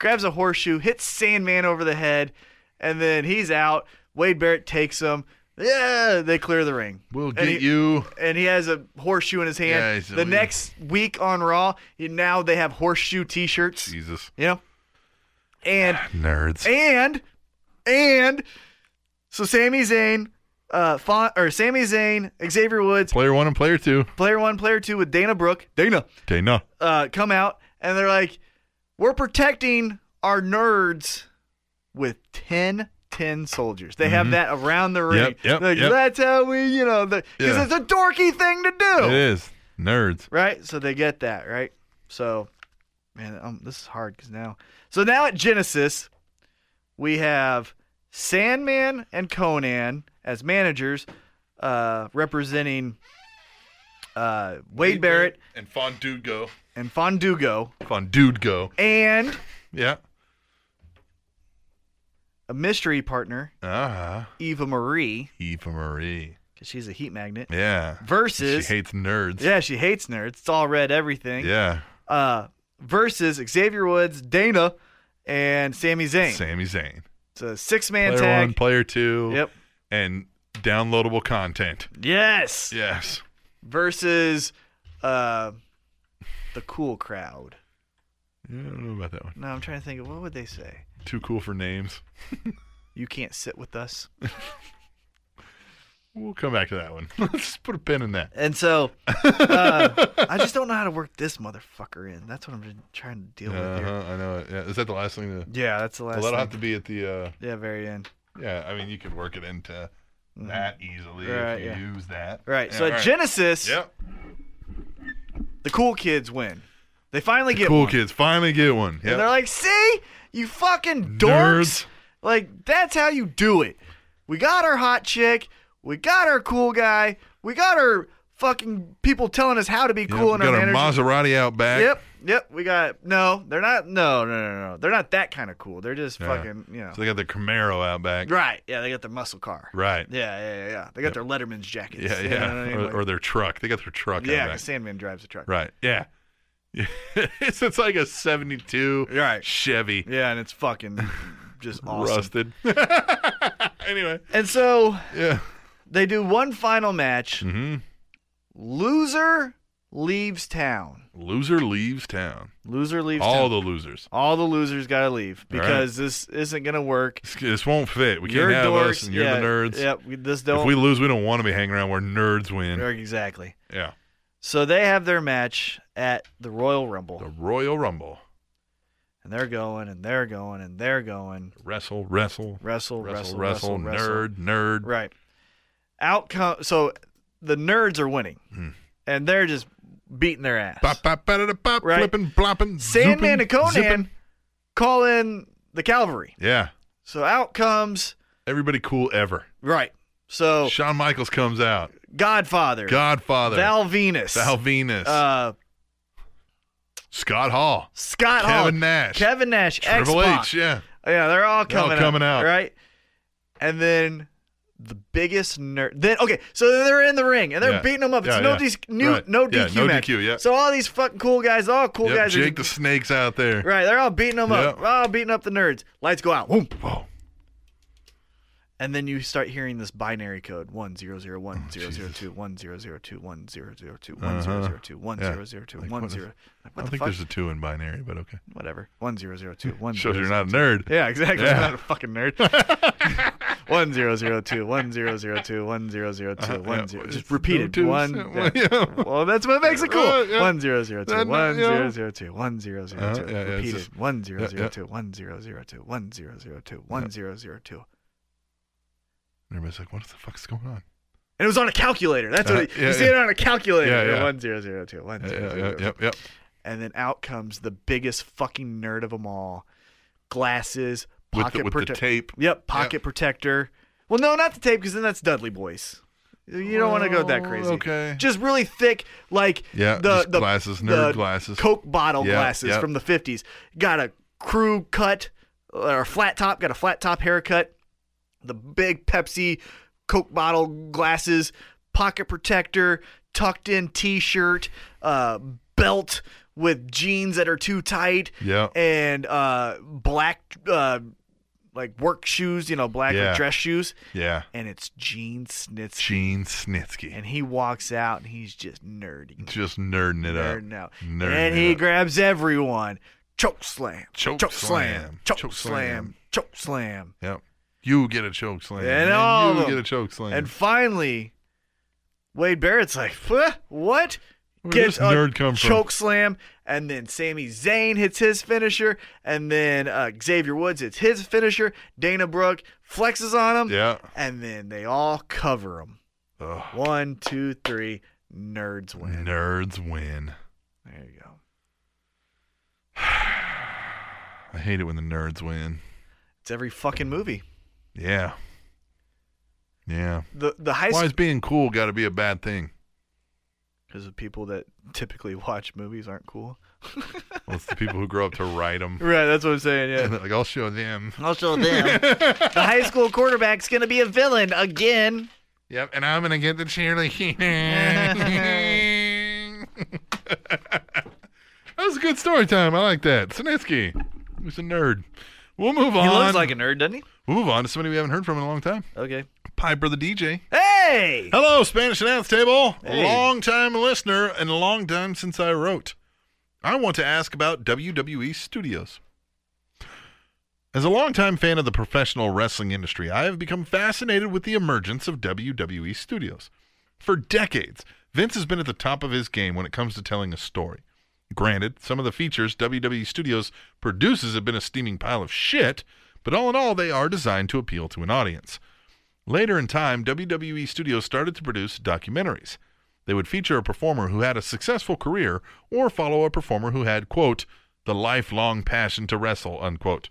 S2: Grabs a horseshoe, hits Sandman over the head, and then he's out. Wade Barrett takes him. Yeah, they clear the ring.
S1: We'll
S2: And
S1: get
S2: he-
S1: you.
S2: and he has a horseshoe in his
S1: Yeah,
S2: hand.
S1: he's-
S2: the next week on Raw, you- now they have horseshoe T-shirts.
S1: Jesus.
S2: You know, and
S1: Nerds.
S2: and and so Sami Zayn, uh, Fon- or Sami Zayn, Xavier Woods,
S1: Player one and player two.
S2: player one, player two with Dana Brooke, Dana,
S1: Dana.
S2: uh, come out and they're like, we're protecting our nerds with 10, 10 soldiers. They have that around the ring.
S1: Mm-hmm. Yep, yep,
S2: They're like,
S1: yep.
S2: That's how we, you know, because
S1: Yeah.
S2: it's a dorky thing to do
S1: It is. Nerds.
S2: right? So they get that, right? So, man, um, this is hard because now, so now at Genesis, we have Sandman and Conan as managers, uh, representing uh, Wade, Barrett
S1: And Fondugo.
S2: and Fondugo,
S1: Fondugo.
S2: and
S1: Yeah.
S2: a mystery partner,
S1: Ah.
S2: Eva Marie,
S1: Eva Marie.
S2: because she's a heat magnet.
S1: Yeah.
S2: Versus,
S1: She hates nerds.
S2: yeah, she hates nerds. It's all red everything.
S1: Yeah.
S2: Uh, versus Xavier Woods, Dana, and Sami Zayn.
S1: Sami Zayn.
S2: It's a six man
S1: Player
S2: tag.
S1: one, player two.
S2: Yep.
S1: And downloadable content.
S2: Yes.
S1: Yes.
S2: Versus uh the cool crowd.
S1: Yeah, I don't know about that one.
S2: No, I'm trying to think of what would they say?
S1: Too cool for names.
S2: You can't sit with us.
S1: We'll come back to that one. Let's put a pin in that.
S2: And so uh, I just don't know how to work this motherfucker in. That's what I'm just trying to deal with
S1: Uh-huh,
S2: here.
S1: I know it. Yeah, is that the last thing? To,
S2: Yeah, that's the last
S1: well, that'll have
S2: thing.
S1: to be at the. Uh,
S2: Yeah, very end.
S1: yeah, I mean, you could work it into that easily
S2: Right,
S1: if you
S2: yeah.
S1: use that.
S2: Right.
S1: Yeah,
S2: so at
S1: all Mm-hmm. right.
S2: Genesis,
S1: Yep.
S2: the cool kids win. They finally get
S1: Cool
S2: one.
S1: kids finally get one.
S2: And they're
S1: Yeah.
S2: like, see, you fucking dorks.
S1: Nerds.
S2: Like, that's how you do it. We got our hot chick. We got our cool guy. We got our fucking people telling us how to be cool
S1: Yep,
S2: and
S1: got
S2: our
S1: our
S2: managers.
S1: Maserati out back.
S2: Yep, yep. We got no. They're not. No, no, no, no. They're not that kind of cool. They're just fucking. You know.
S1: So they got the Camaro out back.
S2: right. Yeah. They got their muscle car.
S1: Right.
S2: Yeah, yeah, yeah. yeah. They got their Letterman's jackets.
S1: Yeah,
S2: You
S1: yeah.
S2: know what I mean? Like-
S1: Or, or their truck. They got their truck
S2: yeah.
S1: out back.
S2: 'cause Sandman drives a truck.
S1: Right. Yeah. it's, it's like a 72
S2: Right.
S1: Chevy.
S2: Yeah, and it's fucking just awesome.
S1: Rusted. anyway.
S2: And so
S1: Yeah.
S2: they do one final match.
S1: Mm-hmm.
S2: Loser leaves town.
S1: Loser leaves town.
S2: Loser leaves
S1: All
S2: town.
S1: the losers.
S2: All the losers got to leave
S1: All right.
S2: because this isn't going to work.
S1: This, this won't fit. We can't
S2: you're
S1: have
S2: dorks.
S1: us and you're
S2: yeah,
S1: the nerds.
S2: Yep. we- This
S1: If we
S2: don't.
S1: lose, we don't want to be hanging around where nerds win.
S2: exactly.
S1: yeah.
S2: So they have their match at the Royal Rumble.
S1: The Royal Rumble.
S2: And they're going and they're going and they're going.
S1: Wrestle, wrestle. Wrestle,
S2: Wrestle, wrestle,
S1: wrestle,
S2: wrestle, wrestle.
S1: nerd, nerd.
S2: Right. Outcome. So the nerds are winning. And they're just beating their ass.
S1: Pop, pop, da pop,
S2: Right.
S1: flipping, blopping, zooping,
S2: Sandman and Conan
S1: zipping.
S2: call in the cavalry.
S1: Yeah.
S2: So out comes
S1: Everybody cool ever.
S2: right. So
S1: Shawn Michaels comes out.
S2: Godfather,
S1: Godfather.
S2: Val Venus,
S1: Val Venus.
S2: uh,
S1: Scott Hall.
S2: Scott
S1: Kevin
S2: Hall,
S1: Nash.
S2: Kevin Nash,
S1: Triple
S2: X-Pac.
S1: H. Yeah.
S2: yeah, they're all
S1: They're all
S2: coming
S1: coming
S2: out,
S1: out.
S2: right? And then the biggest nerd. Then okay, so they're in the ring and they're
S1: Yeah.
S2: beating them up. It's
S1: Yeah,
S2: no
S1: yeah.
S2: dis- new,
S1: Right.
S2: no
S1: Yeah,
S2: DQ
S1: no
S2: match.
S1: DQ, yeah.
S2: So all these fucking cool guys, all cool
S1: Yep,
S2: guys, are
S1: Jake the Snake's out there.
S2: right? They're all beating them up,
S1: Yeah.
S2: all beating up the nerds. Lights go out. Boom.
S1: Whoa.
S2: And then you start hearing this binary code 1001
S1: Oh,
S2: 1002 1002 1002 1002
S1: Uh-huh.
S2: 1002
S1: Like, what is-
S2: 1002
S1: I
S2: What
S1: don't
S2: the
S1: think
S2: fuck?
S1: there's a two in binary, but okay.
S2: Whatever. 1002
S1: Shows you're
S2: 1002.
S1: not a nerd.
S2: Yeah, exactly. I'm
S1: Yeah.
S2: not a fucking nerd. 1002 1002 1002
S1: Uh-huh. yeah.
S2: 10. Just repeated.
S1: No twos.
S2: One.
S1: Yeah.
S2: yeah. Well, that's what makes it cool.
S1: Yeah, yeah.
S2: 1002
S1: Then, you know. Uh,
S2: 1002
S1: yeah,
S2: 1002.
S1: yeah, it's
S2: Repeated.
S1: just-
S2: 1002 1002 1002 1002.
S1: And everybody's like, what the fuck's going on?
S2: And it was on a calculator. That's what
S1: Uh,
S2: he,
S1: yeah,
S2: you see
S1: yeah.
S2: it on a calculator.
S1: Yeah,
S2: Yeah,
S1: yeah.
S2: One zero zero two one
S1: Yeah,
S2: zero
S1: yeah,
S2: zero.
S1: yeah, yep, yep.
S2: And then out comes the biggest fucking nerd of them all, glasses,
S1: With the-
S2: pocket
S1: with the
S2: protec-
S1: tape.
S2: Yep, pocket protector. Well, no, not the tape because then that's Dudley Boys. You don't want to go that crazy.
S1: Oh, okay.
S2: Just really thick, like
S1: Yeah,
S2: the,
S1: just
S2: the
S1: glasses,
S2: the
S1: nerd glasses.
S2: Coke bottle
S1: Yeah,
S2: glasses
S1: yeah.
S2: from the fifties. Got a crew cut or a flat top. Got a flat top haircut. The big Pepsi Coke bottle glasses, pocket protector, tucked in T-shirt, uh, belt with jeans that are too tight
S1: Yeah.
S2: and uh, black uh, like work shoes, you know, black like,
S1: Yeah.
S2: dress shoes,
S1: Yeah.
S2: and it's Gene Snitsky.
S1: Gene Snitsky.
S2: And he walks out, and he's just nerding,
S1: just nerding it up.
S2: nerding out,
S1: Nerding it
S2: and he
S1: up.
S2: grabs everyone. Choke slam,
S1: Choke
S2: slam,
S1: slam,
S2: choke
S1: choke
S2: slam,
S1: slam.
S2: choke slam,
S1: Yep. You get a choke slam.
S2: And
S1: man.
S2: all
S1: you
S2: of 'em.
S1: get a choke slam.
S2: and finally, Wade Barrett's like, "Huh? "What?
S1: Where did this nerd come from?
S2: choke slam, and then Sami Zayn hits his finisher, and then uh, Xavier Woods hits his finisher. Dana Brooke flexes on him,
S1: yeah.
S2: and then they all cover him.
S1: Ugh.
S2: One, two, three. Nerds win.
S1: Nerds win.
S2: There you go.
S1: I hate it when the nerds win.
S2: It's every fucking movie.
S1: Yeah. Yeah.
S2: The the high
S1: Why
S2: school
S1: is being cool got to be a bad thing?
S2: because the people that typically watch movies aren't cool.
S1: Well, it's the people who grow up to write them.
S2: Right, that's what I'm saying. Yeah.
S1: Like, I'll show them.
S2: Also, them. the high school quarterback's gonna be a villain again.
S1: Yep. And I'm going to get the cheerleader. that was a good story time. I like that. Snitsky was a nerd. We'll move
S2: He
S1: on.
S2: looks like a nerd, doesn't he?
S1: We'll move on to somebody we haven't heard from in a long time.
S2: Okay.
S1: Piper the DJ.
S2: Hey.
S1: Hello, Spanish Announce Table.
S2: Hey.
S1: Long time listener and a long time since I wrote. I want to ask about WWE Studios. As a longtime fan of the professional wrestling industry, I have become fascinated with the emergence of WWE Studios. For decades, Vince has been at the top of his game when it comes to telling a story. Granted, some of the features WWE Studios produces have been a steaming pile of shit, but all in all, they are designed to appeal to an audience. Later in time, WWE Studios started to produce documentaries. They would feature a performer who had a successful career or follow a performer who had, quote, the lifelong passion to wrestle, unquote.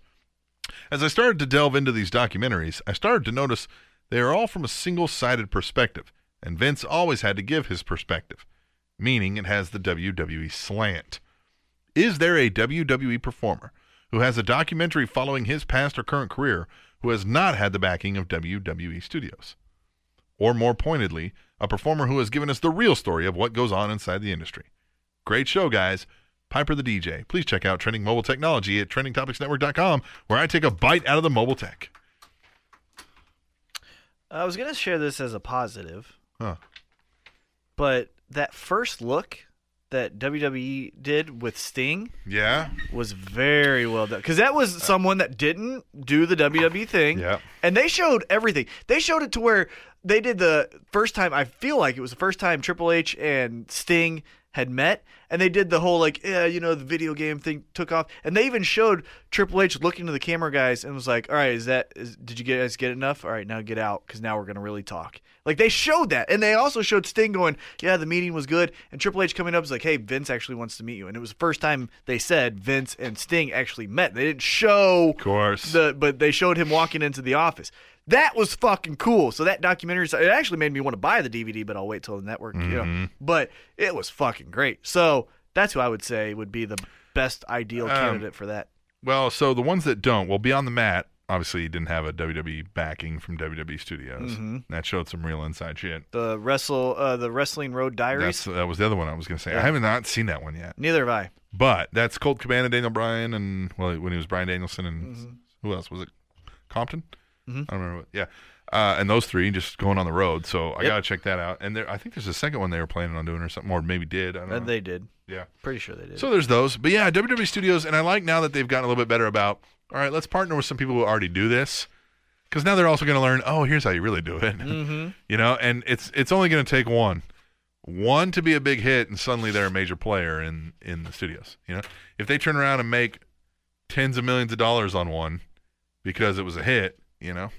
S1: As I started to delve into these documentaries, I started to notice they are all from a single sided perspective, and Vince always had to give his perspective, meaning it has the WWE slant. Is there a WWE performer who has a documentary following his past or current career who has not had the backing of WWE Studios? Or more pointedly, a performer who has given us the real story of what goes on inside the industry. Great show, guys. Piper the DJ. Please check out Trending Mobile Technology at trendingtopicsnetwork.com, where I take a bite out of the mobile tech.
S2: I was gonna share this as a positive.
S1: Huh.
S2: but that first look that WWE did with Sting
S1: Yeah.
S2: was very well done because that was someone that didn't do the WWE thing,
S1: Yeah.
S2: and they showed everything. They showed it to where they did the first time. I feel like it was the first time Triple H and Sting had met, and they did the whole like, yeah, you know, the video game thing took off, and they even showed Triple H looking to the camera guys and was like, "All right, is that? Is, did you guys get enough? All right, now get out because now we're gonna really talk." Like they showed that, and they also showed Sting going, "Yeah, the meeting was good," and Triple H coming up is like, "Hey, Vince actually wants to meet you," and it was the first time they said Vince and Sting actually met. They didn't show
S1: Of course.
S2: the but they showed him walking into the office. That was fucking cool. So that documentary, it actually made me want to buy the DVD, but I'll wait till the network. You
S1: Mm-hmm.
S2: know, but it was fucking great. So that's who I would say would be the best ideal
S1: Um,
S2: candidate for that.
S1: Well, so the ones that don't, well, Beyond the Mat obviously didn't have a WWE backing from WWE Studios. That showed some real inside shit.
S2: The wrestle, uh, the wrestling road diaries.
S1: That's, that was the other one I was going to say. I have not seen that one yet.
S2: Neither have I.
S1: But that's Colt Cabana, Daniel Bryan, and well, when he was Brian Danielson, and who else was it? Compton. I don't remember. What, yeah, uh, and those three just going on the road. So I gotta check that out. And there, I think there's a second one they were planning on doing or something, or maybe did. I don't know.
S2: And Uh, they did.
S1: yeah.
S2: Pretty sure they did.
S1: So there's those. But yeah, WWE Studios, and I like now that they've gotten a little bit better about. All right, let's partner with some people who already do this, because now they're also going to learn. Oh, here's how you really do it. you know, and it's it's only going to take one, one to be a big hit, and suddenly they're a major player in in the studios. You know, if they turn around and make tens of millions of dollars on one because it was a hit, you know,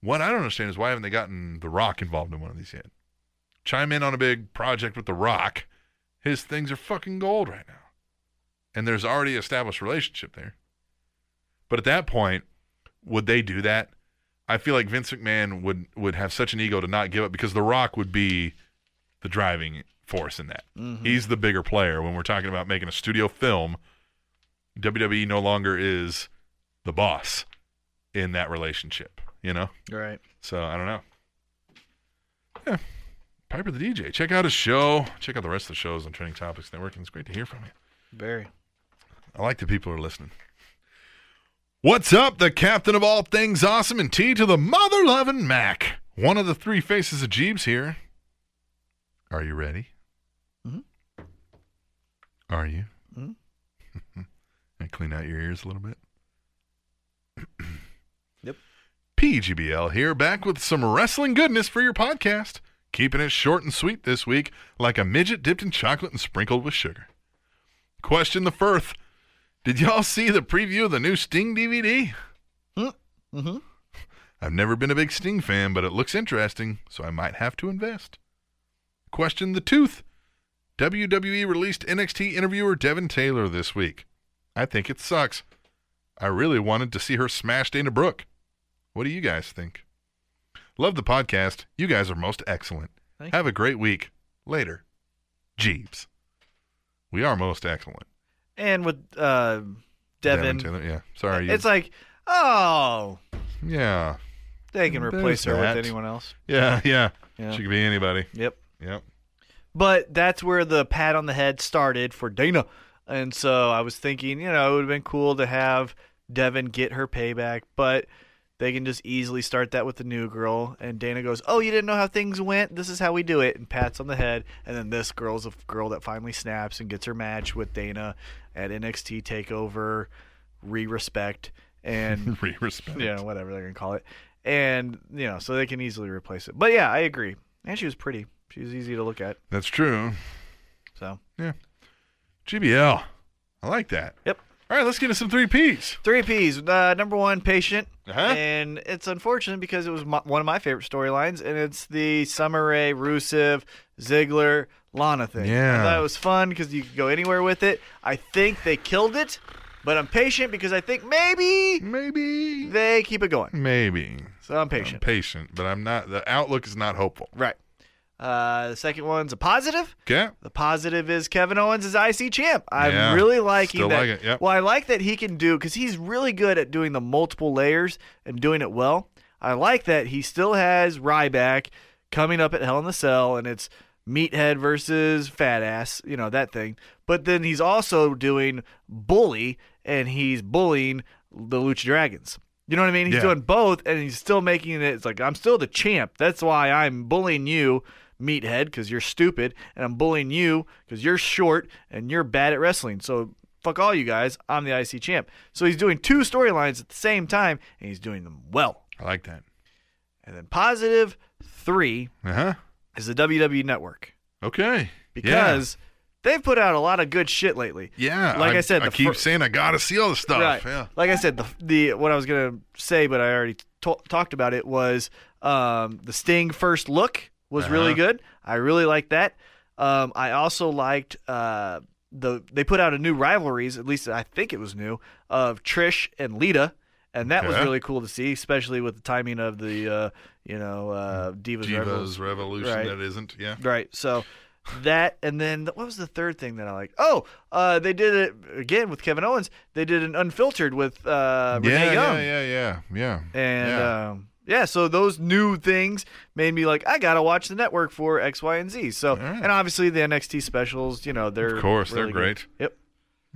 S1: what I don't understand is why haven't they gotten The Rock involved in one of these yet? Chime in on a big project with The Rock. His things are fucking gold right now and there's already established relationship there. But at that point, would they do that? I feel like Vince McMahon would would have such an ego to not give up because The Rock would be the driving force in that. He's the bigger player when we're talking about making a studio film. WWE no longer is the boss in that relationship, you know?
S2: Right.
S1: So I don't know. Yeah. Piper the DJ. Check out his show. Check out the rest of the shows on Trending Topics Network. And it's great to hear from you.
S2: Very.
S1: I like that people are listening. What's up, the captain of all things awesome and tea to the mother loving Mac? One of the three faces of Jeebs here. Are you ready? Mm-hmm. Are you? Mm-hmm. clean out your ears a little bit.
S2: Yep.
S1: PGBL here, back with some wrestling goodness for your podcast. Keeping it short and sweet this week, like a midget dipped in chocolate and sprinkled with sugar. Question the Firth. Did y'all see the preview of the new Sting DVD?
S2: Mm-hmm.
S1: I've never been a big Sting fan, but it looks interesting, so I might have to invest. Question the Tooth. WWE released NXT interviewer Devin Taylor this week. I think it sucks. I really wanted to see her smash Dana Brooke. What do you guys think? Love the podcast. You guys are most excellent.
S2: Thank
S1: Have a great week. Later. Jeeves. We are most excellent.
S2: And with uh, Devin,
S1: Taylor. Yeah. Sorry. you-
S2: it's like, oh,
S1: yeah.
S2: they can
S1: There's
S2: replace her
S1: that.
S2: with anyone else.
S1: Yeah. Yeah.
S2: Yeah.
S1: She could be anybody.
S2: Yep.
S1: Yep.
S2: But that's where the pat on the head started for Dana. And so I was thinking, you know, it would have been cool to have Devin get her payback, but they can just easily start that with the new girl. And Dana goes, Oh, you didn't know how things went? This is how we do it. And pats on the head. And then this girl's a girl that finally snaps and gets her match with Dana at NXT TakeOver, Re Respect. And
S1: Re respect.
S2: yeah, whatever they're gonna call it. And you know, so they can easily replace it. But yeah, I agree. And she was pretty. She was easy to look at.
S1: That's true.
S2: So
S1: GBL. I like that.
S2: Yep.
S1: All right, let's get into some three P's.
S2: three P's. Uh, number one, patient.
S1: Uh-huh.
S2: And it's unfortunate because it was my, one of my favorite storylines, and it's the Summer Rae, Rusev, Ziggler, Lana thing.
S1: Yeah.
S2: I thought it was fun because you could go anywhere with it. I think they killed it, but I'm patient because I think maybe
S1: Maybe.
S2: they keep it going.
S1: Maybe.
S2: So I'm
S1: I'm
S2: patient.
S1: patient, but I'm not. The outlook is not hopeful.
S2: right. Uh, the second one's a positive.
S1: Okay.
S2: The positive is Kevin Owens is IC champ. I'm
S1: Yeah,
S2: really liking
S1: still
S2: that.
S1: like it, yep.
S2: Well, I like that he can do because he's really good at doing the multiple layers and doing it well. I like that he still has Ryback coming up at Hell in the Cell, and it's meathead versus fat ass, you know that thing. But then he's also doing bully, and he's bullying the Lucha Dragons. You know what I mean? He's
S1: Yeah.
S2: doing both, and he's still making it. It's like I'm still the champ. That's why I'm bullying you, meathead, because you're stupid, and I'm bullying you because you're short and you're bad at wrestling. So fuck all you guys. I'm the IC champ. So he's doing two storylines at the same time, and he's doing them well.
S1: I like that.
S2: And then positive three
S1: Uh huh.
S2: is the WWE Network
S1: Okay.
S2: because they've put out a lot of good shit lately.
S1: Yeah. yeah.
S2: like I, said,
S1: I
S2: the
S1: keep
S2: fir-
S1: saying I gotta see all the stuff.
S2: Right.
S1: Yeah.
S2: Like I said, the the what I was gonna say, but I already to- talked about it was um, the Sting first look was really
S1: Uh-huh.
S2: good. I really liked that. Um, I also liked uh, the they put out a new rivalries. At least I think it was new of Trish and Lita. And that was
S1: Okay.
S2: really cool to see, especially with the timing of the, uh, you know, uh, Divas, Revels.
S1: Divas Revolution.
S2: Right.
S1: That isn't. Yeah.
S2: Right. So that, and then the- what was the third thing that I liked? Oh, uh, they did it again with Kevin Owens. They did an unfiltered with uh, Renee
S1: yeah,
S2: Young,
S1: yeah. Yeah. Yeah. Yeah.
S2: and
S1: yeah.
S2: um, yeah. So those new things made me like, I gotta watch the network for X, Y, and Z. So,
S1: right.
S2: and obviously the NXT specials, you know, they're
S1: Of course, they're
S2: really good.
S1: great.
S2: Yep.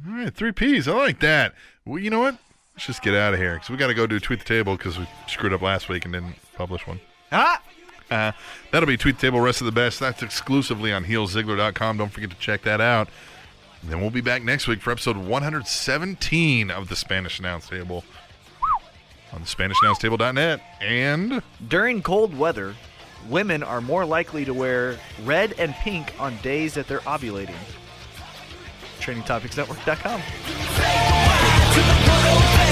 S1: All right, three P's. I like that. Well, you know what? Let's just get out of here because we got to go do tweet the table because we screwed up last week and didn't publish one.
S2: Ah,
S1: Uh, that'll be tweet the table. Rest of the best. That's exclusively on heelzigler.com. Don't forget to check that out. And then we'll be back next week for episode 117 of the Spanish Announce Table on the SpanishAnnounceTable.net. And
S2: during cold weather. Women are more likely to wear red and pink on days that they're ovulating. TrainingTopicsNetwork.com.
S9: Fade away to the good old days.